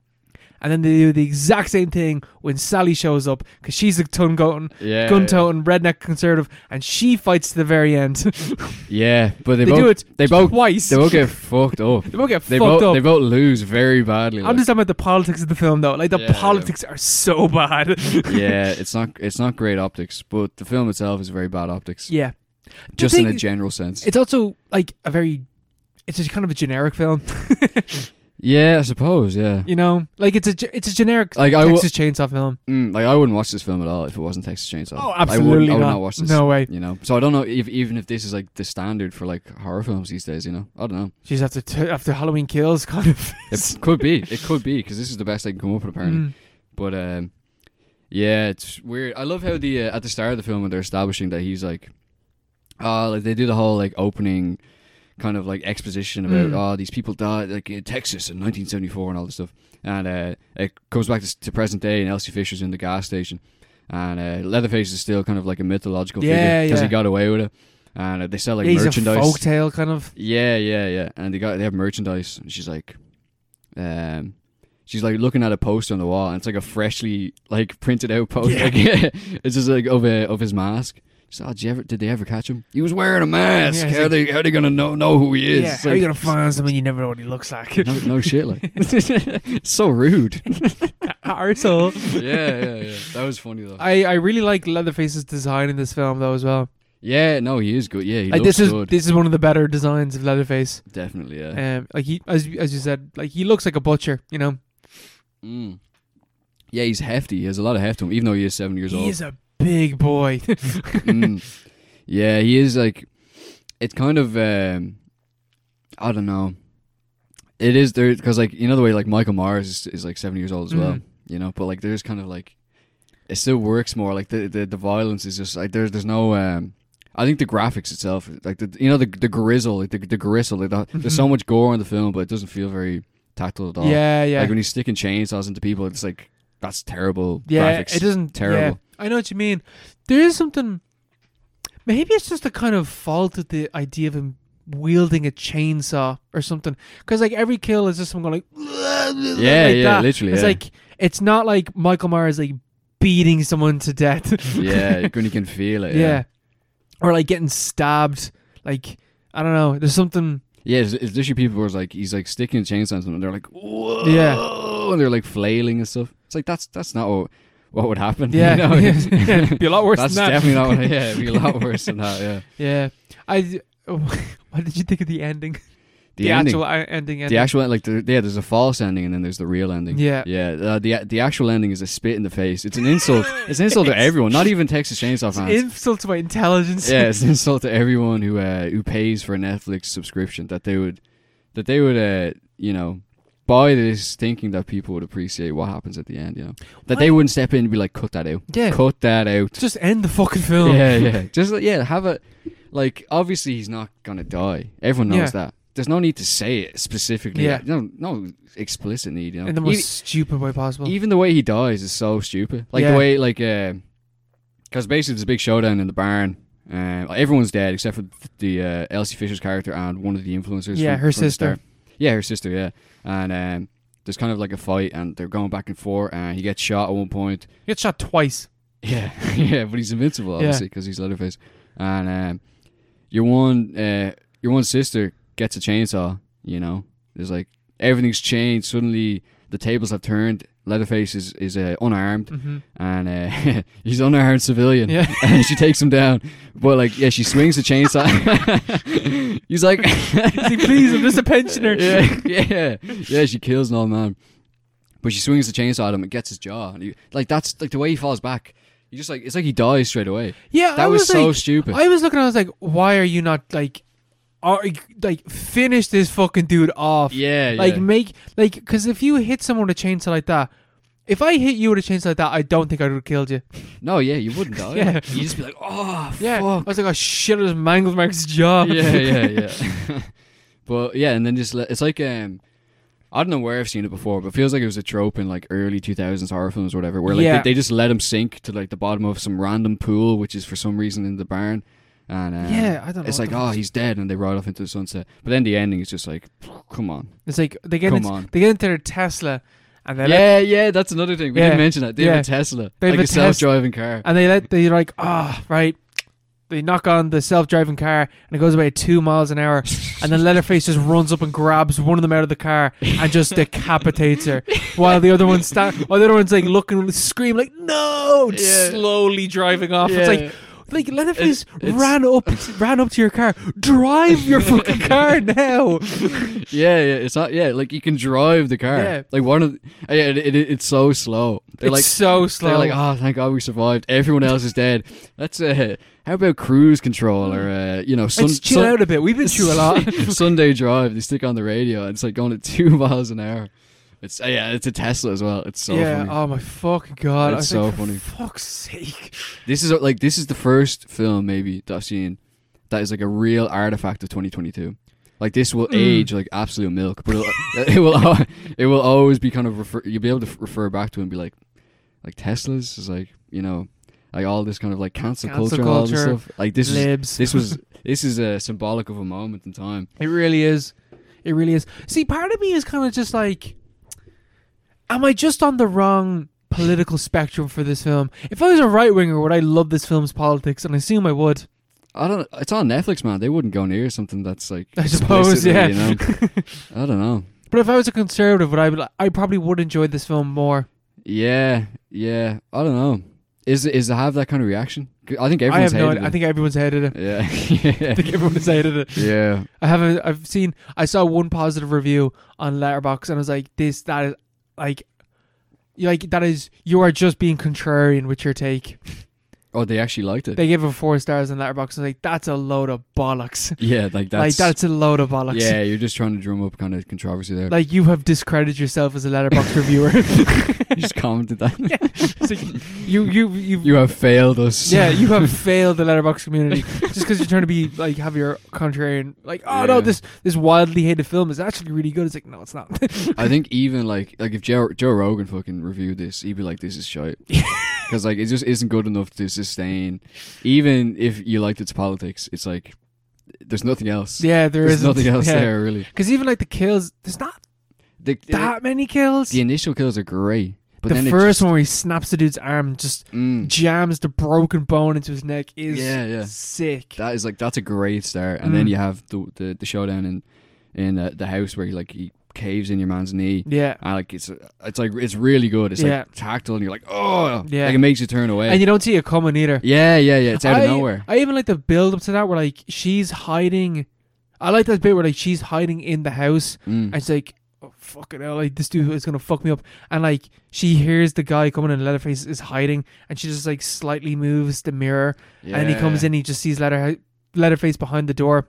S1: And then they do the exact same thing when Sally shows up because she's a gun toting,
S2: Yeah,
S1: gun toting redneck conservative, and she fights to the very end.
S2: Yeah, but they,
S1: They
S2: both
S1: do it
S2: they both
S1: twice.
S2: they both get fucked up.
S1: They both get
S2: They
S1: fucked
S2: both
S1: up.
S2: they both lose very badly.
S1: I'm
S2: like.
S1: just talking about the politics of the film, though. Like the
S2: Yeah, yeah.
S1: politics are so bad.
S2: yeah, it's not it's not great optics, but the film itself is very bad optics.
S1: yeah,
S2: just
S1: thing
S2: in a
S1: is-
S2: general sense.
S1: it's also like a very. It's just kind of a generic film,
S2: yeah, I suppose. Yeah,
S1: you know. Like it's a ge- it's a generic
S2: Like, I w-
S1: Texas Chainsaw film.
S2: Mm, like I wouldn't watch this film at all if it wasn't Texas Chainsaw.
S1: Oh,
S2: I
S1: absolutely
S2: wouldn't, I would
S1: not.
S2: not watch this.
S1: No way.
S2: You know, so I don't know if even if this is like the standard for like horror films these days. You know, I don't know.
S1: She's after t- after Halloween kills, kind of.
S2: It could be. It could be because this is the best I can come up with apparently.
S1: Mm.
S2: But um, yeah, it's weird. I love how the "Oh," uh, at the start of the film when they're establishing that he's like, uh, like they do the whole like opening kind of like exposition about
S1: Mm.
S2: oh these people died like in Texas in 1974 and all this stuff, and uh, it comes back to, to present day and Elsie Fisher's in the gas station, and uh, Leatherface is still kind of like a mythological
S1: Yeah,
S2: figure because
S1: yeah.
S2: he got away with it, and uh, they sell like
S1: yeah, he's
S2: merchandise.
S1: a folktale kind of.
S2: Yeah, yeah, yeah. And they got they have merchandise. And she's like, um, she's like looking at a post on the wall, and it's like a freshly like printed out post.
S1: Yeah.
S2: Like, it's just like of a, of his mask. She's like, oh, did, you ever, did they ever catch him? He was wearing a mask.
S1: Yeah, it's
S2: how
S1: like-
S2: they how they gonna know know who he is?
S1: yeah,
S2: It's
S1: how are
S2: like,
S1: you gonna find someone you never know what he looks like?
S2: no, no shit, like so rude.
S1: Arsehole.
S2: yeah, yeah, yeah. That was funny though.
S1: I, I really like Leatherface's design in this film though as well.
S2: yeah, no, he is good. Yeah, he
S1: Like
S2: looks
S1: this is
S2: good.
S1: this is one of the better designs of Leatherface.
S2: Definitely, yeah.
S1: Um, like he as as you said, like he looks like a butcher. You know,
S2: Mm. Yeah, he's hefty. He has a lot of heft to him, even though he is seven years old.
S1: he's a big boy.
S2: Mm. Yeah, he is like it's kind of um I don't know. It is there because like you know the way like Michael Myers is, is like seven years old as well,
S1: Mhm.
S2: you know. But like there's kind of like it still works more. Like the the, the violence is just like there's there's no. um I think the graphics itself, like the you know the the grizzle, like the the grizzle, like the, there's so much gore in the film, but it doesn't feel very tactile at all.
S1: Mm-hmm. yeah, yeah,
S2: Like when he's sticking chainsaws into people, it's like that's terrible.
S1: yeah.
S2: graphics.
S1: It doesn't
S2: terrible.
S1: yeah. I know what you mean. There is something. Maybe it's just a kind of fault at the idea of him wielding a chainsaw or something. Because like every kill is just someone going like,
S2: yeah,
S1: like
S2: yeah,
S1: that.
S2: literally.
S1: It's
S2: yeah.
S1: like it's not like Michael Myers like beating someone to death.
S2: yeah, when you can feel it.
S1: yeah. Or like getting stabbed. Like I don't know. There's something.
S2: Yeah, it's, it's literally people who's like he's like sticking a chainsaw and they're like whoa, and they're like flailing and stuff. It's like that's that's not what, what would happen. you
S1: Yeah,
S2: know?
S1: It'd be a lot worse
S2: that's
S1: than that.
S2: definitely not. What, yeah, it'd be a lot worse than that. Yeah,
S1: Yeah, I. oh, what did you think of the ending?
S2: the, ending,
S1: actual uh, ending.
S2: the
S1: ending.
S2: actual like the, yeah, there's a false ending and then there's the real ending.
S1: Yeah.
S2: yeah. Uh, the the actual ending is a spit in the face. It's an insult. it's an insult to everyone, not even Texas Chainsaw
S1: It's
S2: fans.
S1: an insult to my intelligence.
S2: yeah, it's an insult to everyone who uh, who pays for a Netflix subscription that they would that they would uh, you know buy this thinking that people would appreciate what happens at the end. You know that they wouldn't step in and be like, cut that out,
S1: Yeah. Oh.
S2: cut that out.
S1: Just end the fucking film.
S2: Yeah, yeah. Just like, yeah, have a like. Obviously, he's not gonna die. Everyone knows
S1: Yeah.
S2: that. There's no need to say it specifically.
S1: Yeah.
S2: No, no explicit need. You know.
S1: In the
S2: Even-
S1: most stupid way possible.
S2: even the way he dies is so stupid. Like
S1: Yeah.
S2: the way, like, because basically there's a big showdown in the barn. Uh, everyone's dead except for th- the uh, Elsie Fisher's character and one of the influencers.
S1: Yeah, her
S2: from- from the
S1: sister.
S2: start. Yeah, her sister. Yeah, and um, there's kind of like a fight, and they're going back and forth, and he gets shot at one point.
S1: He gets shot twice.
S2: Yeah, yeah, but he's invincible obviously because he's Leatherface. And um, your one, uh, your one sister gets a chainsaw. You know, there's like everything's changed. Suddenly the tables have turned. Leatherface is is uh, unarmed
S1: Mm-hmm.
S2: and uh, he's on her civilian.
S1: Yeah.
S2: and she takes him down. But like, yeah, she swings the chainsaw. he's like,
S1: please, I'm just a pensioner.
S2: yeah, yeah, yeah. She kills an old man, but she swings the chainsaw at him and gets his jaw. And he, like that's like the way he falls back. He just like it's like he dies straight away.
S1: Yeah,
S2: That
S1: I was,
S2: was, so
S1: like,
S2: stupid.
S1: I was looking. I was like, why are you not like, are, like finish this fucking dude off?
S2: yeah, yeah.
S1: Like make like because if you hit someone with a chainsaw like that, if I hit you with a chainsaw like that, I don't think I would have killed you.
S2: no, yeah, you wouldn't die.
S1: Yeah.
S2: You just be like, oh,
S1: Yeah,
S2: fuck.
S1: I was like, oh shit, I just mangled Mark's jaw.
S2: yeah, yeah, yeah. but yeah, and then just let, it's like um, I don't know where I've seen it before, but it feels like it was a trope in like early two thousands horror films or whatever, where like
S1: Yeah.
S2: they, they just let him sink to like the bottom of some random pool, which is for some reason in the barn, and um,
S1: Yeah, I don't know
S2: It's
S1: what
S2: like
S1: the
S2: oh,
S1: fuck-
S2: he's dead, and they ride off into the sunset. But then the ending is just like, come on,
S1: It's like they get
S2: Come
S1: into,
S2: on.
S1: they get into their Tesla, and they let,
S2: yeah, yeah, that's another thing we
S1: Yeah.
S2: didn't mention that. They
S1: Yeah.
S2: have a Tesla,
S1: They have
S2: like
S1: a
S2: a,
S1: Tes-
S2: self-driving car.
S1: and they let they're like, ah, right. They knock on the self-driving car, and it goes about two miles an hour, and then Leatherface just runs up and grabs one of them out of the car and just decapitates her, while the other one's sta- while the other one's like looking, scream like, no, and
S2: Yeah.
S1: slowly driving off. It's like.
S2: Yeah.
S1: Like Leatherface
S2: it's-
S1: ran up, ran up to your car. Drive your fucking car now.
S2: Yeah, yeah, it's not. Yeah, like you can drive the car.
S1: Yeah.
S2: Like one of, the, yeah, it, it, it's so slow. They're
S1: it's
S2: like
S1: so slow.
S2: They're like, oh, thank God we survived. Everyone else is dead. That's uh, how about cruise control or uh, you know, sun,
S1: Let's Mm. chill
S2: sun-
S1: out a bit. We've been through a lot.
S2: Sunday drive. They stick on the radio. And it's like going at two miles an hour. It's uh, yeah, it's a Tesla as well. It's so
S1: yeah.
S2: funny.
S1: Oh my fucking god. I
S2: It's
S1: was like,
S2: so
S1: "For
S2: funny."
S1: Fuck's sake.
S2: This is uh, like this is the first film maybe that I've seen that is like a real artifact of 2022. Like this
S1: Hmm.
S2: will age like absolute milk, but it'll, it will al- it will always be kind of refer. You'll be able to f- refer back to it and be like, like Tesla's is like you know, like all this kind of like cancel,
S1: Cancel
S2: culture, and all this
S1: culture,
S2: stuff. Like this is
S1: libs.
S2: this was this is a symbolic of a moment in time.
S1: It really is. It really is. See, part of me is kind of just like, am I just on the wrong political spectrum for this film? If I was a right winger, would I love this film's politics? And I assume I would.
S2: I don't. It's on Netflix, man. They wouldn't go near something that's like.
S1: I suppose,
S2: explicitly,
S1: yeah.
S2: You know? I don't know.
S1: But if I was a conservative, would I? be like- I probably would enjoy this film more.
S2: Yeah, yeah. I don't know. Is is to have that kind of reaction? I think
S1: I
S2: everyone's
S1: have no.
S2: hated
S1: idea. I think everyone's hated it.
S2: it.
S1: I think everyone's hated it.
S2: yeah, yeah.
S1: I haven't. I've seen. I saw one positive review on Letterbox, and I was like, "This. That is like." you- Like that is you are just being contrarian with your take.
S2: Oh, they actually liked it.
S1: They gave it four stars in Letterbox. I was like, that's a load of bollocks.
S2: yeah, like
S1: like
S2: that's,
S1: that's a load of bollocks.
S2: yeah. You're just trying to drum up kind of controversy there.
S1: Like you have discredited yourself as a letterbox reviewer.
S2: you just commented that
S1: It's like, you you you
S2: you have failed us.
S1: yeah, you have failed the letterbox community just because you're trying to be like have your contrarian like oh no
S2: Yeah.
S1: this this wildly hated film is actually really good. It's like no, it's not.
S2: I think even like like if Joe Joe Rogan fucking reviewed this, he'd be like, "This is shite," because like it just isn't good enough to sustain. Even if you liked its politics, it's like there's nothing else.
S1: yeah, there
S2: there's
S1: is
S2: nothing else there really.
S1: Because even like the kills, there's not
S2: The,
S1: that many kills.
S2: the initial kills are great, but
S1: the
S2: then
S1: first
S2: it just,
S1: one where he snaps the dude's arm, just
S2: Mm.
S1: jams the broken bone into his neck, is
S2: Yeah, yeah.
S1: sick.
S2: that is like that's a great start and then
S1: Mm.
S2: you have the the, the showdown in in uh, the house where he like he caves in your man's knee
S1: yeah,
S2: and like it's it's like it's really good it's
S1: Yeah.
S2: like tactile and you're like oh
S1: Yeah.
S2: like it makes you turn away
S1: and you don't see it coming either.
S2: yeah yeah yeah it's out
S1: I,
S2: of nowhere
S1: I even like the build up to that where like she's hiding. I like that bit where like she's hiding in the house
S2: Mm.
S1: and it's like, oh fucking hell, like this dude is gonna fuck me up. And like she hears the guy coming and Leatherface is hiding and she just like slightly moves the mirror and he comes
S2: Yeah.
S1: in, he just sees Leather Leatherface behind the door.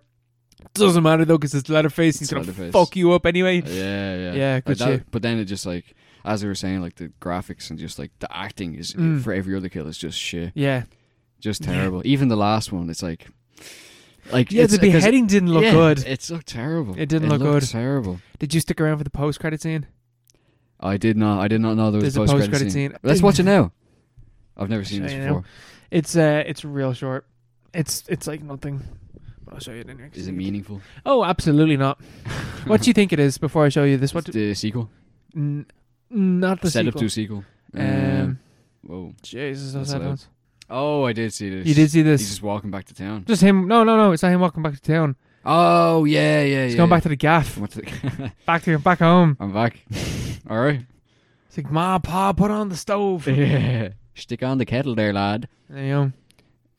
S1: Doesn't matter though, because it's Leatherface. He's
S2: It's
S1: gonna
S2: Leatherface. Uh,
S1: fuck you up anyway.
S2: yeah yeah
S1: Yeah,
S2: Like
S1: good
S2: that-
S1: shit.
S2: but then it just like as we were saying like the graphics and just like the acting is
S1: Mm.
S2: for every other kill is just shit
S1: Yeah,
S2: just
S1: Yeah.
S2: terrible even the last one it's like like
S1: yeah.
S2: it's,
S1: The
S2: 'cause-
S1: beheading didn't look
S2: yeah,
S1: good.
S2: it looked terrible
S1: It didn't look
S2: looked
S1: good.
S2: terrible
S1: Did you stick around for the post credit scene?
S2: I did not. I did not know there was
S1: There's a
S2: a post
S1: post-credit
S2: credit scene.
S1: scene.
S2: Let's watch it now. I've never seen
S1: Show
S2: this
S1: you
S2: before.
S1: It's uh, it's real short. It's it's like nothing. But I'll show you it anyway. 'cause
S2: Is it
S1: you-
S2: meaningful?
S1: Oh, absolutely not. what do you think it is? Before I show you this, what?
S2: It's the sequel?
S1: do- n- not the
S2: Set
S1: sequel.
S2: up to a sequel.
S1: Um,
S2: whoa.
S1: Jesus,
S2: that's
S1: that's that
S2: loud.
S1: one's-
S2: Oh, I did see this.
S1: You did see
S2: He's
S1: this?
S2: just walking back to town.
S1: Just him? No, no, no. It's not him walking back to town.
S2: Oh yeah, yeah, yeah.
S1: He's going back to the gaff.
S2: Went to the-
S1: Back to back home.
S2: I'm back. All right.
S1: It's like, Ma, Pa, put on the stove. you
S2: Yeah. Stick on the kettle there, lad.
S1: know,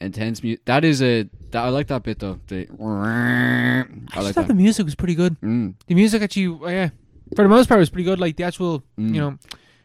S2: Intense music. That is a. That, I like that bit though. The.
S1: I,
S2: I
S1: just thought
S2: like that.
S1: the music was pretty good.
S2: Mm,
S1: The music actually, uh, yeah, for the most part, was pretty good. Like the actual,
S2: mm.
S1: you know,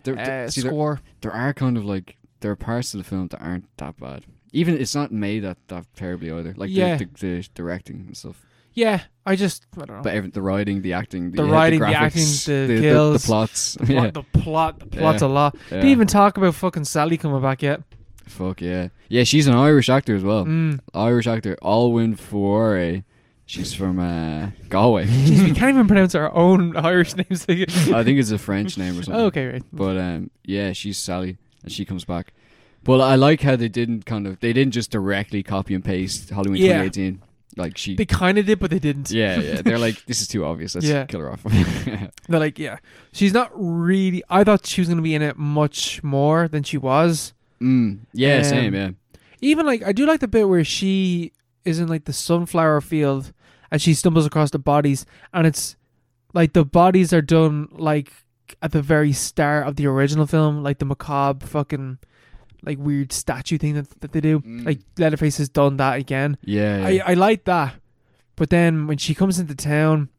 S2: There-
S1: uh,
S2: there- see, there-
S1: score.
S2: there are kind of like there are parts of the film that aren't that bad. Even it's not made that, that terribly either. Like
S1: Yeah.
S2: the, the, the directing and stuff.
S1: Yeah, I just, I don't know.
S2: But every, the writing, the acting, the,
S1: The
S2: yeah,
S1: writing, the
S2: the, graphics,
S1: acting, the
S2: the,
S1: kills,
S2: plots.
S1: the plot,
S2: yeah.
S1: the plot, the plot's
S2: Yeah.
S1: a lot.
S2: yeah.
S1: Didn't even talk about fucking Sally coming back yet.
S2: Fuck yeah, yeah. She's an Irish actor as well.
S1: Mm.
S2: Irish actor Alwyn Foray. She's from uh, Galway.
S1: Jeez, we can't even pronounce our own Irish names.
S2: I think it's a French name or something.
S1: oh, okay, right.
S2: But um, yeah, she's Sally, and she comes back. But I like how they didn't kind of they didn't just directly copy and paste Halloween
S1: Yeah.
S2: 2018. Like she
S1: They kind of did, but they didn't.
S2: Yeah, yeah. They're like, this is too obvious. Let's
S1: Yeah.
S2: kill her off.
S1: They're like, yeah, she's not really. I thought she was gonna be in it much more than she was.
S2: mm, yeah,
S1: Um,
S2: same. Yeah,
S1: Even like, I do like the bit where she is in like the sunflower field and she stumbles across the bodies, and it's like the bodies are done like at the very start of the original film, like the macabre fucking like weird statue thing that, that they do.
S2: Mm.
S1: Like Leatherface has done that again.
S2: yeah,
S1: I,
S2: yeah.
S1: I like that. But then when she comes into town,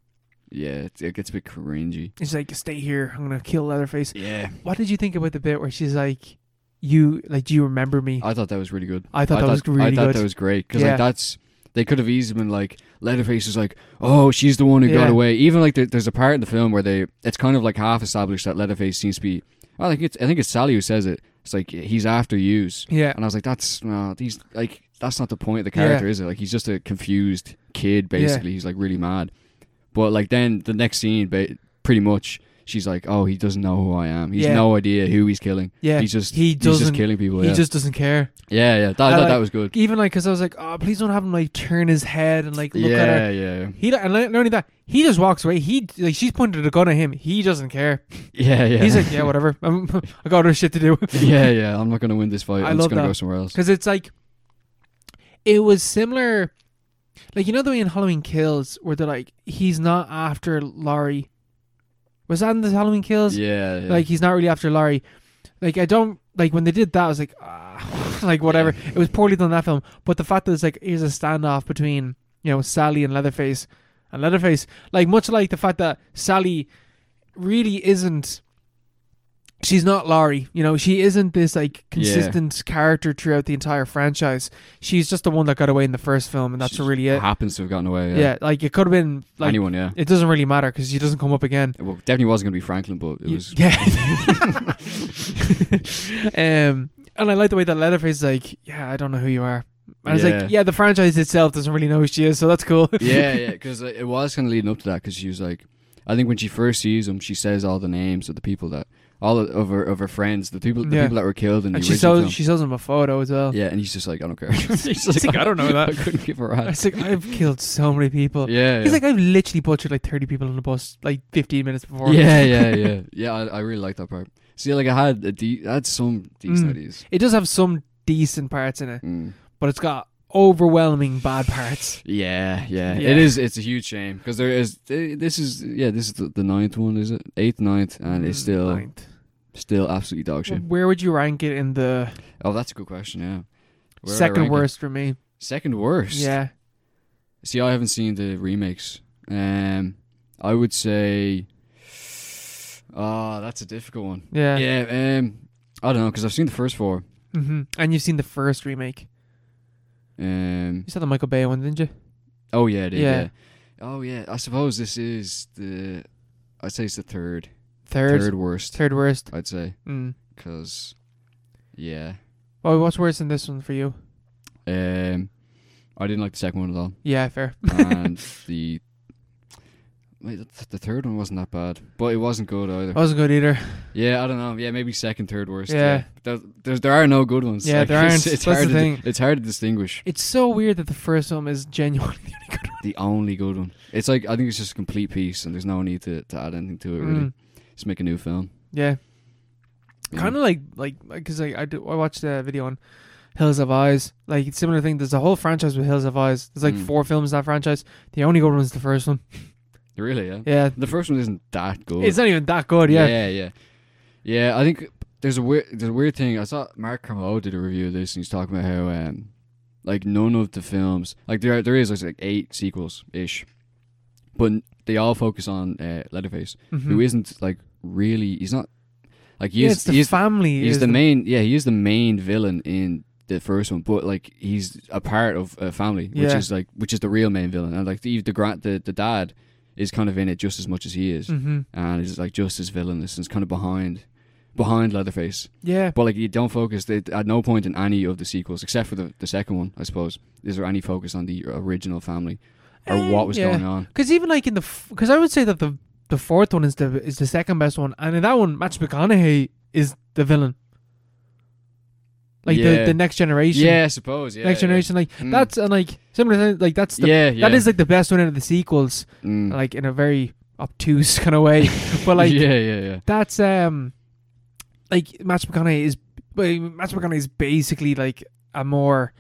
S2: yeah it, it gets a bit cringy.
S1: she's like, "Stay here. I'm gonna kill Leatherface."
S2: Yeah,
S1: What did you think about the bit where she's like, "You like, do you remember me?"
S2: I thought that was really good.
S1: I thought that was
S2: I
S1: really
S2: thought
S1: good.
S2: that was great because
S1: Yeah.
S2: like that's they could have easily been like Leatherface is like, oh, she's the one who
S1: Yeah.
S2: got away. Even like there, there's a part in the film where they it's kind of like half established that Leatherface seems to be. I think it's I think it's Sally who says it. It's like he's after yous,
S1: yeah,
S2: and I was like, that's no, he's like that's not the point of the
S1: Yeah.
S2: character, is it? Like he's just a confused kid, basically. He's like really mad. But like then the next scene, ba- pretty much, she's like, "Oh, he doesn't know who I am. He's
S1: Yeah.
S2: no idea who he's killing.
S1: Yeah,
S2: he's just
S1: he
S2: he's
S1: doesn't-
S2: just killing people.
S1: he
S2: yeah.
S1: just doesn't care.
S2: yeah, yeah. That,
S1: I
S2: that,
S1: like-
S2: that was good.
S1: Even like, cause I was like, oh, please don't have him like turn his head and like look at her.
S2: Yeah, yeah,
S1: He don't- and not only that, he just walks away. He like she's pointed a gun at him. He doesn't care.
S2: yeah, yeah.
S1: He's like, yeah, whatever. I'm, I got other shit to do.
S2: yeah, yeah. I'm not gonna win this fight.
S1: I
S2: I'm
S1: love
S2: just gonna
S1: that.
S2: go somewhere else.
S1: Because it's like, it was similar, like you know the way in Halloween Kills where they're like, he's not after Laurie. Was that in the Halloween Kills?
S2: Yeah, yeah.
S1: Like he's not really after Laurie. Like I don't like when they did that. I was like, ah, like whatever. It was poorly done that film, but the fact that it's like here's a standoff between you know Sally and Leatherface, and Leatherface, like much like the fact that Sally really isn't. She's not Laurie, you know. She isn't this like consistent character throughout the entire franchise. She's just the one that got away in the first film, and that's
S2: She
S1: really it.
S2: happens to have gotten away.
S1: yeah.
S2: Yeah,
S1: like it could have been like
S2: anyone. Yeah,
S1: it doesn't really matter because she doesn't come up again.
S2: it well, definitely wasn't gonna be Franklin, but it
S1: Y-
S2: was.
S1: Yeah. um, and I like the way that Leatherface is like, yeah, I don't know who you are. And it's
S2: Yeah.
S1: like, yeah, the franchise itself doesn't really know who she is, so that's cool.
S2: yeah, yeah, because it was kind of leading up to that. Because she was like, I think when she first sees him, she says all the names of the people that all of- of her of her friends, the people, the
S1: Yeah.
S2: people that were killed in the
S1: and she
S2: original
S1: shows
S2: film.
S1: she shows him a photo as well.
S2: yeah, and he's just like, I don't care. He's
S1: He's like, I don't know that.
S2: I couldn't give a rat.
S1: It's like I've killed so many people.
S2: Yeah, yeah.
S1: He's like, I've literally butchered like thirty people on the bus like fifteen minutes before.
S2: yeah, yeah, yeah, yeah. I, I really like that part. See, like I had a de- I had some decent
S1: Mm.
S2: ideas.
S1: It does have some decent parts in it,
S2: Mm.
S1: but it's got overwhelming bad parts.
S2: Yeah, yeah,
S1: Yeah.
S2: It is. It's a huge shame because there is. th- This is yeah. This is the, the ninth one, is it? Eighth, ninth, and it's still
S1: Mm, Ninth.
S2: still absolutely dog shit.
S1: Where would you rank it in the
S2: Oh, that's a good question. Yeah. Where would I
S1: second
S2: rank it?
S1: worst for me?
S2: Second worst.
S1: Yeah.
S2: See, I haven't seen the remakes. Um, I would say. Ah, that's a difficult one.
S1: Yeah.
S2: Yeah. um, I don't know because I've seen the first four.
S1: hmm And you've seen the first remake.
S2: Um.
S1: You saw the Michael Bay one, didn't you?
S2: Oh yeah, I did,
S1: Yeah.
S2: yeah. Oh yeah. I suppose this is the. I'd say it's the third.
S1: Third, third,
S2: third worst.
S1: worst.
S2: I'd say
S1: Mm.
S2: because. Yeah.
S1: Well, what's worse than this one for you?
S2: Um. I didn't like the second one at all.
S1: Yeah, fair.
S2: and the wait, th- the third one wasn't that bad, but it wasn't good either.
S1: I wasn't good either.
S2: Yeah, I don't know. Yeah, maybe second, third worst.
S1: Yeah.
S2: There, there's- there are no good ones.
S1: Yeah, there aren't.
S2: It's, it's
S1: That's
S2: hard
S1: the
S2: to di-
S1: thing.
S2: it's hard to distinguish
S1: It's so weird that the first film is genuinely the only good
S2: the only good one. It's like I think it's just a complete piece, and there's no need to, to add anything to it. Really, Mm.
S1: Mm.
S2: just make a new film.
S1: Yeah,
S2: Yeah.
S1: kind of like like because I I, do, I watched a video on Hills of Eyes. Like it's similar thing. There's a whole franchise with Hills of Eyes. There's like
S2: Mm.
S1: four films in that franchise. The only good one's the first one.
S2: really, yeah.
S1: Yeah,
S2: The first one isn't that good.
S1: it's not even that good. Yeah.
S2: yeah, yeah, Yeah, I think there's a weird there's a weird thing. I saw Mark Kermode did a review of this, and he's talking about how um, like none of the films like there are- there is like eight sequels ish, but they all focus on uh, Leatherface,
S1: Mhm.
S2: who isn't like really he's not like he
S1: Yeah,
S2: is
S1: it's the
S2: he is,
S1: family.
S2: he is
S1: is
S2: the main yeah he is the main villain in the first one, but like he's a part of a family, which
S1: Yeah.
S2: is like which is the real main villain, and like the the grand the, the dad is kind of in it just as much as he is
S1: Mhm.
S2: and it's like just as villainous and it's kind of behind behind Leatherface.
S1: Yeah,
S2: But like you don't focus they, at no point in any of the sequels except for the, the second one, I suppose. Is there any focus on the original family or
S1: Eh,
S2: what was
S1: yeah.
S2: going on?
S1: Because even like in the, because I would say that the the fourth one is the is the second best one, and in that one, Match McConaughey is the villain. Like the,
S2: Yeah.
S1: the next generation,
S2: Yeah, I suppose. Yeah,
S1: next
S2: yeah.
S1: generation, like
S2: Mm.
S1: that's and like similar, thing, like that's the
S2: yeah, yeah.
S1: that is like the best one out of the sequels,
S2: Mm.
S1: like in a very obtuse kind of way, but like
S2: yeah, yeah, yeah.
S1: that's um, like Match McConaughey is, well, Match McConaughey is basically like a more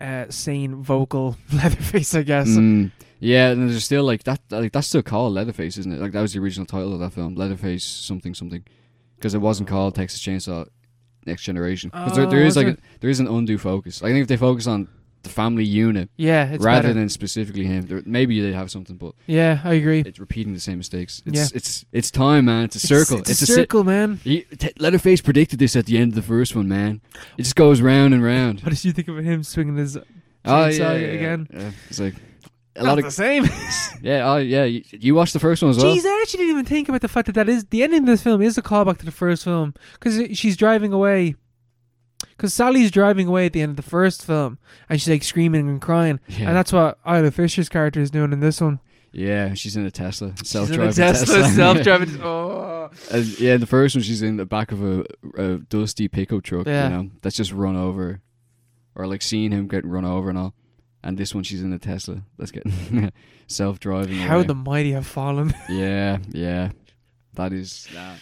S1: uh sane vocal Leatherface, I guess.
S2: Mm. Yeah, and there's still like that. Like that's still called Leatherface, isn't it? Like that was the original title of that film, Leatherface something something, because it wasn't called Texas Chainsaw Next Generation. 'Cause there, there
S1: Oh, was
S2: is like
S1: it?
S2: a- there is an undue focus. I think if they focus on the family unit
S1: Yeah, it's
S2: rather
S1: better.
S2: than specifically him, there, maybe they have something. But
S1: yeah, I agree.
S2: it's repeating the same mistakes. It's it's it's time, man. It's a circle.
S1: It's, a circle, man.
S2: He, t- Leatherface predicted this at the end of the first one, man. It just goes round and round.
S1: What did you think of him swinging his?
S2: oh
S1: Chainsaw
S2: yeah, yeah,
S1: again.
S2: yeah. It's like a
S1: Not
S2: lot of
S1: the same.
S2: Yeah, oh yeah. You, you watched the first one as well.
S1: Jeez, I actually didn't even think about the fact that that is the ending of this film is a callback to the first film because she's driving away. Because Sally's driving away at the end of the first film, and she's like screaming and crying,
S2: Yeah.
S1: and that's what Isla Fisher's character is doing in this one.
S2: Yeah, she's in a Tesla,
S1: She's in
S2: self-driving
S1: a Tesla,
S2: Tesla.
S1: self-driving. Oh,
S2: And, yeah, in the first one, she's in the back of a, a dusty pickup truck,
S1: Yeah.
S2: you know, that's just run over, or like seeing him getting run over and all. And this one, she's in a Tesla that's getting self-driving.
S1: how
S2: away.
S1: the mighty have fallen.
S2: Yeah, yeah, that is. Nah.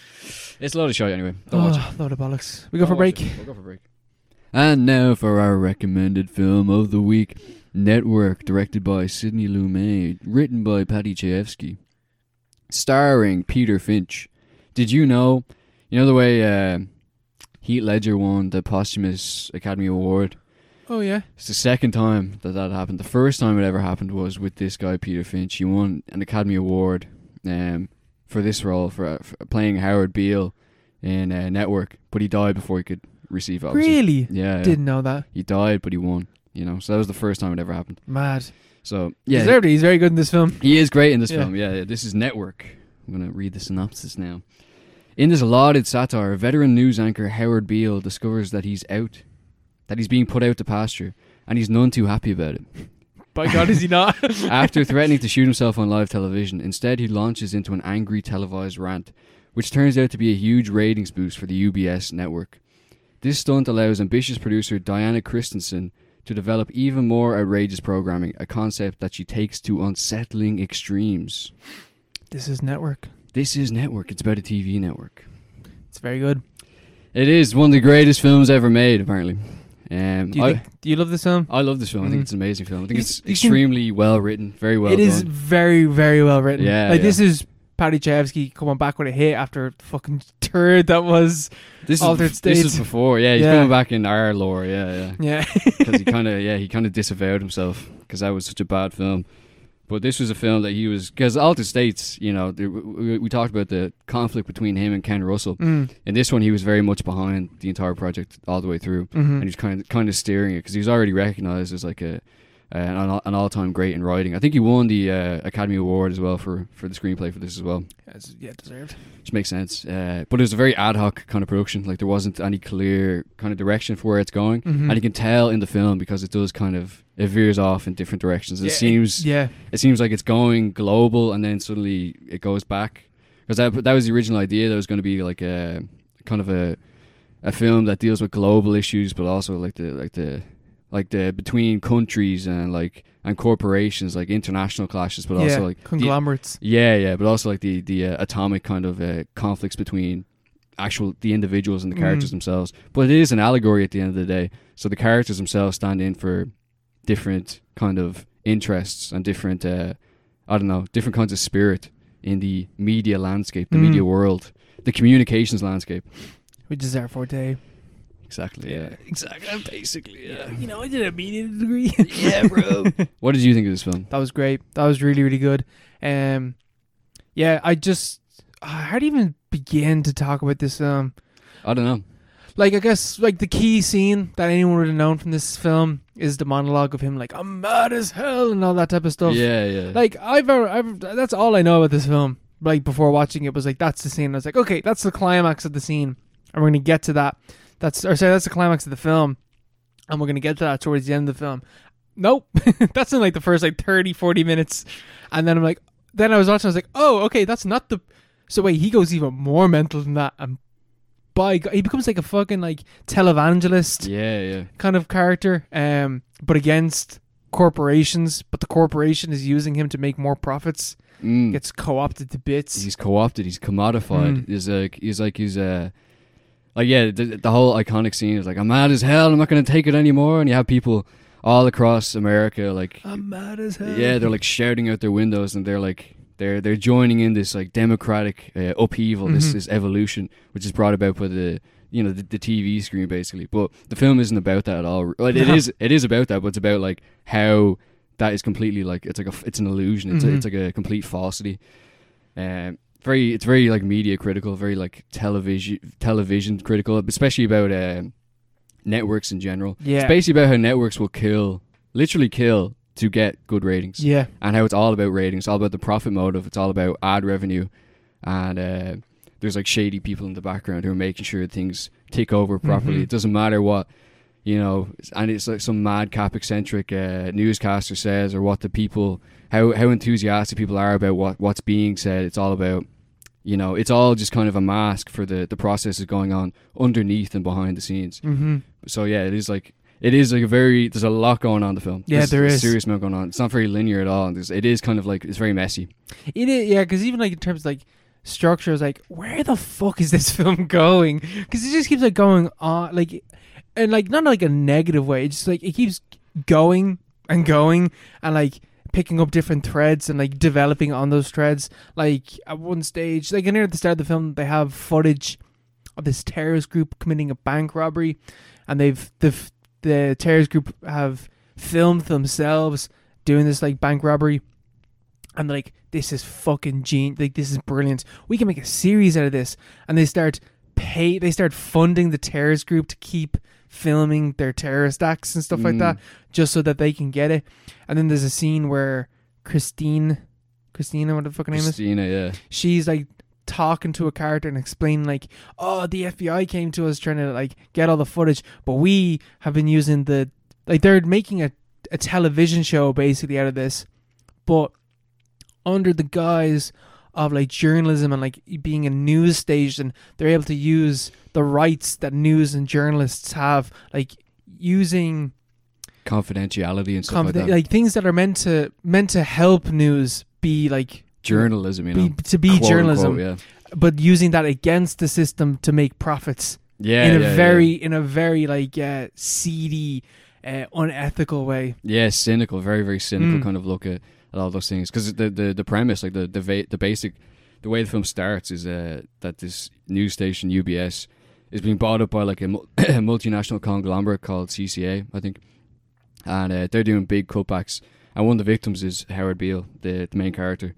S2: It's a lot of shit anyway. Don't watch it.
S1: Oh, load of bollocks. We go for a
S2: Don't watch
S1: break.
S2: it. We'll go for a break. And now for our recommended film of the week. Network, directed by Sidney Lumet, written by Patty Chayefsky, starring Peter Finch. Did you know? You know the way uh, Heat Ledger won the posthumous Academy Award.
S1: Oh yeah.
S2: It's the second time that that happened. The first time it ever happened was with this guy Peter Finch. He won an Academy Award um, for this role for, uh, for playing Howard Beale in uh, Network, but he died before he could receive it. Obviously.
S1: Really?
S2: Yeah, yeah.
S1: Didn't know that.
S2: he died, but he won. You know, so that was the first time it ever happened.
S1: Mad.
S2: So
S1: Yeah.
S2: yeah,
S1: Deserved it. He's very good in this film.
S2: he is great in this
S1: Yeah.
S2: film. Yeah, yeah, this is Network. I'm going to read the synopsis now. In this lauded satire, veteran news anchor Howard Beale discovers that he's out, that he's being put out to pasture, and he's none too happy about it.
S1: By God, is he not?
S2: After threatening to shoot himself on live television, instead he launches into an angry televised rant, which turns out to be a huge ratings boost for the UBS network. This stunt allows ambitious producer Diana Christensen to develop even more outrageous programming, a concept that she takes to unsettling extremes.
S1: this is Network.
S2: This is Network, it's about a TV network.
S1: It's very good.
S2: It is one of the greatest films ever made, apparently. Um,
S1: Do you
S2: I,
S1: think, do you love this film?
S2: I love this film. I
S1: Mm.
S2: think it's an amazing film. I think
S1: You-
S2: it's
S1: you can-
S2: extremely well written, very well
S1: it is
S2: done.
S1: very, very well written.
S2: Yeah,
S1: Like
S2: yeah.
S1: this is Paddy Chayefsky coming back with a hit after the fucking turd that was.
S2: This
S1: Altered
S2: is, This
S1: States.
S2: is before, yeah. He's
S1: Yeah.
S2: coming back in our lore, yeah, yeah.
S1: Yeah.
S2: Because he kind of, yeah, he kind of disavowed himself because that was such a bad film. But this was a film that he was because Altered States, you know, the, we, we talked about the conflict between him and Ken Russell.
S1: Mm.
S2: In this one, he was very much behind the entire project all the way through,
S1: hmm
S2: and he was kind of kind of steering it because he was already recognized as like a an, all- an all time great in writing. I think he won the uh, Academy Award as well for for the screenplay for this as well
S1: As- yeah, deserved.
S2: which makes sense. Uh, but it was a very ad hoc kind of production. Like there wasn't any clear kind of direction for where it's going,
S1: Mhm.
S2: and you can tell in the film because it does kind of it veers off in different directions. It
S1: Yeah,
S2: seems it,
S1: Yeah.
S2: seems like it's going global, and then suddenly it goes back because that that was the original idea. That was going to be like a kind of a a film that deals with global issues, but also like the like the like the between countries and like and corporations, like international clashes, but
S1: yeah.
S2: also like the-
S1: conglomerates.
S2: yeah, yeah, but also like the the uh, atomic kind of uh, conflicts between actual the individuals and the
S1: Mm.
S2: characters themselves. But it is an allegory at the end of the day. So the characters themselves stand in for different kind of interests and different uh, I don't know different kinds of spirit in the media landscape, the
S1: Mm.
S2: media world, the communications landscape.
S1: which is our forte.
S2: Exactly. Yeah. Exactly. Basically.
S1: You know, I did a media degree.
S2: yeah, bro. what did you think of this film?
S1: That was great. That was really, really good. Um, yeah, I just uh, how do you even begin to talk about this um, film?
S2: I don't know.
S1: Like, I guess like the key scene that anyone would have known from this film is the monologue of him, like I'm mad as hell and all that type of stuff.
S2: Yeah, yeah.
S1: Like I've, ever, I've that's all I know about this film. Like before watching it was like that's the scene. I was like, okay, that's the climax of the scene, and we're gonna get to that. That's or sorry, that's the climax of the film, and we're gonna get to that towards the end of the film. Nope, that's in like the first like 30, 40 minutes, and then I'm like, then I was watching, I was like, oh, okay, that's not the. So wait, he goes even more mental than that, and by God, he becomes like a fucking like televangelist
S2: yeah, yeah.
S1: kind of character, um, but against corporations. But the corporation is using him to make more profits.
S2: Mm.
S1: Gets co-opted to bits.
S2: he's co-opted he's commodified
S1: Mm.
S2: he's like he's like he's uh like yeah the, the whole iconic scene is like i'm mad as hell i'm not gonna take it anymore and you have people all across america like
S1: I'm mad as hell.
S2: yeah they're like shouting out their windows and they're like they're they're joining in this like democratic uh, upheaval this
S1: Mhm.
S2: this evolution which is brought about by the you know the, the tv screen basically but the film isn't about that at all well, it
S1: No.
S2: is it is about that but it's about like how that is completely like it's like a f- it's an illusion it's,
S1: Mhm.
S2: a, it's like a complete falsity um very it's very like media critical very like television television critical especially about um networks in general
S1: yeah,
S2: it's basically about how networks will kill literally kill to get good ratings
S1: yeah.
S2: and how it's all about ratings, it's all about the profit motive, it's all about ad revenue, and uh, there's like shady people in the background who are making sure things tick over properly.
S1: Mhm.
S2: It doesn't matter what you know, and it's like some mad cop eccentric uh, newscaster says, or what the people, how, how enthusiastic people are about what, what's being said. It's all about, you know, it's all just kind of a mask for the, the processes going on underneath and behind the scenes.
S1: Mm-hmm.
S2: So yeah, it is like, it is like a very, there's a lot going on in the film.
S1: Yeah,
S2: There's
S1: there
S2: a
S1: is.
S2: serious amount going on. It's not very linear at all. There's, it is kind of like, it's very messy.
S1: It is, yeah, because even like in terms of like structure, I was like, where the fuck is this film going? Because it just keeps like going on, like, and like not in, like a negative way. It's just like it keeps going and going and like picking up different threads and like developing on those threads. Like at one stage, like in here at the start of the film, they have footage of this terrorist group committing a bank robbery, and they've the f- the terrorist group have filmed themselves doing this like bank robbery and they're like this is fucking gene like this is brilliant we can make a series out of this and they start pay they start funding the terrorist group to keep filming their terrorist acts and stuff like
S2: Mm.
S1: that just so that they can get it and then there's a scene where christine christina what the fucking name is
S2: Christina, yeah.
S1: she's like talking to a character and explaining like oh the fbi came to us trying to like get all the footage but we have been using the like they're making a, a television show basically out of this but under the guise of like journalism and like being a news station they're able to use the rights that news and journalists have like using
S2: Confidentiality and stuff
S1: confi-
S2: like
S1: like,
S2: that.
S1: things that are meant to meant to help news be like
S2: Journalism, you know.
S1: be, to be
S2: quote unquote,
S1: journalism
S2: yeah.
S1: but using that against the system to make profits
S2: Yeah,
S1: in a
S2: yeah, yeah.
S1: very in a very like uh, seedy uh, unethical way
S2: yeah, cynical, very very cynical
S1: Mm.
S2: kind of look at, at all those things because the, the the premise, like the the va- the basic, the way the film starts is uh, that this news station UBS is being bought up by like a, mul- a multinational conglomerate called CCA, I think, and uh, they're doing big cutbacks. And one of the victims is Howard Beale, the, the main character,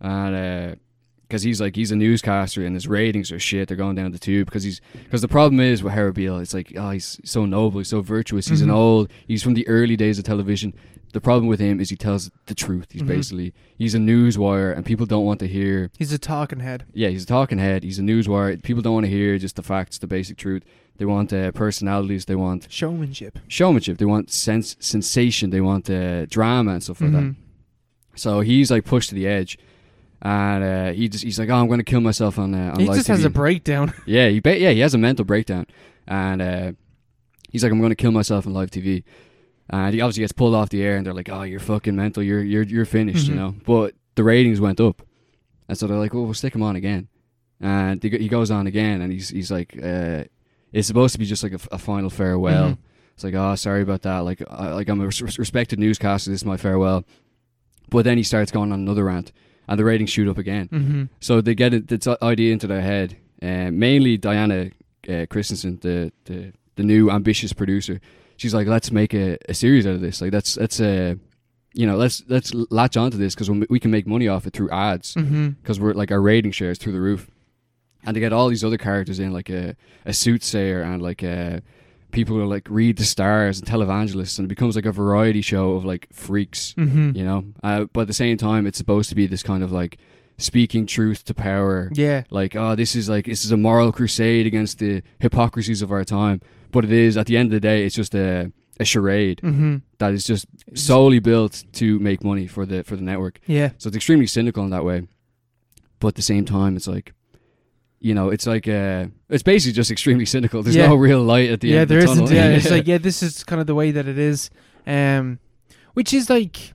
S2: and because he's like he's a newscaster and his ratings are shit. They're going down the tube because he's because the problem is with Howard Beale. It's like oh, he's so noble, he's so virtuous. He's an
S1: Mhm.
S2: old. He's from the early days of television. The problem with him is he tells the truth. He's
S1: Mhm.
S2: basically he's a newswire, and people don't want to hear.
S1: he's a talking head
S2: Yeah, he's a talking head. He's a newswire. People don't want to hear just the facts, the basic truth. They want uh, personalities. They want
S1: showmanship
S2: showmanship. They want sense sensation. They want uh, drama and stuff like
S1: Mm-hmm.
S2: that. So he's like pushed to the edge, and uh, he just he's like, "Oh, I'm going to kill myself on uh, on
S1: he
S2: live
S1: just has
S2: TV."
S1: a breakdown
S2: yeah, he ba- yeah he has a mental breakdown, and uh, he's like, "I'm going to kill myself on live TV," and he obviously gets pulled off the air, and they're like, "Oh, you're fucking mental. You're you're you're finished,"
S1: Mhm.
S2: you know. But the ratings went up, and so they're like, "Well, we'll stick him on again," and he go- he goes on again, and he's he's like, uh, "It's supposed to be just like a, f- a final farewell."
S1: Mhm.
S2: It's like, "Oh, sorry about that. Like I like I'm a res- respected newscaster. This is my farewell." But then he starts going on another rant, and the ratings shoot up again.
S1: Mhm.
S2: So they get it, this idea into their head. Uh, mainly Diana uh, Christensen, the, the the new ambitious producer. She's like, let's make a, a series out of this. Like, that's that's uh, you know, let's let's latch onto this because we can make money off it through ads
S1: Mhm.
S2: because we're like our rating shares through the roof, and they get all these other characters in like a a soothsayer and like a. People who like read the stars and televangelists, and it becomes like a variety show of like freaks
S1: Mhm.
S2: you know uh, but at the same time it's supposed to be this kind of like speaking truth to power
S1: Mm-hmm. yeah
S2: like oh this is like this is a moral crusade against the hypocrisies of our time but it is at the end of the day it's just a, a charade
S1: Mhm.
S2: that is just solely built to make money for the for the network
S1: yeah
S2: so it's extremely cynical in that way but at the same time it's like you know it's like uh it's basically just extremely cynical there's
S1: Yeah.
S2: no real light at the
S1: yeah
S2: end
S1: there
S2: of the
S1: isn't
S2: tunnel.
S1: yeah it's like yeah this is kind of the way that it is um which is like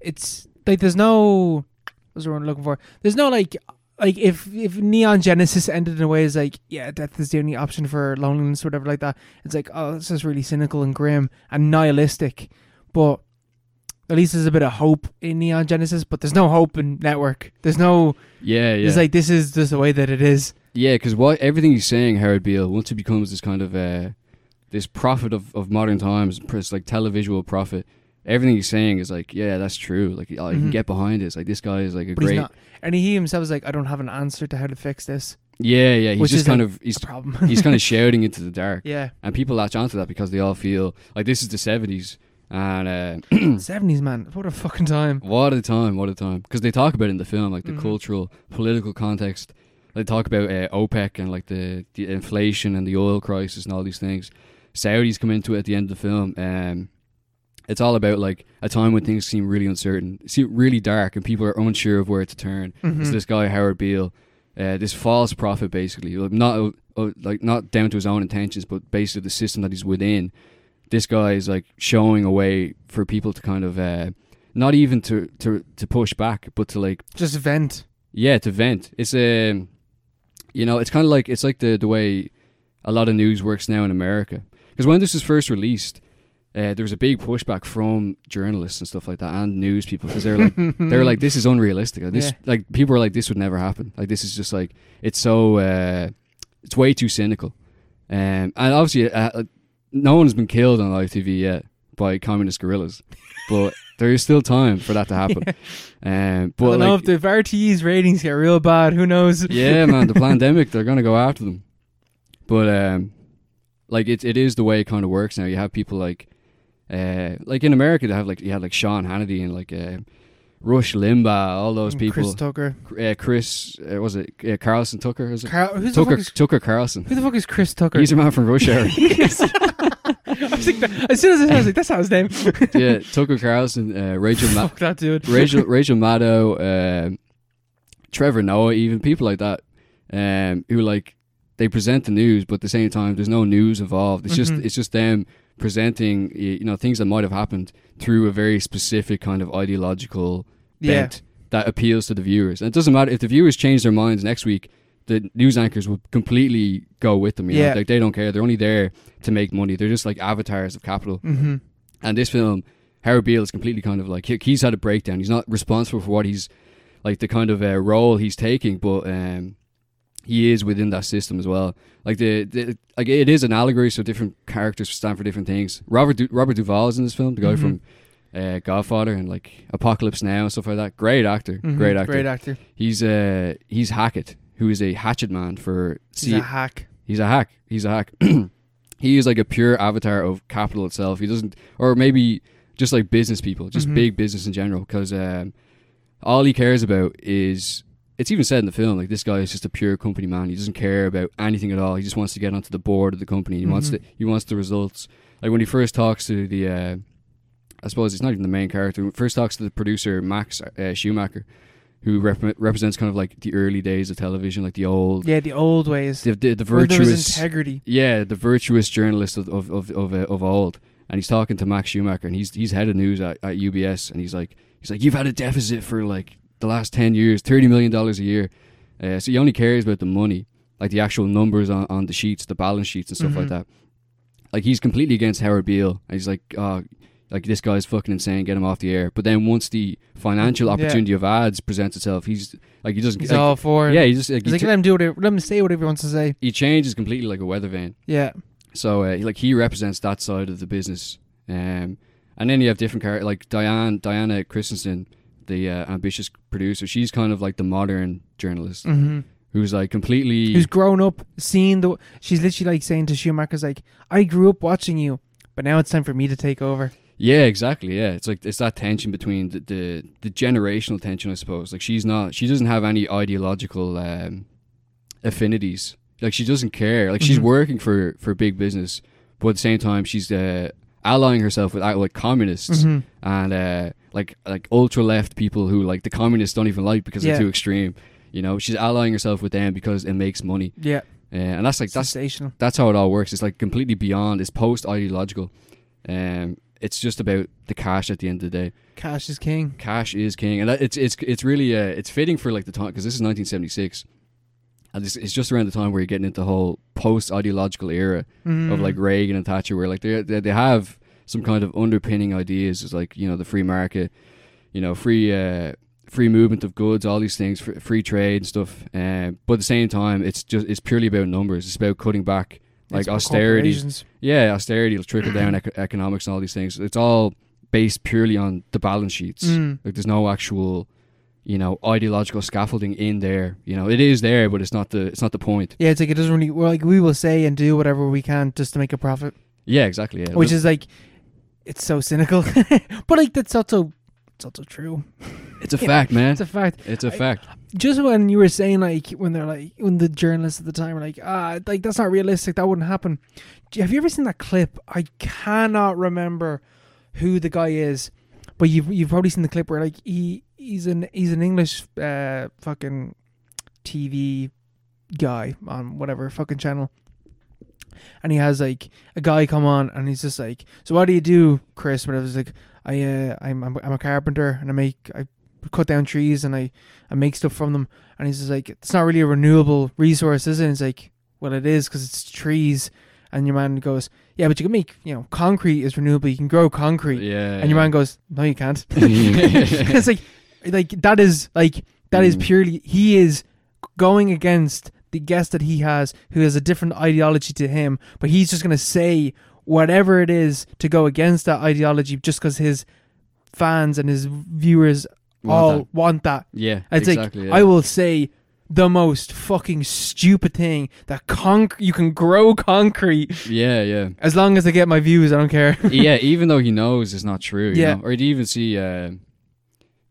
S1: it's like there's no what's the word I'm looking for there's no like like if if neon genesis ended in a way is like yeah death is the only option for loneliness or whatever like that it's like oh this is really cynical and grim and nihilistic but at least there's a bit of hope in neon genesis but there's no hope in network there's no
S2: yeah yeah
S1: it's like this is just the way that it is
S2: Yeah, because what everything he's saying, Howard Beale, once he becomes this kind of uh, this prophet of, of modern times, this like televisual prophet, everything he's saying is like, yeah, that's true. Like, I
S1: Mhm.
S2: can get behind this. Like, this guy is like a
S1: but
S2: great.
S1: he's not and he himself is like i don't have an answer to how to fix this
S2: yeah, yeah. He's
S1: Which
S2: just
S1: is
S2: kind of he's
S1: a problem
S2: he's kind of shouting into the dark,
S1: Yeah,
S2: and people latch onto that because they all feel like this is the seventies, and uh,
S1: seventies man, what a fucking time.
S2: What a time! What a time! Because they talk about it in the film, like the
S1: Mhm.
S2: cultural, political context. They talk about uh, OPEC and like the, the inflation and the oil crisis and all these things. Saudis come into it at the end of the film. Um, it's all about like a time when things seem really uncertain, seem really dark, and people are unsure of where to turn.
S1: Mm-hmm.
S2: So this guy Howard Beale, uh, this false prophet, basically, like, not uh, like not down to his own intentions, but basically the system that he's within. This guy is like showing a way for people to kind of uh, not even to, to to push back, but to like
S1: Just vent.
S2: yeah, to vent. It's um, you know, it's kind of like it's like the the way a lot of news works now in America. Because when this was first released, uh, there was a big pushback from journalists and stuff like that, and news people, because they're like they're like this is unrealistic. Like, this
S1: Mm. Yeah.
S2: like people are like this would never happen. Like this is just like it's so uh, it's way too cynical. Um, and obviously, uh, uh, no one's been killed on live TV yet by communist guerrillas, but there is still time for that to happen. Um, but
S1: I don't know
S2: like-
S1: if the if RTE's ratings get real bad. Who knows?
S2: yeah, man, the pandemic, they're gonna go after them. But um, like it, it is the way it kind of works now. You have people like, uh, like in America, they have like you had like Sean Hannity and like uh, Rush Limbaugh, all those
S1: Mm, Chris
S2: people.
S1: Tucker.
S2: uh, Chris, uh, was it uh, Carlson Tucker? Is it
S1: Carl, who's the
S2: Tucker
S1: fuck is,
S2: Tucker Carlson?
S1: who the fuck is Chris Tucker?
S2: He's a man from Rush Hour.
S1: I was like, that- as soon as I said, I was like, that's not his name.
S2: yeah, Tucker Carlson, uh, Rachel Ma-
S1: Fuck that dude.
S2: Rachel Rachel Maddow, um, Trevor Noah, even people like that, um, who like they present the news, but at the same time, there's no news involved. It's
S1: Mhm.
S2: just it's just them presenting y- you know things that might have happened through a very specific kind of ideological
S1: Yeah.
S2: bent that appeals to the viewers. And it doesn't matter if the viewers change their minds next week. The news anchors will completely go with them. You
S1: Yeah.
S2: know? like they don't care. They're only there to make money. They're just like avatars of capital.
S1: Mm-hmm.
S2: And this film, Howard Beale is completely kind of like he- he's had a breakdown. He's not responsible for what he's like the kind of uh, role he's taking, but um, he is within that system as well. Like the, the like it is an allegory, so different characters stand for different things. Robert du- Robert Duvall is in this film, the guy
S1: Mhm.
S2: from uh, Godfather and like Apocalypse Now and stuff like that. Great actor,
S1: Mhm.
S2: great actor.
S1: Great actor.
S2: he's uh he's Hackett, who is a hatchet man for
S1: He's
S2: C-
S1: a hack.
S2: He's a hack. He's a hack. he is like a pure avatar of capital itself. He doesn't, or maybe just like business people, just
S1: Mhm.
S2: big business in general, because um, all he cares about is. It's even said in the film, like this guy is just a pure company man. He doesn't care about anything at all. He just wants to get onto the board of the company. He wants
S1: Mhm.
S2: the he wants the results. Like when he first talks to the, uh, I suppose it's not even the main character. When he first talks to the producer Max uh, Schumacher, who rep- represents kind of like the early days of television, like the old,
S1: Yeah, the old ways.
S2: the, the, the
S1: Where there was
S2: virtuous
S1: integrity.
S2: yeah, the virtuous journalist of of of of, uh, of old, and he's talking to Max Schumacher, and he's he's head of news at, at UBS, and he's like he's like you've had a deficit for like the last ten years, thirty million dollars a year, uh, so he only cares about the money, like the actual numbers on, on the sheets, the balance sheets and stuff like
S1: Mhm.
S2: that. Like he's completely against Howard Beale, and he's like, oh, like this guy's fucking insane, get him off the air. But then once the financial
S1: Yeah.
S2: opportunity of ads presents itself, he's like he doesn't,
S1: He's
S2: like,
S1: all for it.
S2: yeah, he just like,
S1: He's
S2: he,
S1: like,
S2: t-
S1: let him do whatever, let him say whatever he wants to say.
S2: he changes completely like a weather vane.
S1: Yeah.
S2: So uh, he- like he represents that side of the business, um, and then you have different characters like Diane Diana Christensen, the uh, ambitious producer. She's kind of like the modern journalist
S1: Mm-hmm.
S2: who's like completely
S1: Who's grown up, seen the. She's literally like saying to Schumacher's like, I grew up watching you, but now it's time for me to take over.
S2: yeah exactly yeah. It's like it's that tension between the the, the generational tension, I suppose. Like she's not she doesn't have any ideological um, affinities. Like she doesn't care. Like she's
S1: Mhm.
S2: working for for big business, but at the same time she's uh, allying herself with uh, like communists.
S1: Mhm.
S2: and uh, like like ultra left people who like the communists don't even like because
S1: Yeah.
S2: they're too extreme. You know, she's allying herself with them because it makes money,
S1: Yeah.
S2: uh, and that's like that's
S1: sensational.
S2: that's how it all works. It's like completely beyond. It's post ideological. Um, it's just about the cash at the end of the day.
S1: Cash is king.
S2: Cash is king, and that, it's it's it's really uh, it's fitting for like the time because this is 1976, and this, it's just around the time where you're getting into the whole post ideological era of
S1: Mhm.
S2: like Reagan and Thatcher, where like they they they have some kind of underpinning ideas, is like you know the free market, you know free uh, free movement of goods, all these things, fr- free trade and stuff. Um, but at the same time, it's just it's purely about numbers. It's about cutting back, like
S1: It's for
S2: austerity.
S1: corporations.
S2: Yeah, austerity will trickle down eco- economics and all these things. It's all based purely on the balance sheets.
S1: Mm.
S2: Like there's no actual, you know, ideological scaffolding in there. You know, it is there, but it's not the it's not the point.
S1: Yeah, it's like it doesn't really. Well, like we will say and do whatever we can just to make a profit,
S2: Yeah, exactly. Yeah.
S1: which is like, it's so cynical, but like that's also it's also true.
S2: it's a fact, man.
S1: It's a fact.
S2: It's a
S1: I-
S2: fact.
S1: just when you were saying like when they're like when the journalists at the time were like ah like that's not realistic that wouldn't happen. Do- Have you ever seen that clip? I cannot remember who the guy is, but you've you've probably seen the clip where like he he's an he's an English uh fucking TV guy on whatever fucking channel. And he has like a guy come on, and he's just like, "So what do you do, Chris?" Whatever. He's like, "I, uh, I'm, I'm, I'm a carpenter, and I make, I cut down trees, and I, I make stuff from them." And he's just like, "It's not really a renewable resource, is it?" And he's like, "Well, it is because it's trees." And your man goes, "Yeah, but you can make, you know, concrete is renewable. You can grow concrete."
S2: yeah.
S1: And your man goes, "No, you can't." it's like, like that is like that is
S2: Mm.
S1: purely he is going against the guest that he has, who has a different ideology to him, but he's just gonna say whatever it is to go against that ideology, just because his fans and his viewers
S2: Want
S1: all
S2: that.
S1: want that.
S2: yeah.
S1: It's
S2: exactly.
S1: like
S2: yeah.
S1: I will say the most fucking stupid thing that conc- you can grow concrete
S2: yeah, yeah. E,
S1: as long as I get my views. I don't care.
S2: yeah, even though he knows it's not true. You
S1: Yeah.
S2: Know? Or he'd even see. Uh,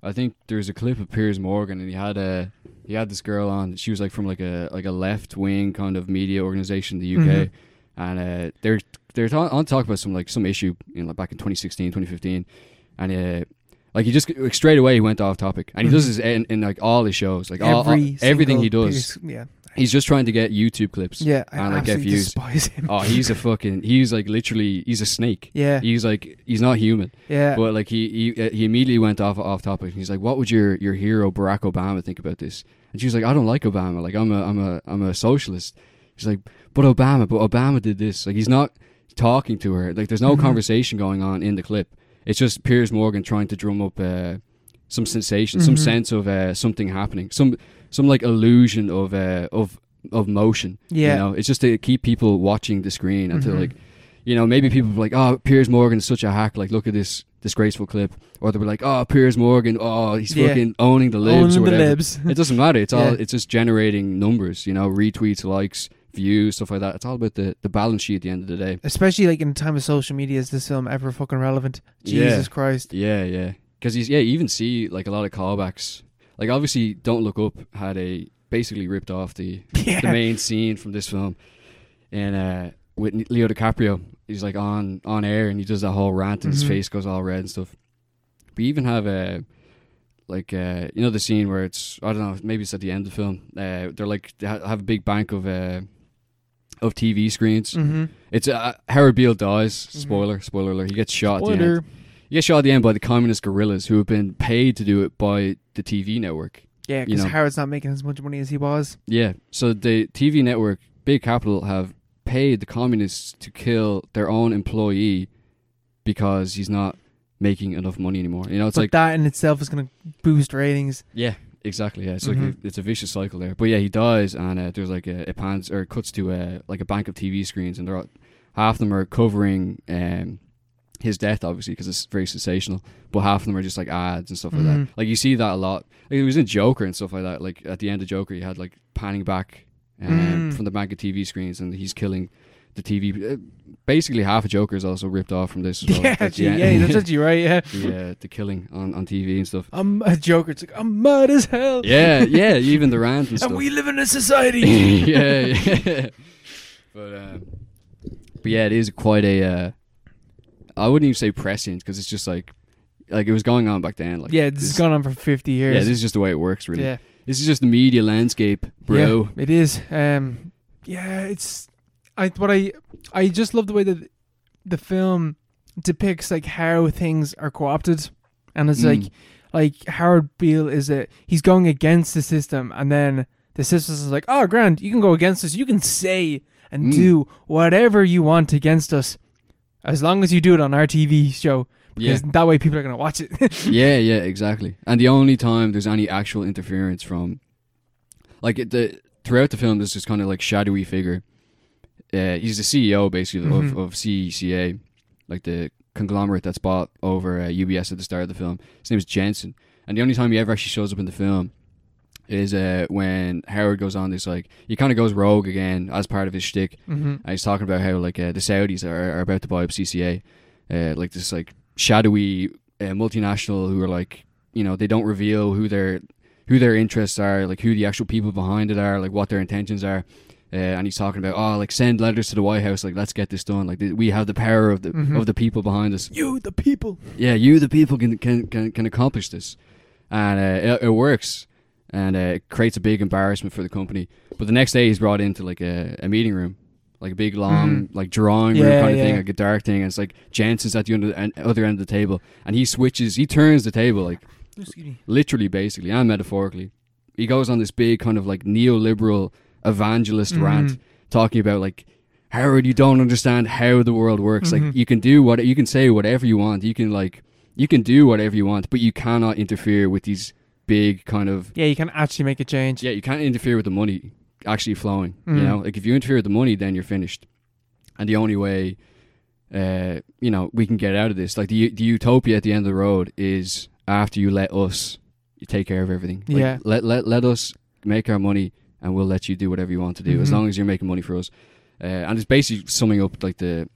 S2: I think there's a clip of Piers Morgan, and he had a he had this girl on. She was like from like a like a left wing kind of media organization in the UK,
S1: Mhm.
S2: and uh, they're they're ta- on talk about some like some issue you know, like back in 2016, 2015, and. Uh, like he just like straight away he went off topic, and he does
S1: Mhm.
S2: this in, in like all his shows, like all, all- everything
S1: single
S2: he
S1: piece-
S2: does.
S1: yeah,
S2: He's just trying to get YouTube clips.
S1: yeah. I
S2: And, like, get
S1: absolutely
S2: views.
S1: despise him.
S2: Oh, he's a fucking. He's like literally. He's a snake.
S1: Yeah,
S2: He's like he's not human.
S1: yeah.
S2: But like he he, uh, he immediately went off off topic. He's like, "What would your your hero Barack Obama think about this?" And she was like, "I don't like Obama. Like I'm a I'm a I'm a socialist." He's like, "But Obama, but Obama did this." Like he's not talking to her. Like there's no
S1: Mhm.
S2: conversation going on in the clip. It's just Piers Morgan trying to drum up uh, some sensation, some
S1: Mhm.
S2: sense of uh, something happening, some some like illusion of uh, of of motion.
S1: yeah.
S2: You know, it's just to keep people watching the screen until
S1: Mhm.
S2: like, you know, maybe people be like, oh, Piers Morgan is such a hack. Like, look at this disgraceful clip. Or they'll be like, oh, Piers Morgan, oh, he's
S1: Yeah.
S2: fucking owning the libs
S1: Only
S2: or
S1: the
S2: whatever.
S1: libs.
S2: It doesn't matter. It's all
S1: Yeah.
S2: it's just generating numbers. You know, retweets, likes, views, stuff like that. It's all about the the balance sheet at the end of the day.
S1: Especially like in the time of social media, is this film ever fucking relevant?
S2: Yeah.
S1: Jesus Christ.
S2: Yeah, yeah. Because yeah, you even see like a lot of callbacks. Like obviously, Don't Look Up had a basically ripped off the
S1: Yeah.
S2: the main scene from this film, and uh, with N- Leo DiCaprio, he's like on on air and he does that whole rant and
S1: Mhm.
S2: his face goes all red and stuff. We even have a like uh, you know the scene where it's I don't know maybe it's at the end of the film. Uh, they're like they ha- have a big bank of uh, of TV screens.
S1: mm-hmm.
S2: It's uh, Howard Beale dies. Spoiler, spoiler alert. He gets shot. At the end.
S1: Spoiler.
S2: He gets shot at the end by the communist guerrillas who have been paid to do it by the TV network.
S1: Yeah,
S2: You
S1: because
S2: know.
S1: Howard's not making as much money as he was.
S2: Yeah. So the TV network, Big Capital, have paid the communists to kill their own employee because he's not making enough money anymore. You know, it's
S1: but
S2: like
S1: that in itself is going to boost ratings.
S2: yeah, exactly. Yeah, it's like
S1: Mhm.
S2: a, it's a vicious cycle there. But yeah, he dies, and uh, there's like a, a pans or it cuts to a like a bank of TV screens, and they're all, half of them are covering um, his death, obviously, because it's very sensational. But half of them are just like ads and stuff like
S1: Mhm.
S2: that. Like you see that a lot. Like, it was in Joker and stuff like that. Like at the end of Joker, you had like panning back um,
S1: Mm.
S2: from the bank of TV screens, and he's killing the TV. Uh, basically, half of Joker is also ripped off from this. As well.
S1: yeah,
S2: Like,
S1: gee, yeah, that's actually right. Yeah.
S2: the, uh, the killing on, on TV and stuff.
S1: I'm a joker. It's like, I'm mad as hell.
S2: Yeah, yeah, even the rant and stuff.
S1: And we live in a society.
S2: yeah, yeah. But um, but yeah, it is quite a. Uh, I wouldn't even say prescient because it's just like, like it was going on back then. Like
S1: yeah, this has gone on for 50
S2: yeah,
S1: years.
S2: this is just the way it works. Really,
S1: Yeah.
S2: this is just the media landscape, bro.
S1: Yeah, it is. Um, yeah, it's. I what I I just love the way that the film depicts like how things are co-opted, and it's
S2: Mm.
S1: like like Howard Beale is a he's going against the system, and then the system is like, oh, Grant, you can go against us. You can say and
S2: Mm.
S1: do whatever you want against us, as long as you do it on our TV show.
S2: Yeah,
S1: Because that way people are gonna watch it.
S2: yeah, yeah, exactly. And the only time there's any actual interference from, like it, the throughout the film, there's this kind of like shadowy figure. Uh, he's the CEO basically
S1: Mhm.
S2: of, of CECA, like the conglomerate that's bought over uh, UBS at the start of the film. His name is Jensen, and the only time he ever actually shows up in the film is uh, when Howard goes on this like he kind of goes rogue again as part of his shtick.
S1: mm-hmm.
S2: And he's talking about how like uh, the Saudis are, are about to buy up CCA, uh, like this like shadowy uh, multinational who are like you know they don't reveal who their who their interests are, like who the actual people behind it are, like what their intentions are. Uh, and he's talking about, oh, like send letters to the White House, like let's get this done. Like th- we have the power of the
S1: Mhm.
S2: of the people behind us.
S1: You, the people.
S2: Yeah, you, the people, can can can, can accomplish this, and uh, it, it works, and uh, it creates a big embarrassment for the company. But the next day, he's brought into like a, a meeting room, like a big long like drawing room
S1: Mm. Yeah,
S2: kind of thing,
S1: yeah.
S2: like a dark thing. And it's like Jensen's at the under, an- other end of the table, and he switches, he turns the table like
S1: Excuse me.
S2: literally, basically, and metaphorically. He goes on this big kind of like neoliberal evangelist
S1: Mhm.
S2: rant, talking about like. Howard, you don't understand how the world
S1: Mhm.
S2: works. Like you can do what you can say whatever you want. You can like you can do whatever you want, but you cannot interfere with these big kind of
S1: Yeah, you can actually make a change.
S2: yeah. You can't interfere with the money actually flowing. You
S1: Mhm.
S2: know, like if you interfere with the money, then you're finished. And the only way, uh, you know, we can get out of this, like the the utopia at the end of the road, is after you let us you take care of everything. Like,
S1: Yeah.
S2: Let let let us make our money, and we'll let you do whatever you want to do, as
S1: Mhm.
S2: long as you're making money for us. Uh, and it's basically summing up like the,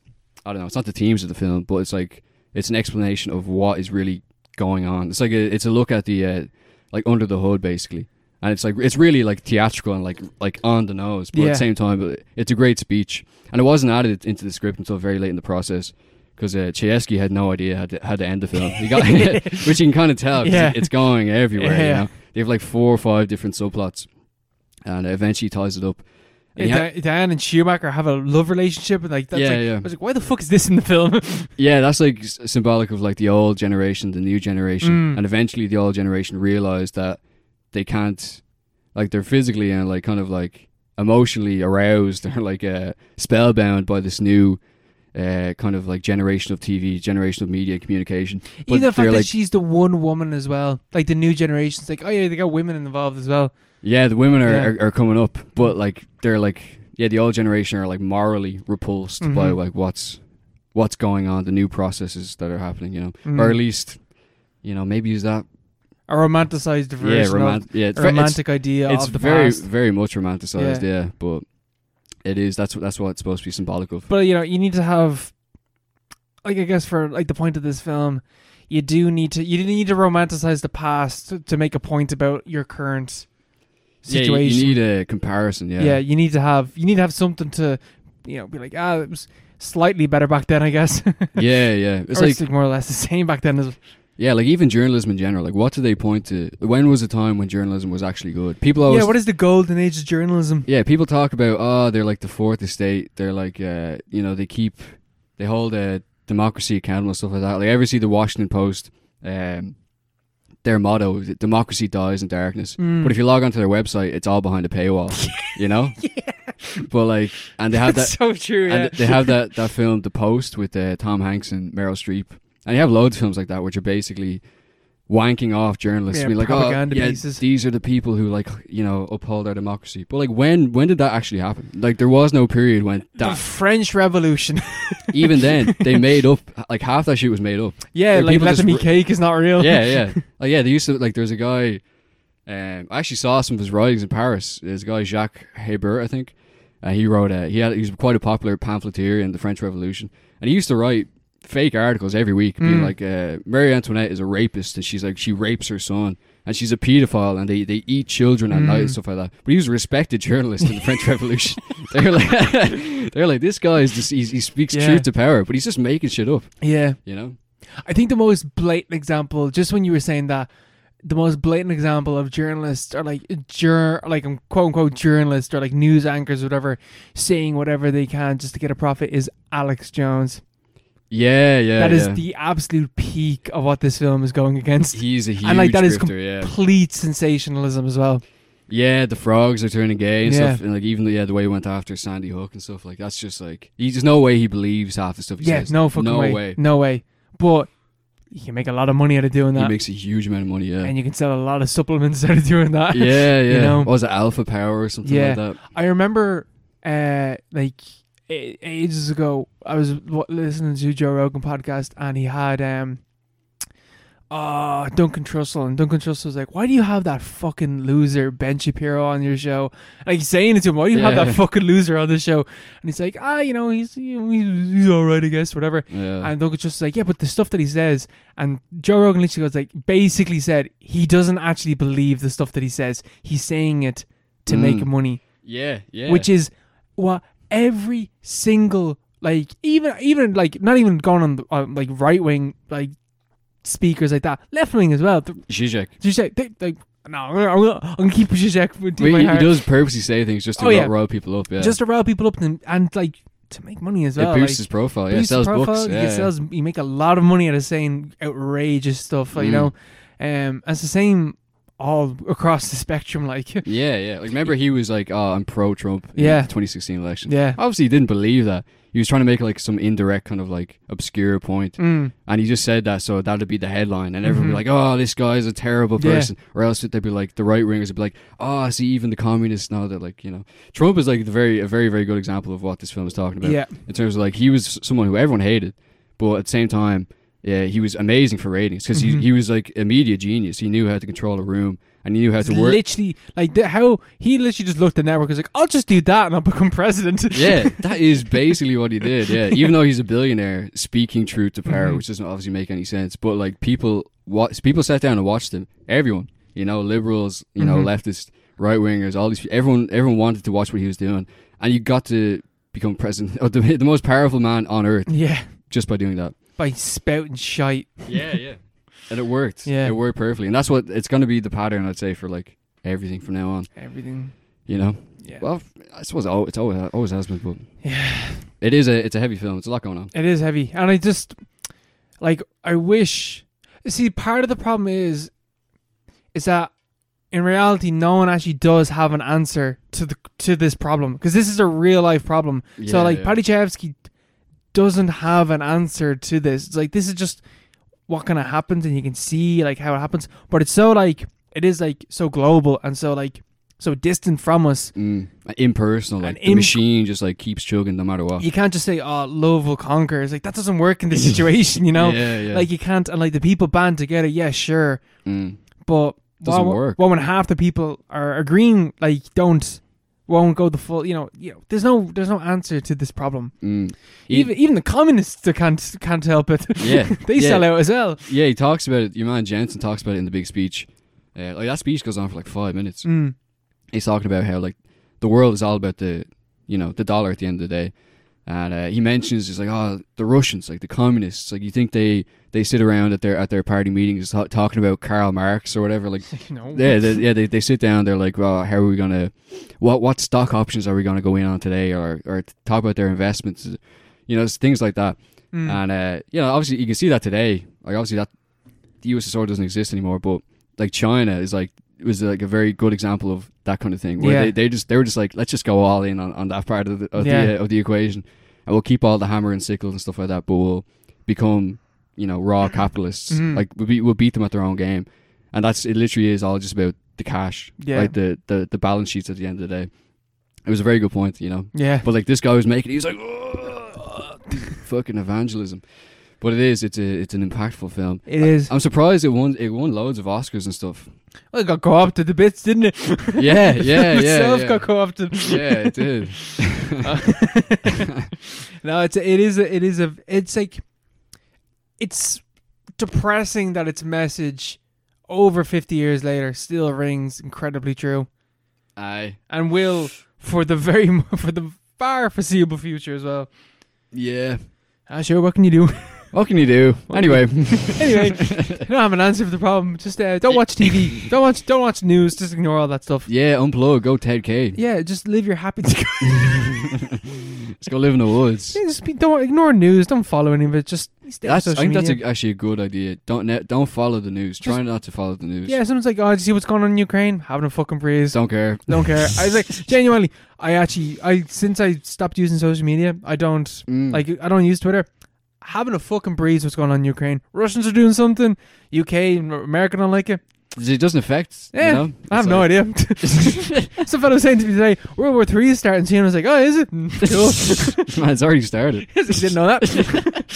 S2: I don't know, it's not the themes of the film, but it's like it's an explanation of what is really going on. It's like a, it's a look at the uh, like under the hood basically, and it's like it's really like theatrical and like like on the nose, but at
S1: Yeah.
S2: the same time, it- it's a great speech, and it wasn't added into the script until very late in the process. Because uh, Chayefsky had no idea how to, how to end the film, he got, which you can kind of tell. 'cause
S1: Yeah.
S2: it- it's going everywhere. You
S1: Yeah.
S2: know, they have like four or five different subplots, and eventually he ties it up.
S1: Yeah,
S2: And he ha-
S1: Dan, Dan and Schumacher have a love relationship, and like that's
S2: Yeah,
S1: like,
S2: yeah.
S1: I was like, why the fuck is this in the film?
S2: Yeah, that's like s- symbolic of like the old generation, the new generation,
S1: Mm.
S2: and eventually the old generation realized that they can't, like, they're physically and like kind of like emotionally aroused. They're like uh, spellbound by this new uh, kind of like generation of TV, generation of media communication. But
S1: Even the fact
S2: they're
S1: that
S2: like,
S1: she's the one woman as well, like the new generation's like, oh yeah, they got women involved as well.
S2: yeah, the women are,
S1: Yeah.
S2: are, are coming up, but like they're like, yeah, the old generation are like morally repulsed by
S1: Mhm.
S2: like what's what's going on, the new processes that are happening, you know,
S1: Mm.
S2: or at least. You know, maybe use that
S1: a romanticized version,
S2: yeah,
S1: of-
S2: romantic. Yeah, it's,
S1: a
S2: ve- it's-
S1: romantic idea
S2: it's
S1: of the
S2: very
S1: past.
S2: very much romanticized. Yeah. but it is that's what that's what it's supposed to be symbolic of.
S1: But you know, you need to have, like, I guess for like the point of this film, you do need to you need to romanticize the past to, to make a point about your current
S2: Yeah, you-
S1: situation.
S2: you, need a comparison. Yeah,
S1: yeah. you need to have you need to have something to, you know, be like, ah, it was slightly better back then, I guess.
S2: yeah, yeah. It's
S1: or
S2: like
S1: more or less the same back then as
S2: yeah, like even journalism in general. Like, what do they point to? When was the time when journalism was actually good? People always
S1: yeah. What is the golden age of journalism?
S2: Yeah, people talk about oh, they're like the fourth estate. They're like uh, you know they keep they hold uh, democracy accountable and stuff like that. Like ever see the Washington Post? Um, their motto is that democracy dies in darkness.
S1: Mm.
S2: But if you log onto their website, it's all behind a paywall. you know. But like, and they have that.
S1: That's so true. Yeah.
S2: And they have that, that film, The Post, with uh, Tom Hanks and Meryl Streep. And you have loads of films like that, which are basically wanking off journalists.
S1: Yeah,
S2: being like, oh,
S1: propaganda
S2: yeah,
S1: pieces.
S2: these are the people who, like, you know, uphold our democracy. But, like, when when did that actually happen? Like, there was no period when
S1: the
S2: that,
S1: French Revolution.
S2: even then, they made up, like, half that shit was made up.
S1: yeah,
S2: Where
S1: like
S2: people
S1: letting
S2: just
S1: me
S2: re-
S1: cake is not real.
S2: Yeah, yeah. Like, yeah, they used to, like, there's a guy, um, I actually saw some of his writings in Paris. There's a guy, Jacques Hébert, I think. And he wrote, uh, he, had, he was quite a popular pamphleteer in the French Revolution. And he used to write fake articles every week, being
S1: Mm.
S2: like, uh, Marie Antoinette is a rapist, and she's like, she rapes her son. And she's a pedophile, and they, they eat children at night and
S1: Mm.
S2: stuff like that. But he was a respected journalist in the French Revolution. they're like, they're like, this guy is just he, he speaks
S1: Yeah.
S2: truth to power, but he's just making shit up,
S1: yeah.
S2: you know?
S1: I think the most blatant example, just when you were saying that, the most blatant example of journalists or like jur, like um, quote unquote journalists or like news anchors, or whatever, saying whatever they can just to get a profit is Alex Jones.
S2: Yeah, yeah.
S1: that is
S2: yeah.
S1: the absolute peak of what this film is going against.
S2: He's a huge
S1: And, like, that is
S2: grifter, yeah.
S1: Complete sensationalism as well.
S2: Yeah, the frogs are turning gay and
S1: Yeah.
S2: stuff, and like even the, yeah, the way he went after Sandy Hook and stuff like that's just like he, there's no way he believes half the stuff he
S1: yeah,
S2: says.
S1: no fucking
S2: no
S1: way. no way. But you can make a lot of money out of doing
S2: He
S1: that,
S2: makes a huge amount of money. Yeah,
S1: and you can sell a lot of supplements out of doing that.
S2: yeah, yeah.
S1: You know?
S2: What was it Alpha Power or something
S1: Yeah.
S2: like that?
S1: I remember, uh, like a- ages ago, I was w- listening to Joe Rogan podcast, and he had um, oh, Duncan Trussell. And Duncan Trussell's like, why do you have that fucking loser Ben Shapiro on your show? Like he's saying it to him, why do you have
S2: Yeah.
S1: that fucking loser on the show? And he's like, ah, you know, he's you know, he's, he's all right, I guess, whatever.
S2: Yeah.
S1: And Duncan Trussell's like, yeah, but the stuff that he says, and Joe Rogan literally goes like, basically said he doesn't actually believe the stuff that he says. He's saying it to
S2: Mm.
S1: make money
S2: yeah. Yeah.
S1: which is what every single like even even like not even going on, the, on like right wing like speakers like that left wing as well. The-
S2: Zizek.
S1: Zizek, they, like no, I'm gonna, I'm gonna, I'm gonna keep Zizek with
S2: Well,
S1: my
S2: he, he
S1: heart.
S2: does purposely say things just to
S1: Oh,
S2: rile
S1: yeah.
S2: rile people up. Yeah.
S1: just to rile people up and, and like to make money as
S2: it
S1: well.
S2: boosts
S1: like,
S2: his profile. Yeah.
S1: boosts
S2: Sells
S1: profile,
S2: books.
S1: You,
S2: Yeah.
S1: can sells, you make a lot of money out of saying outrageous stuff. Like, You know,
S2: Mm.
S1: um, it's the same all across the spectrum. Like
S2: yeah. Yeah. Like remember he was like, "Oh, I'm pro Trump."
S1: Yeah.
S2: 2016 election.
S1: yeah,
S2: Obviously, he didn't believe that. He was trying to make like some indirect kind of like obscure point,
S1: mm,
S2: and he just said that so that'd be the headline, and everyone would be
S1: Mhm.
S2: like, "Oh, this guy's a terrible
S1: Yeah.
S2: person," or else they'd be like, the right wingers would be like, "Oh, see, even the communists now that like you know." Trump is like the very a very very good example of what this film is talking about.
S1: yeah,
S2: in terms of like he was someone who everyone hated, but at the same time, yeah, he was amazing for ratings because
S1: Mhm.
S2: he, he was like a media genius. He knew how to control a room and he knew how
S1: It's
S2: to work.
S1: Literally, like the, how he literally just looked at the network. and was like, "I'll just do that and I'll become president."
S2: yeah, that is basically what he did. Yeah, even though he's a billionaire, speaking truth to power,
S1: Mhm.
S2: which doesn't obviously make any sense. But like people, watch, people sat down and watched him. Everyone, you know, liberals, you know,
S1: Mhm.
S2: leftists, right wingers, all these. Everyone, everyone wanted to watch what he was doing, and you got to become president, of the, the most powerful man on earth,
S1: yeah,
S2: just by doing that.
S1: by spouting shite.
S2: Yeah, yeah. And it worked.
S1: Yeah.
S2: It worked perfectly. And that's what it's going to be the pattern, I'd say, for like everything from now on,
S1: Everything.
S2: you know?
S1: Yeah,
S2: Well, I suppose al- it's always, always has been, but
S1: yeah,
S2: it is a, it's a heavy film. It's a lot going on.
S1: it is heavy, and I just like I wish. See, part of the problem is, is that in reality, no one actually does have an answer to the to this problem because this is a real life problem. so like Padishevsky doesn't have an answer to this. It's like this is just what kind of happens and you can see like how it happens. But it's so like it is like so global and so like so distant from us.
S2: Mm, impersonal.
S1: An
S2: Like the
S1: imp-
S2: machine just like keeps chugging no matter what.
S1: You can't just say, Oh, love will conquer. It's like that doesn't work in this situation, you know?
S2: Yeah, yeah.
S1: Like you can't and like the people band together, yeah, sure.
S2: Mm.
S1: But
S2: Doesn't
S1: what,
S2: work.
S1: What when half the people are agreeing, like don't won't go the full you know, you know, there's no there's no answer to this problem.
S2: Mm. He-
S1: Even even the communists can't can't help it.
S2: Yeah,
S1: they
S2: yeah.
S1: sell out as well.
S2: yeah, he talks about it. Your man Jensen talks about it in the big speech. Uh, like that speech goes on for like five minutes.
S1: Mm.
S2: he's talking about how like the world is all about the you know the dollar at the end of the day and uh, he mentions he's like oh the russians like the communists like you think they they sit around at their at their party meetings ta- talking about karl marx or whatever like
S1: You know,
S2: yeah they, yeah they, they sit down they're like well how are we gonna what what stock options are we gonna go in on today or or talk about their investments you know it's things like that
S1: Mm.
S2: and uh, you know, obviously, you can see that today. Like, obviously, that the USSR doesn't exist anymore. But like China is like was like a very good example of that kind of thing, where
S1: Yeah.
S2: they, they just they were just like, let's just go all in on, on that part of the of,
S1: Yeah.
S2: the, uh, of the equation, and we'll keep all the hammer and sickles and stuff like that. But we'll become you know raw capitalists.
S1: Mhm.
S2: Like we'll, be, we'll beat them at their own game, and that's it. Literally, is all just about the cash,
S1: Yeah.
S2: like the, the the balance sheets at the end of the day. It was a very good point, you know.
S1: yeah,
S2: But like this guy was making, he was like, "Ugh, fucking evangelism. But it is, it's a, it's an impactful film.
S1: it is.
S2: I'm surprised it won, it won loads of Oscars and stuff.
S1: Well, it got co-opted the bits, didn't it?
S2: Yeah, yeah,
S1: The
S2: yeah,
S1: Self
S2: yeah.
S1: got co-opted.
S2: Yeah, it did.
S1: no, it's a, it is a, it is a it's like it's depressing that its message over 50 years later still rings incredibly true
S2: I,
S1: and will for the very mo- for the far foreseeable future as well.
S2: yeah.
S1: Ah, sure, what can you do?
S2: What can you do?
S1: What can
S2: Anyway,
S1: anyway, I don't have an answer for the problem. Just uh, don't watch TV. don't watch don't watch news. Just ignore all that stuff.
S2: yeah, unplug, go 10k.
S1: Yeah, just live your happy.
S2: Let's go live in the woods.
S1: Yeah, just be, don't ignore news. Don't follow any of it. Just stay
S2: That's, I
S1: on social
S2: think that's
S1: media.
S2: a, actually a good idea. Don't ne- don't follow the news. Try not to follow the news.
S1: yeah, someone's like, "Oh, did you see what's going on in Ukraine? Having a fucking breeze.
S2: Don't care.
S1: Don't care." I was like, genuinely, I actually, I since I stopped using social media, I don't
S2: Mm.
S1: like, I don't use Twitter. Having a fucking breeze. What's going on in Ukraine? Russians are doing something. UK, and America don't like it.
S2: it doesn't affect.
S1: Yeah,
S2: you know?
S1: I have
S2: It's
S1: no
S2: like-
S1: idea. Some fellow was saying to me today, World War Three is starting soon. I was like, "Oh, is it?" Cool.
S2: Man, it's already started.
S1: didn't know that.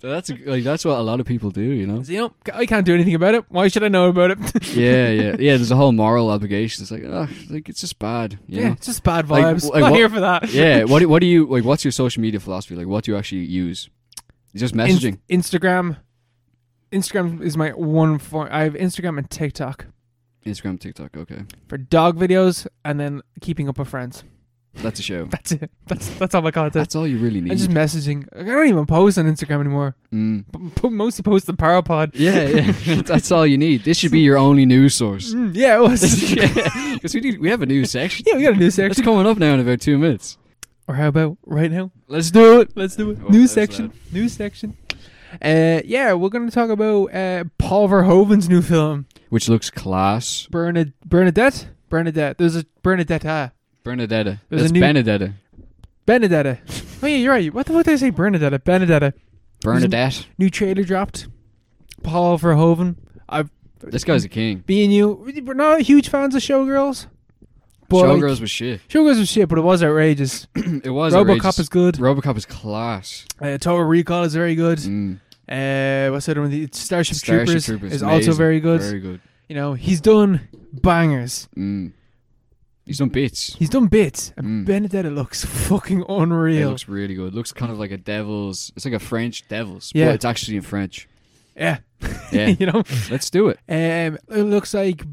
S2: That's like that's what a lot of people do, you know.
S1: You know, I can't do anything about it. Why should I know about it?
S2: Yeah, yeah, yeah. There's a whole moral obligation. It's like, oh, like it's just bad, you
S1: yeah,
S2: know.
S1: it's just bad
S2: Like,
S1: vibes.
S2: w-
S1: I'm
S2: like
S1: not
S2: what-
S1: here for that.
S2: Yeah. What do, what do you like? What's your social media philosophy? Like, what do you actually use? Just
S1: In-
S2: messaging.
S1: Instagram. Instagram is my one form. I have Instagram and TikTok
S2: Instagram, TikTok. Okay,
S1: for dog videos, and then keeping up with friends.
S2: that's a show.
S1: That's it. That's that's all my content.
S2: That's all you really
S1: And
S2: need.
S1: just messaging. Like, I don't even post on Instagram anymore.
S2: Mm.
S1: P- p- mostly post the Parapod.
S2: Yeah, yeah. that's all you need. This should be your only news source.
S1: Mm, yeah, it was. yeah,
S2: Because we need, we have a news section.
S1: we got a new
S2: It's
S1: section.
S2: coming up now in about two minutes.
S1: Or how about right now?
S2: Let's do it.
S1: Let's do it.
S2: Oh,
S1: News
S2: that's
S1: section.
S2: loud.
S1: News section. Uh, yeah, we're gonna talk about uh, Paul Verhoeven's new film,
S2: Which looks class.
S1: Bernad- Bernadette. Bernadette. There's a Bernadetta.
S2: Bernadetta.
S1: There's a
S2: That's
S1: new-
S2: Benedetta.
S1: Benedetta. Oh yeah, you're right. What the fuck did I say? Bernadetta. Benedetta.
S2: Bernadette.
S1: New trailer dropped. Paul Verhoeven. I've
S2: This guy's a king.
S1: me and you. We're not huge fans of Showgirls. But like,
S2: Showgirls was shit.
S1: Showgirls was shit, but it was outrageous.
S2: it was.
S1: RoboCop
S2: outrageous.
S1: is good.
S2: RoboCop is class.
S1: Uh, Total Recall is very good.
S2: Mm.
S1: Uh, what's the other one? The Starship,
S2: Starship
S1: Troopers,
S2: Troopers,
S1: is
S2: amazing.
S1: also very good.
S2: Very good.
S1: You know, he's done bangers.
S2: Mm. He's done bits.
S1: He's done bits. And
S2: Mm.
S1: Benedetta looks fucking
S2: It
S1: unreal.
S2: looks really good. looks kind of like a devil's. It's like a French devil's,
S1: Yeah.
S2: but it's actually in French.
S1: yeah.
S2: Yeah,
S1: you know,
S2: let's do it.
S1: um, it looks like.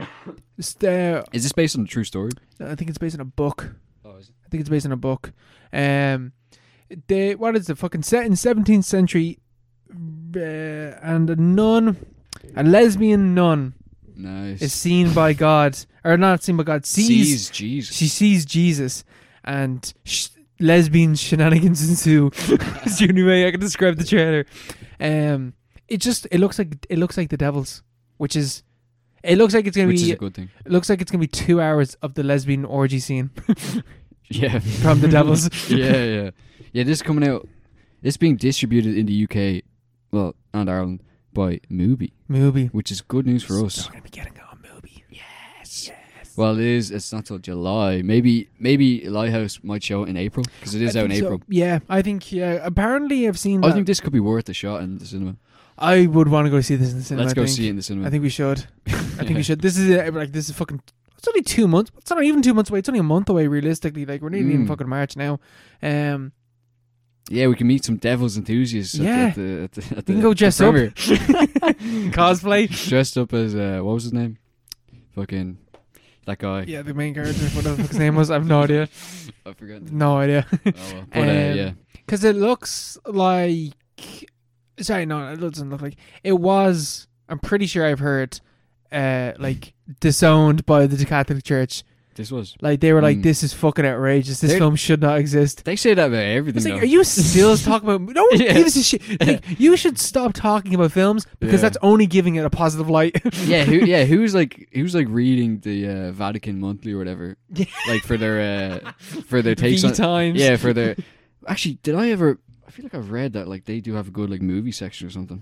S1: st- Uh,
S2: Is this based on a true story?
S1: I think it's based on a book.
S2: Oh, is it?
S1: I think it's based on a book. Um, they what is the fucking set in seventeenth century, uh, and a nun, a lesbian nun,
S2: Nice.
S1: is seen by God or not seen by God sees
S2: Sees, Jesus.
S1: she sees Jesus, and sh- lesbian shenanigans ensue. It's the only way I can describe the trailer. Um, it just it looks like it looks like the devils, which is. It looks like it's gonna
S2: which is
S1: be
S2: a good thing.
S1: it looks like it's gonna be two hours of the lesbian orgy scene
S2: Yeah.
S1: from the devils.
S2: yeah, yeah, yeah. This is coming out. This being distributed in the UK, well, and Ireland by Mubi,
S1: movie.
S2: which is good news for us.
S1: We're gonna be getting on movie. Yes. Yes.
S2: Well, it is. It's not till July. Maybe, maybe Lighthouse might show it in April because it is out in April. Oh,
S1: Yeah, I think. Yeah, apparently I've seen.
S2: I
S1: that.
S2: think this could be worth a shot in the cinema.
S1: I would want to go see this in the cinema.
S2: Let's
S1: I
S2: go
S1: think.
S2: see it in the cinema.
S1: I think we should. I think we should. This is uh, like this is fucking. It's only two months. It's not even two months away. It's only a month away. Realistically, like we're nearly in
S2: Mm.
S1: fucking March now. Um,
S2: Yeah, we can meet some devil's enthusiasts. at the-
S1: Yeah.
S2: at the, at the, at the,
S1: we can go
S2: the
S1: dress up,
S2: premiere.
S1: cosplay.
S2: dressed up as uh, what was his name? Fucking that guy.
S1: Yeah, the main character, whatever the fuck's name was, I've no idea.
S2: I forgot.
S1: No idea.
S2: Oh, well. But uh,
S1: Um,
S2: yeah,
S1: Because it looks like. Sorry, no, it doesn't look like. It was. I'm pretty sure I've heard, uh, like disowned by the Catholic Church.
S2: this was.
S1: Like they were like,
S2: Mm.
S1: "This is fucking outrageous. This
S2: They're-
S1: film should not exist."
S2: They say that about everything.
S1: It's like,
S2: though.
S1: are you still talking about? No one
S2: Yeah.
S1: gives a shit. It's Like, you should stop talking about films because
S2: Yeah.
S1: that's only giving it a positive light.
S2: yeah, who, yeah, who's like who's like reading the uh, Vatican Monthly or whatever,
S1: Yeah.
S2: like for their uh, for their takes
S1: V
S2: on
S1: times.
S2: yeah for their. Actually, did I ever? I feel like I've read that like they do have a good like movie section or something.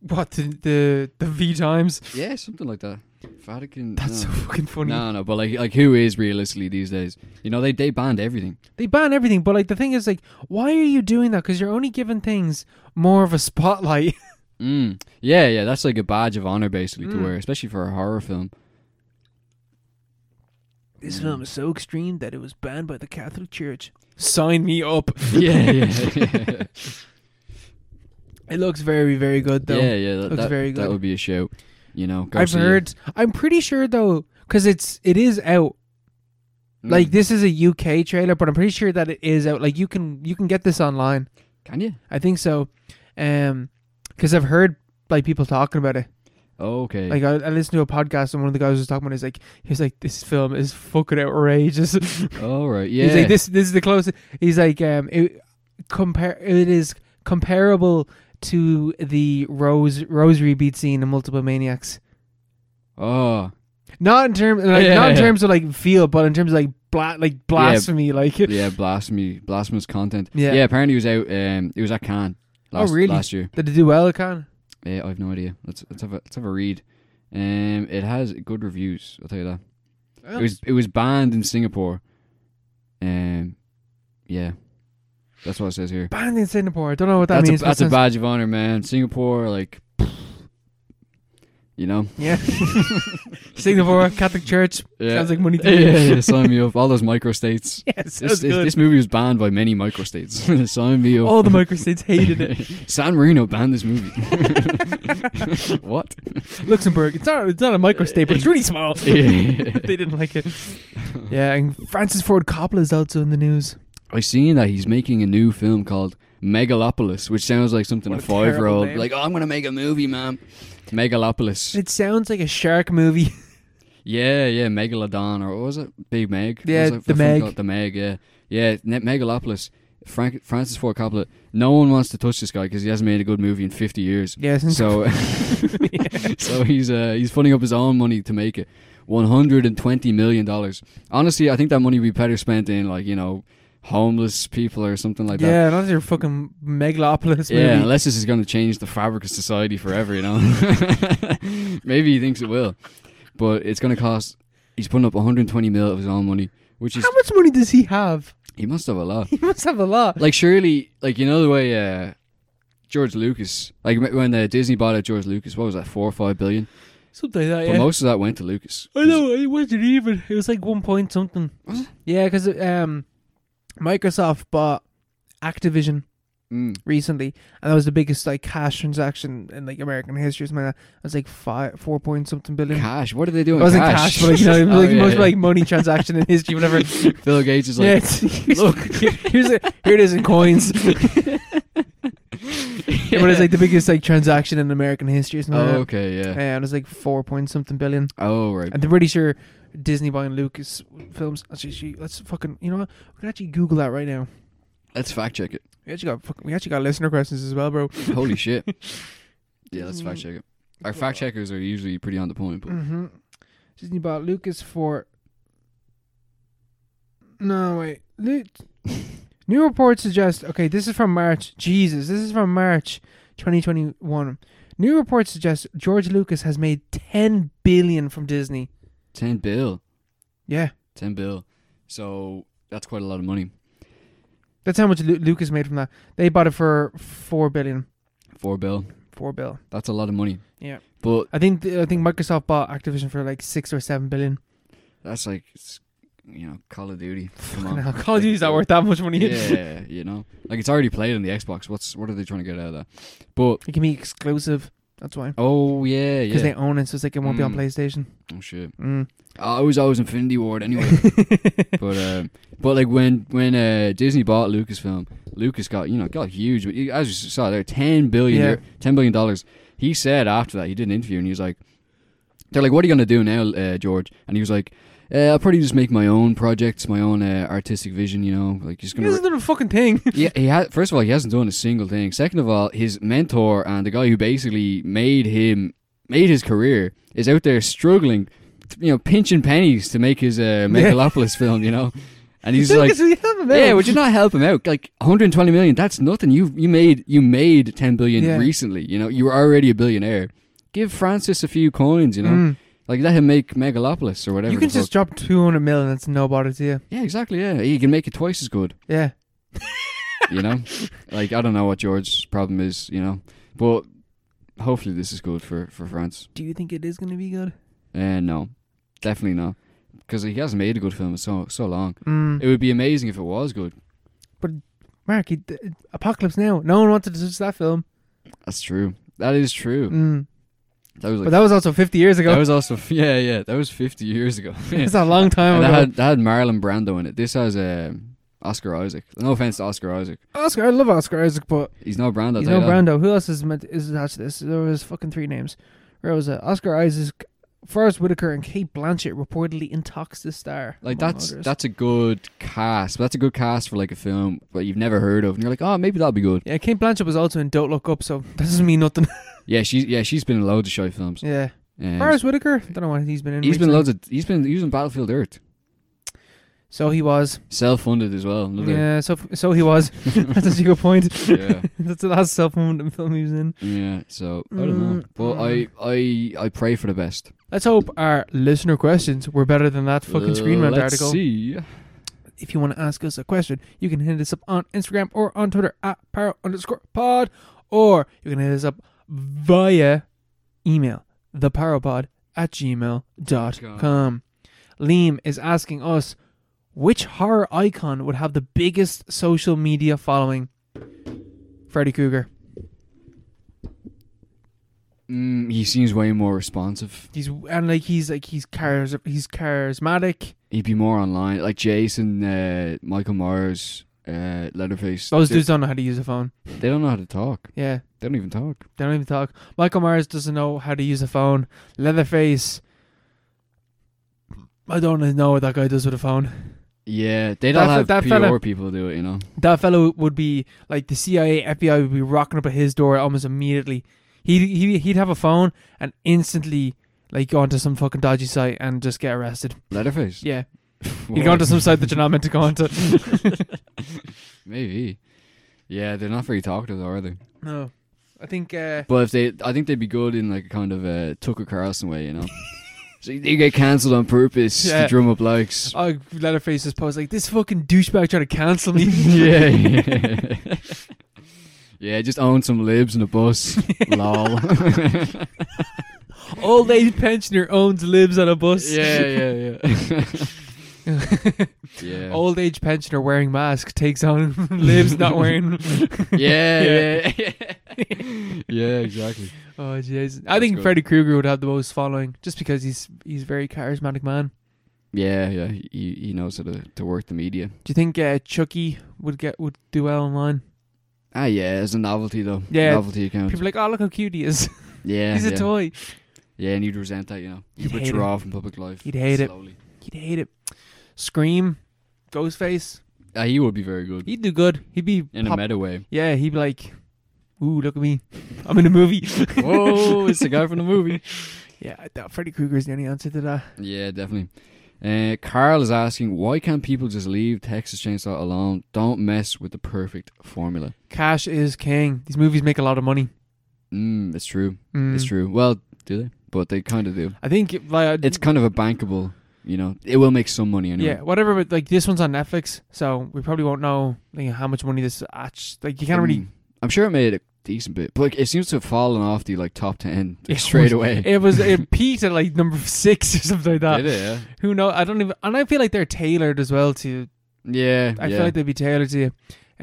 S1: What the the, the V times?
S2: Yeah, something like that. Vatican.
S1: That's so
S2: no.
S1: fucking funny.
S2: No, no, but like, like who is realistically these days? You know, they they banned everything.
S1: They ban everything, but like the thing is, like, why are you doing that? Because you're only giving things more of a spotlight.
S2: Mm. Yeah, yeah, that's like a badge of honor basically to
S1: Mm.
S2: wear, especially for a horror film.
S1: this film is so extreme that it was banned by the Catholic Church. Sign me up.
S2: Yeah, yeah, yeah,
S1: It looks very, very good though.
S2: yeah. yeah that,
S1: Looks
S2: that,
S1: very good.
S2: that would be a show. You know, go
S1: I've
S2: see it.
S1: heard. I'm pretty sure though, because it's it is out.
S2: Mm.
S1: Like this is a UK trailer, but I'm pretty sure that it is out. Like you can you can get this online.
S2: can you?
S1: I think so, um, because I've heard like people talking about it.
S2: Okay.
S1: Like I, I listened to a podcast and one of the guys was talking about. It, he's like he's like this film is fucking outrageous.
S2: All right. Yeah.
S1: He's like this this is the closest. He's like um it compare it is comparable to the rose rosary beat scene in Multiple Maniacs.
S2: oh.
S1: Not in terms like,
S2: Yeah,
S1: not in
S2: yeah.
S1: terms of like feel, but in terms of like bla- like blasphemy like.
S2: Yeah, blasphemy, blasphemous content.
S1: Yeah.
S2: Yeah. Apparently, he was out. Um, it was at Cannes.
S1: Oh,
S2: Last,
S1: really?
S2: Last year.
S1: Did it do well, Con?
S2: Yeah, Eh, I have no idea. Let's let's have a let's have a read. Um, it has good reviews. I'll tell you that. It was it was banned in Singapore. Um, yeah. That's what it says here.
S1: Banned in Singapore. I don't know what that
S2: that's
S1: means.
S2: a,
S1: but
S2: that's
S1: it
S2: a
S1: sounds-
S2: badge of honor, man. Singapore, like, you know,
S1: Yeah. Singapore Catholic Church.
S2: yeah.
S1: Sounds like money
S2: yeah,
S1: to me.
S2: yeah, yeah, sign me up. All those micro states.
S1: Yeah, it
S2: This,
S1: sounds
S2: this,
S1: good.
S2: this movie was banned by many micro states. sign me up.
S1: All the microstates hated it.
S2: San Marino banned this movie. what?
S1: Luxembourg. It's not. It's not a microstate, but it's really small.
S2: Yeah.
S1: they didn't like it. Yeah, and Francis Ford Coppola is also in the news.
S2: I seen that he's making a new film called Megalopolis, which sounds like something
S1: What
S2: a
S1: a terrible
S2: five year old
S1: name.
S2: like, oh, I'm gonna make a movie, man. Megalopolis.
S1: It sounds like a shark movie.
S2: Yeah, yeah, Megalodon or what was it? Big Meg. What
S1: Yeah,
S2: was that
S1: the
S2: film called?
S1: Meg.
S2: The Meg. Yeah, yeah. Ne- Megalopolis. Frank- Francis Ford Coppola. No one wants to touch this guy because he hasn't made a good movie in fifty years.
S1: Yeah, since
S2: So, so he's uh, he's funding up his own money to make it. One hundred and twenty million dollars. Honestly, I think that money would be better spent in like you know homeless people or something like that.
S1: yeah, not your fucking megalopolis movie.
S2: Yeah, unless this is going to change the fabric of society forever, you know. Maybe he thinks it will, but it's going to cost. He's putting up 120 mil of his own money, which is
S1: How much money does he have?
S2: he must have a lot.
S1: He must have a lot.
S2: Like surely, like you know the way uh, George Lucas, like when uh, Disney bought out George Lucas, what was that, four or five billion?
S1: Something like that.
S2: But
S1: yeah.
S2: most of that went to Lucas.
S1: I know. It wasn't even. It was like one point something.
S2: Was it?
S1: Yeah, because um, Microsoft bought Activision
S2: Mm.
S1: recently, and that was the biggest like cash transaction in like American history. or Something like that. It was like five, four point something billion.
S2: Cash. What are they doing?
S1: It wasn't cash, but like, you know, it was
S2: Oh,
S1: like
S2: yeah,
S1: most
S2: yeah.
S1: like money transaction in history, whatever.
S2: Bill Gates is
S1: yeah,
S2: like,
S1: it's- here's,
S2: look.
S1: here's a, here it is in coins. It was like the biggest like transaction in American history. or Something
S2: oh
S1: like
S2: okay,
S1: that.
S2: yeah.
S1: Yeah, and it was like four point something billion.
S2: Oh right.
S1: And they're pretty sure Disney buying Lucas films. Actually, she- let's fucking you know what? We can actually Google that right now.
S2: Let's fact check it.
S1: We actually got fucking, we actually got listener questions as well, bro.
S2: Holy shit. Yeah, let's fact
S1: Mm.
S2: check it. Our fact checkers are usually pretty on the point, but
S1: Mm-hmm. Disney bought Lucas for. No wait. Lu- New reports suggest. Okay, this is from March. Jesus, this is from March, 2021. New reports suggest George Lucas has made 10 billion from Disney.
S2: 10 bill.
S1: Yeah,
S2: 10 bill. So that's quite a lot of money.
S1: that's how much Lu- Lucas made from that. They bought it for four billion.
S2: 4 bill.
S1: Four bill.
S2: That's a lot of money.
S1: Yeah.
S2: But
S1: I think th- I think Microsoft bought Activision for like six or seven billion.
S2: that's like, it's, you know, Call of Duty. Come
S1: Fucking
S2: on.
S1: hell, Call of Duty's not worth that much money.
S2: Yeah, you know, like it's already played on the Xbox. What's what are they trying to get out of that? But
S1: It can be exclusive. That's why.
S2: oh yeah,
S1: Because
S2: yeah.
S1: they own it, so it's like it won't be on
S2: Mm.
S1: PlayStation.
S2: oh shit.
S1: Mm.
S2: I was always Infinity Ward anyway. but um, but like when when uh, Disney bought Lucasfilm, Lucas got you know got huge. But you- as you saw there, ten billion,
S1: Yeah.
S2: euro- ten billion dollars. He said after that he did an interview and he was like, "They're like, what are you gonna do now, uh, George?" And he was like, uh, "I'll probably just make my own projects, my own uh, artistic vision. You know, like just
S1: He
S2: gonna."
S1: doesn't do a fucking thing.
S2: yeah, he ha- first of all, he hasn't done a single thing. Second of all, his mentor and the guy who basically made him made his career is out there struggling, t- you know, pinching pennies to make his uh, Megalopolis film, you know, and he's like.
S1: Lucas, we have him
S2: Yeah,
S1: out.
S2: would you not help him out? Like 120 million, that's nothing. You you made you made 10 billion
S1: Yeah.
S2: recently. You know, you were already a billionaire. Give Francis a few coins. You know,
S1: Mm.
S2: like let him make Megalopolis or whatever.
S1: You can
S2: the fuck.
S1: just drop 200 mil and it's no bother to you.
S2: yeah, exactly. Yeah, he can make it twice as good.
S1: Yeah.
S2: you know like i don't know what george's problem is you know but hopefully this is good for for france
S1: Do you think it is going to be good?
S2: uh, no definitely not because he hasn't made a good film in so so long
S1: Mm.
S2: it would be amazing if it was good
S1: Mark, he, d- Apocalypse Now. No one wanted to touch that film.
S2: that's true that is true
S1: Mm.
S2: that was
S1: But
S2: like
S1: that was also 50 years
S2: that
S1: ago.
S2: was also yeah yeah that was 50 years ago
S1: It's a long time
S2: and that
S1: ago.
S2: had, that had marlon brando in it this has um, oscar isaac no offense to oscar isaac
S1: Oscar, I love Oscar Isaac, but
S2: he's not brando
S1: he's
S2: I'll tell
S1: no
S2: you that.
S1: Brando. Who else is meant is attached to this? There was fucking three names. Where was it? Oscar Isaac, Forrest Whitaker, and Kate Blanchett reportedly intox the star.
S2: Like
S1: among
S2: that's
S1: others.
S2: that's a good cast. That's a good cast for like a film that you've never heard of, and you're like, oh, maybe that'll be good.
S1: yeah. Kate Blanchett was also in Don't Look Up, so that doesn't mean nothing.
S2: Yeah, she's yeah she's been in loads of shy films.
S1: yeah.
S2: Um,
S1: Forrest Whitaker. Don't know what he's been in.
S2: he's been
S1: recently.
S2: loads of he's been using Battlefield Earth,
S1: So he was.
S2: self funded as well. Another,
S1: Yeah, so so he was. That's such a good point.
S2: yeah,
S1: That's the last self moment film he was in.
S2: yeah. So I don't know,
S1: Mm,
S2: but I I I pray for the best.
S1: Let's hope our listener questions were better than that fucking Screen Rant
S2: Uh, Let's
S1: article.
S2: See,
S1: if you want to ask us a question, you can hit us up on Instagram or on Twitter at power underscore pod, or you can hit us up via email, thepowerpod at gmail.com. Liam is asking us which horror icon would have the biggest social media following? Freddy Krueger.
S2: Mm, he seems way more responsive.
S1: He's and like he's like he's chars- he's charismatic.
S2: He'd be more online, like Jason, uh, Michael Myers, uh, Leatherface.
S1: Those
S2: they,
S1: dudes don't know how to use a phone.
S2: they don't know how to talk.
S1: Yeah,
S2: They don't even talk.
S1: they don't even talk. Michael Myers doesn't know how to use a phone. Leatherface. I don't know what that guy does with a phone.
S2: Yeah, they
S1: That
S2: don't
S1: fe-
S2: have
S1: that
S2: PR
S1: fella-
S2: people do it. You know,
S1: That fellow would be like the CIA, FBI would be rocking up at his door almost immediately. He he he'd have a phone and instantly like go onto some fucking dodgy site and just get arrested.
S2: Leatherface.
S1: Yeah,
S2: Why?
S1: he'd go onto some site that you're not meant to go onto.
S2: Maybe. Yeah, they're not very talkative, are they?
S1: no, I think. uh
S2: But if they, I think they'd be good in like a kind of a Tucker Carlson way, you know. so they get cancelled on purpose
S1: Yeah.
S2: to drum up likes.
S1: Oh, Leatherface is posed like this fucking douchebag trying to cancel me.
S2: yeah, yeah. yeah, just own some libs in a bus. Lol.
S1: Old age pensioner owns lives on a bus.
S2: yeah, yeah. yeah.
S1: Old age pensioner wearing mask takes on lives not wearing.
S2: yeah, yeah, yeah, yeah, exactly.
S1: Oh jeez, I
S2: That's
S1: think
S2: good.
S1: Freddy Krueger would have the most following just because he's he's a very charismatic man.
S2: Yeah, yeah. He he knows how to, to work the media.
S1: Do you think uh, Chucky would get would do well online?
S2: Ah, yeah. It's a novelty though.
S1: Yeah.
S2: novelty account.
S1: People are like, oh look how cute he is.
S2: yeah,
S1: he's a
S2: yeah.
S1: toy.
S2: Yeah, and you'd resent that, you know.
S1: You'd
S2: You'd
S1: hate
S2: withdraw from public life.
S1: You'd hate it.
S2: slowly. it.
S1: He'd hate it. Scream, Ghostface.
S2: Uh, he would be very good
S1: He'd do good. He'd be
S2: in a
S1: pop-
S2: meta way.
S1: Yeah, he'd be like, ooh look at me, I'm in a movie.
S2: Whoa, it's the guy from the movie.
S1: Yeah, I doubt Freddy Krueger's the only answer to that.
S2: Yeah, definitely. Uh, Carl is asking, why can't people just leave Texas Chainsaw alone? Don't mess with the perfect formula.
S1: Cash is king. These movies make a lot of money.
S2: Mm, it's true.
S1: Mm.
S2: It's true. Well, do they? But they kind of do.
S1: I think it- like
S2: It's kind of a bankable, you know. It will make some money anyway.
S1: yeah, whatever. But like this one's on Netflix, so we probably won't know like, how much money this actually. Like you can't really.
S2: Mm. I'm sure it made a decent bit, but like, it seems to have fallen off the like top ten like, straight away.
S1: It was uh, it peaked at like number six or something like that.
S2: Did it? Yeah.
S1: Who knows? I don't even. And I feel like they're tailored as well to.
S2: Yeah.
S1: I
S2: yeah.
S1: feel like they'd be tailored to you.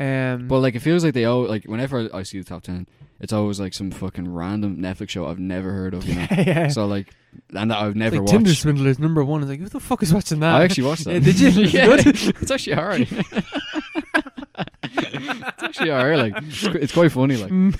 S1: Um,
S2: But like it feels like they all like whenever I, I see the top ten, it's always like some fucking random Netflix show I've never heard of. You know?
S1: yeah,
S2: so like, and that I've
S1: It's
S2: never
S1: like
S2: watched.
S1: Tinder Swindler's number one. It's like who the fuck is watching that?
S2: I actually watched that.
S1: Yeah, did you?
S2: yeah,
S1: Good.
S2: it's actually alright. it's actually alright. Like it's qu- it's quite funny. Like,
S1: Mm.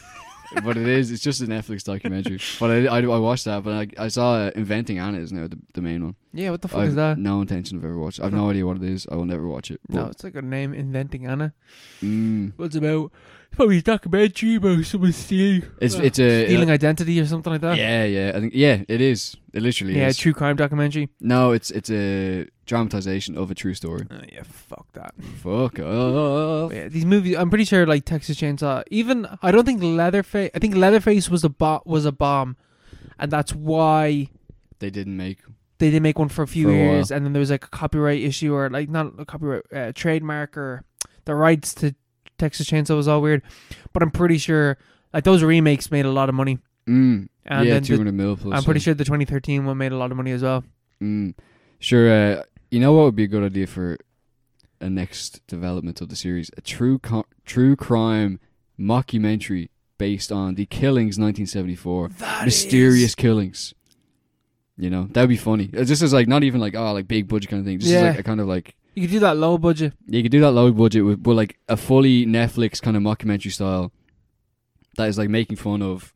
S2: but it is. It's just a Netflix documentary. But I I, I watched that. But I, I saw uh, Inventing Anna is now the, the main one.
S1: yeah, what the fuck
S2: I've
S1: is that?
S2: no intention of ever watching. I've no idea what it is. I will never watch it.
S1: No,
S2: But,
S1: it's like a name inventing Anna.
S2: mm,
S1: What's about? It's probably a documentary about someone stealing.
S2: it's
S1: uh,
S2: it's a
S1: stealing identity or something like that.
S2: yeah yeah I think yeah it is. It literally
S1: yeah,
S2: is.
S1: true crime documentary.
S2: No, it's it's a dramatization of a true story.
S1: Oh, yeah, fuck that.
S2: Uh, Fuck off.
S1: Yeah, these movies. I'm pretty sure like Texas Chainsaw. Even I don't think Leatherface. I think Leatherface was a bo- was a bomb, and that's why
S2: They didn't make.
S1: they did make one for a few
S2: For a
S1: years, and then there was like a copyright issue or like not a copyright uh, trademark or the rights to Texas Chainsaw was all weird. But I'm pretty sure like those remakes made a lot of money,
S2: Mm,
S1: and
S2: yeah,
S1: then
S2: two
S1: the,
S2: hundred mil plus.
S1: I'm pretty
S2: yeah.
S1: sure the 2013 one made a lot of money as well.
S2: Mm, sure. Uh, you know what would be a good idea for a next development of the series? A true co- true crime mockumentary based on the killings 1974,
S1: That
S2: mysterious killings. You know that'd be funny. Uh, This is like not even like oh like big budget kind of thing. This is like
S1: Yeah.
S2: a kind of like
S1: You could do that low budget.
S2: You could do that low budget with, but like a fully Netflix kind of mockumentary style that is like making fun of,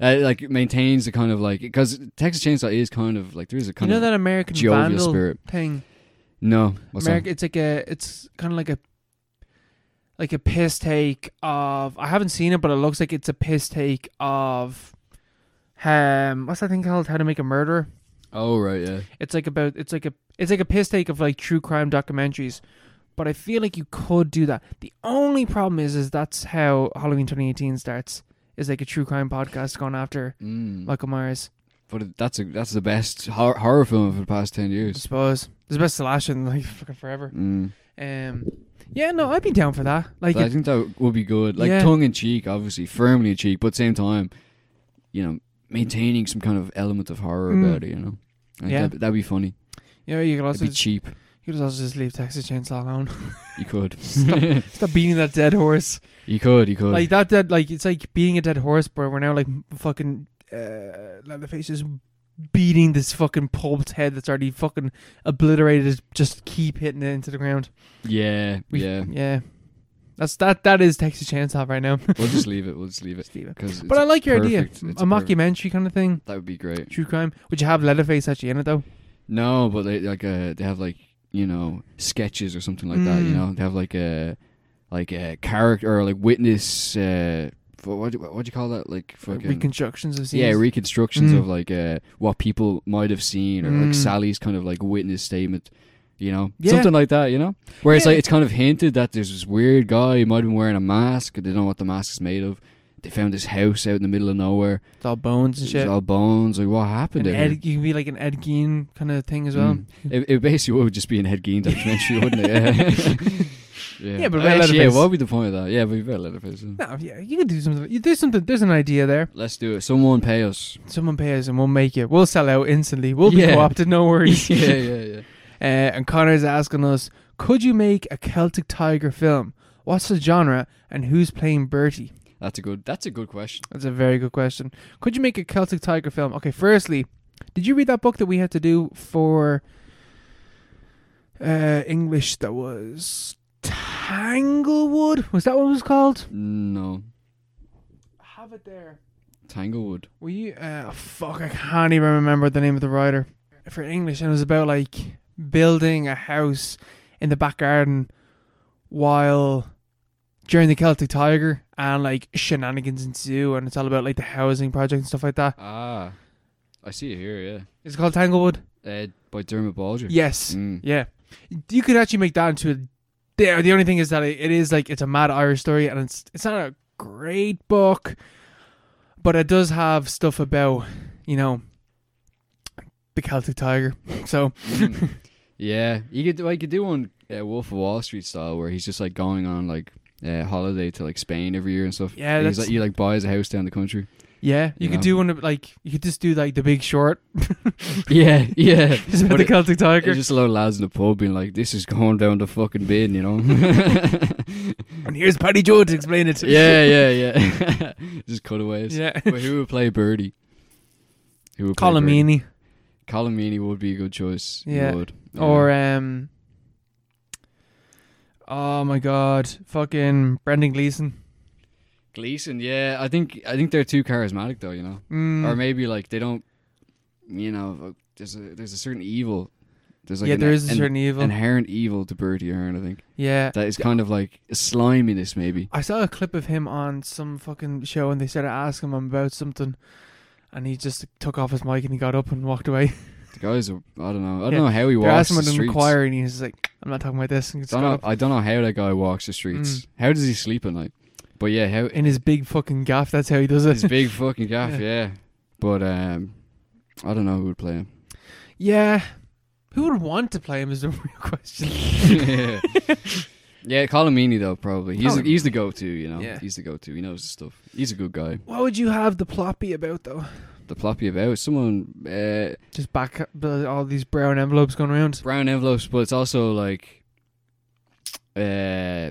S2: uh, like maintains the kind of like because Texas Chainsaw is kind of like there is a
S1: You
S2: kind
S1: know
S2: of
S1: that American
S2: jovial
S1: Vandal
S2: spirit.
S1: thing.
S2: No, what's
S1: America, it's like a, it's kind of like a, like a piss take of. I haven't seen it, but it looks like it's a piss take of. Um, what's that thing called? How to Make a Murderer.
S2: that? Oh right, yeah,
S1: It's like about. It's like a. It's like a piss take of like true crime documentaries, but I feel like you could do that. The only problem is, is that's how Halloween 2018 starts. Is like a true crime podcast going after
S2: mm.
S1: Michael Myers.
S2: but it- that's a that's the best hor- horror film of the past ten
S1: I
S2: years.
S1: suppose it's the best slash in like fucking forever.
S2: Mm.
S1: Um, yeah, no, I'd be down for that. Like,
S2: I
S1: it,
S2: think that would be good. Like
S1: Yeah.
S2: tongue in cheek, obviously, firmly in cheek, but same time, you know, maintaining some kind of element of horror
S1: Mm.
S2: about it. You know, I think
S1: Yeah.
S2: that'd, that'd be funny.
S1: you know, you could
S2: That'd
S1: also
S2: be
S1: just, you
S2: cheap.
S1: could also just leave Texas Chainsaw alone.
S2: You could.
S1: Stop beating that dead horse.
S2: you could. You could.
S1: Like that dead, like it's like beating a dead horse, but we're now like fucking uh, Leatherface is beating this fucking pulp's head that's already fucking obliterated. Just keep hitting it into the ground.
S2: yeah.
S1: We-
S2: yeah.
S1: yeah. That's that. That is Texas Chainsaw right now.
S2: we'll just leave it. We'll just leave it.
S1: Just leave it.
S2: Because
S1: But I like your
S2: perfect.
S1: idea,
S2: It's
S1: a
S2: perfect.
S1: mockumentary kind of thing,
S2: that would be great.
S1: true crime. Would you have Leatherface actually in it though?
S2: No, but they like uh, they have like you know sketches or something like that. You
S1: Mm.
S2: know they have like a like a character or like witness. Uh, f- what do, what do you call that? Like
S1: Like
S2: fucking
S1: reconstructions of scenes.
S2: yeah, reconstructions
S1: Mm.
S2: of like uh, what people might have seen or like
S1: Mm.
S2: Sally's kind of like witness statement. You know,
S1: Yeah.
S2: something like that. You know, where it's
S1: Yeah.
S2: like it's kind of hinted that there's this weird guy who might have been wearing a mask. They don't know what the mask is made of. They found this house out in the middle of nowhere.
S1: it's all bones and
S2: It's
S1: shit.
S2: all bones. Like what happened
S1: And
S2: there?
S1: Ed, you could be like an Ed Gein kind of thing as well.
S2: Mm. It, it basically would just be an Ed Gein documentary, wouldn't it? yeah. Uh,
S1: Yeah, but about
S2: Actually, yeah,
S1: Leatherface.
S2: what would be the point of that? Yeah, but about Leatherface. yeah.
S1: No, yeah, you could do something. you- There's something. There's an idea there.
S2: Let's do it. Someone pay us.
S1: Someone pay us and we'll make it. We'll sell out instantly. We'll be
S2: Yeah.
S1: co-opted. No worries.
S2: yeah, yeah, yeah.
S1: Uh, and Connor's asking us, could you make a Celtic Tiger film? What's the genre and who's playing Bertie?
S2: That's a good. That's a good question.
S1: That's a very good question. Could you make a Celtic Tiger film? Okay, firstly, did you read that book that we had to do for uh, English that was Tanglewood? Was that what it was called?
S2: No,
S1: I have it there.
S2: Tanglewood.
S1: Were you uh fuck I can't even remember the name of the writer. For English and it was about like building a house in the back garden while during the Celtic Tiger and like shenanigans ensue and it's all about like the housing project and stuff like that.
S2: Ah, I see it here.
S1: Is it called Tanglewood?
S2: Yeah, uh, by Dermot Balder.
S1: Yes.
S2: Mm.
S1: Yeah. You could actually make that into a the, the only thing is that it, it is like it's a mad Irish story and it's it's not a great book but it does have stuff about, you know, the Celtic Tiger. So
S2: Mm. yeah, you could. do- I could do one uh, Wolf of Wall Street style, where he's just like going on like. Uh, holiday to like Spain every year and stuff.
S1: Yeah,
S2: And he's
S1: that's-
S2: like, he like buys a house down the country.
S1: yeah, you
S2: You
S1: could
S2: know.
S1: do one of like you could just do like the big short.
S2: yeah, yeah.
S1: It's about
S2: But
S1: the
S2: it-
S1: Celtic Tiger.
S2: There's just a lot of lads in the pub being like, "This is going down the fucking bin," you know.
S1: and here's Paddy Joe to explain it.
S2: yeah, yeah, yeah. just cutaways.
S1: Yeah.
S2: But who would play Birdie? Who would play
S1: Colin
S2: Birdie?
S1: Meaney.
S2: Colin Meaney would be a good choice. He
S1: Yeah.
S2: would. Yeah.
S1: Or um Oh my god. Fucking Brendan Gleeson.
S2: Gleason. Yeah, I think I think they're too charismatic though. You know,
S1: Mm.
S2: or maybe like they don't. You know, uh, there's a there's a certain evil. There's like
S1: yeah,
S2: an,
S1: there is a
S2: an
S1: certain evil.
S2: inherent evil to Birdie Ahern. I think
S1: yeah.
S2: that is kind of like sliminess, maybe.
S1: I saw a clip of him on some fucking show and they started asking him about something and he just took off his mic and he got up and walked away.
S2: The guys, are, I don't know. I
S1: Yeah.
S2: don't know how he
S1: They're
S2: walks
S1: asking
S2: the
S1: him to
S2: streets.
S1: inquire and he's just like, I'm not talking about this. And he just
S2: Don't
S1: got
S2: know,
S1: up
S2: I don't know how that guy walks the streets.
S1: Mm.
S2: How does he sleep at night? But yeah, how
S1: in his big fucking gaff, that's how he does
S2: his
S1: it.
S2: big fucking gaff,
S1: Yeah.
S2: yeah. But um, I don't know who would play him.
S1: yeah. Who would want to play him is the real question.
S2: yeah. yeah, Colin Meaney though probably. He's
S1: Colin
S2: he's the go-to, you know.
S1: Yeah.
S2: He's the go-to. He knows his stuff. He's a good guy.
S1: What would you have the plot be about though?
S2: The ploppy about someone uh,
S1: Just back uh, all these brown envelopes going around.
S2: brown envelopes, but it's also like uh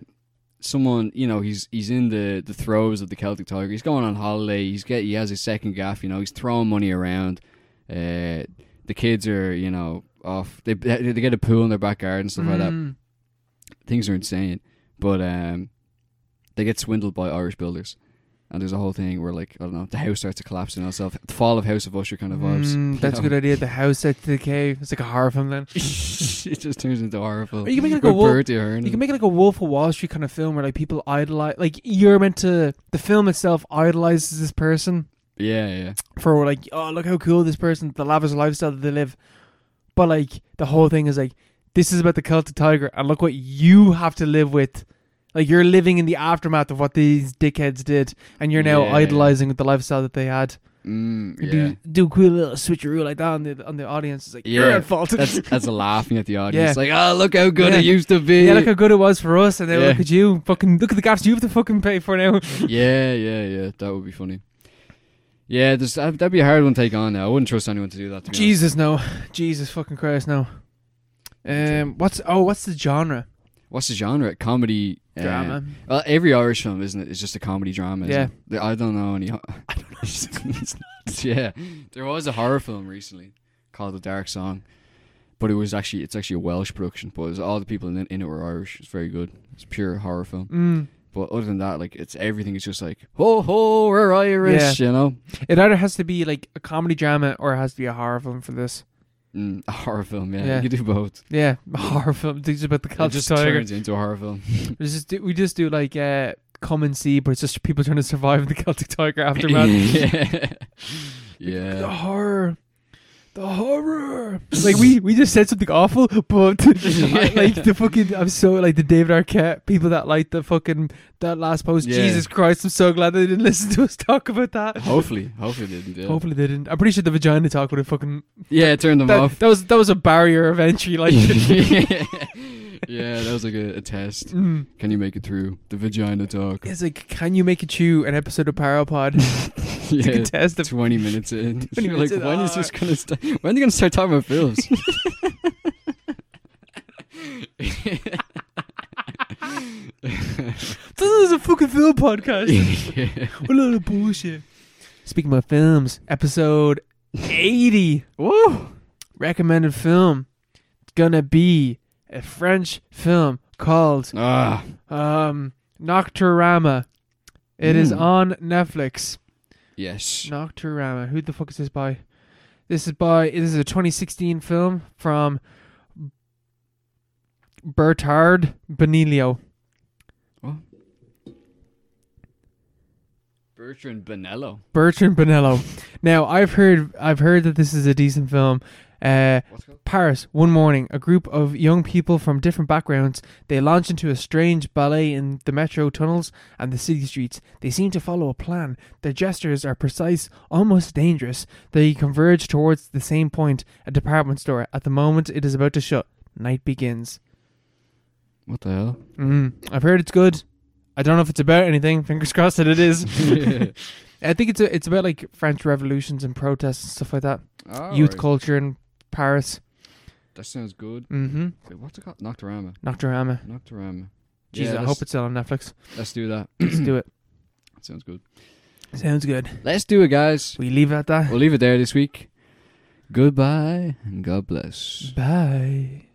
S2: someone you know he's he's in the the throes of the Celtic Tiger. He's going on holiday. He's get he has his second gaff. You know he's throwing money around. Uh, the kids are you know off. They they get a pool in their backyard and stuff like that.
S1: Mm.
S2: Things are insane, but um, they get swindled by Irish builders. And there's a whole thing where like I don't know the house starts to collapse in itself. The fall of House of Usher kind of vibes.
S1: Mm, that's a good idea. The house set to the cave. It's like a horror film then.
S2: it just turns into horrible.
S1: Or you can make like a
S2: With
S1: wo-
S2: Bertie Ahern
S1: You
S2: and-
S1: can make it like a Wolf of Wall Street kind of film where like people idolize, like you're meant to. The film itself idolizes this person
S2: Yeah, yeah.
S1: for like, oh look how cool this person, the lavish lifestyle that they live. But like the whole thing is like, this is about the Celtic Tiger, and look what you have to live with. Like you're living in the aftermath of what these dickheads did, and you're now
S2: Yeah.
S1: idolizing the lifestyle that they had.
S2: Mm,
S1: You
S2: yeah.
S1: do, do a cool little switcheroo like that on the on the audience. It's like, yeah. you're
S2: Yeah.
S1: at fault.
S2: That's that's laughing at the audience.
S1: Yeah.
S2: Like, oh, look how good
S1: Yeah.
S2: it used to be.
S1: yeah, look how good it was for us, and then
S2: Yeah.
S1: look at you, fucking look at the gaps you have to fucking pay for now.
S2: yeah, yeah, yeah. That would be funny. Yeah, there's, that- that'd be a hard one to take on. Now. I wouldn't trust anyone to do that. To be honest.
S1: Jesus no, Jesus fucking Christ no. Um, what's oh what's the genre?
S2: What's the genre? Comedy uh,
S1: Drama.
S2: Well, every Irish film, isn't it? It's just a comedy drama. isn't
S1: Yeah.
S2: it? The- I don't know any. I don't know. it's not. Yeah, there was a horror film recently called The Dark Song, but it was actually it's actually a Welsh production. But it was all the people in, in it were Irish. It's very good. It's pure horror film.
S1: Mm.
S2: But other than that, like it's everything is just like ho ho, we're Irish, you know.
S1: It either has to be like a comedy drama or it has to be a horror film for this.
S2: Mm, a horror film, yeah.
S1: Yeah.
S2: You can do both.
S1: Yeah, a horror film. Things about the
S2: It
S1: Celtic
S2: just
S1: tiger.
S2: turns into a horror film.
S1: We just do, we just do like uh, come and see, but it's just people trying to survive the Celtic tiger aftermath.
S2: yeah.
S1: The
S2: yeah.
S1: horror. The horror. like we we just said something awful, but like the fucking I'm so like the David Arquette people that like the fucking that last post.
S2: Yeah.
S1: Jesus Christ, I'm so glad they didn't listen to us talk about that.
S2: Hopefully, hopefully they didn't do it.
S1: Hopefully they didn't. I'm pretty sure the vagina talk would have fucking
S2: Yeah, it turned them
S1: that,
S2: off.
S1: that was that was a barrier of entry. Like,
S2: yeah, that was like a, a test.
S1: Mm.
S2: Can you make it through the vagina talk?
S1: it's like, can you make it chew an episode of Parapod?
S2: yeah,
S1: Test of
S2: twenty minutes in.
S1: 20
S2: You're
S1: minutes
S2: like,
S1: in,
S2: when is
S1: ah.
S2: this gonna? St- when are they gonna start talking about films?
S1: this is a fucking film podcast.
S2: Yeah.
S1: what a lot of bullshit. Speaking about films, episode eighty. Woo! Recommended film. It's gonna be a French film called
S2: Ah,
S1: um Nocturama. It is
S2: Mm.
S1: on Netflix.
S2: yes.
S1: Nocturama. Who the fuck is this by? This is by. This is a 2016 film from Bertard Benilio.
S2: Bertrand Bonello.
S1: Bertrand Benello. Now I've heard. I've heard that this is a decent film. Uh,
S2: What's it called?
S1: Paris, one morning, a group of young people from different backgrounds, they launch into a strange ballet in the metro tunnels and the city streets. They seem to follow a plan. Their gestures are precise, almost dangerous. They converge towards the same point, a department store. At the moment it is about to shut, night begins.
S2: What the hell?
S1: Mm, I've heard it's good. I don't know if it's about anything. Fingers crossed that it is. I think it's a, it's about like French revolutions and protests and stuff like that. Youth
S2: Alright,
S1: culture in Paris.
S2: That sounds good.
S1: Mm-hmm.
S2: Wait, what's it called? Nocturama.
S1: Nocturama.
S2: Nocturama. Yeah,
S1: Jesus, I
S2: let's-
S1: hope it's still on Netflix.
S2: Let's do that.
S1: Let's do it.
S2: Sounds good.
S1: Sounds good.
S2: Let's do it, guys.
S1: We leave it at that.
S2: We'll leave it there this week. Goodbye and God bless.
S1: Bye.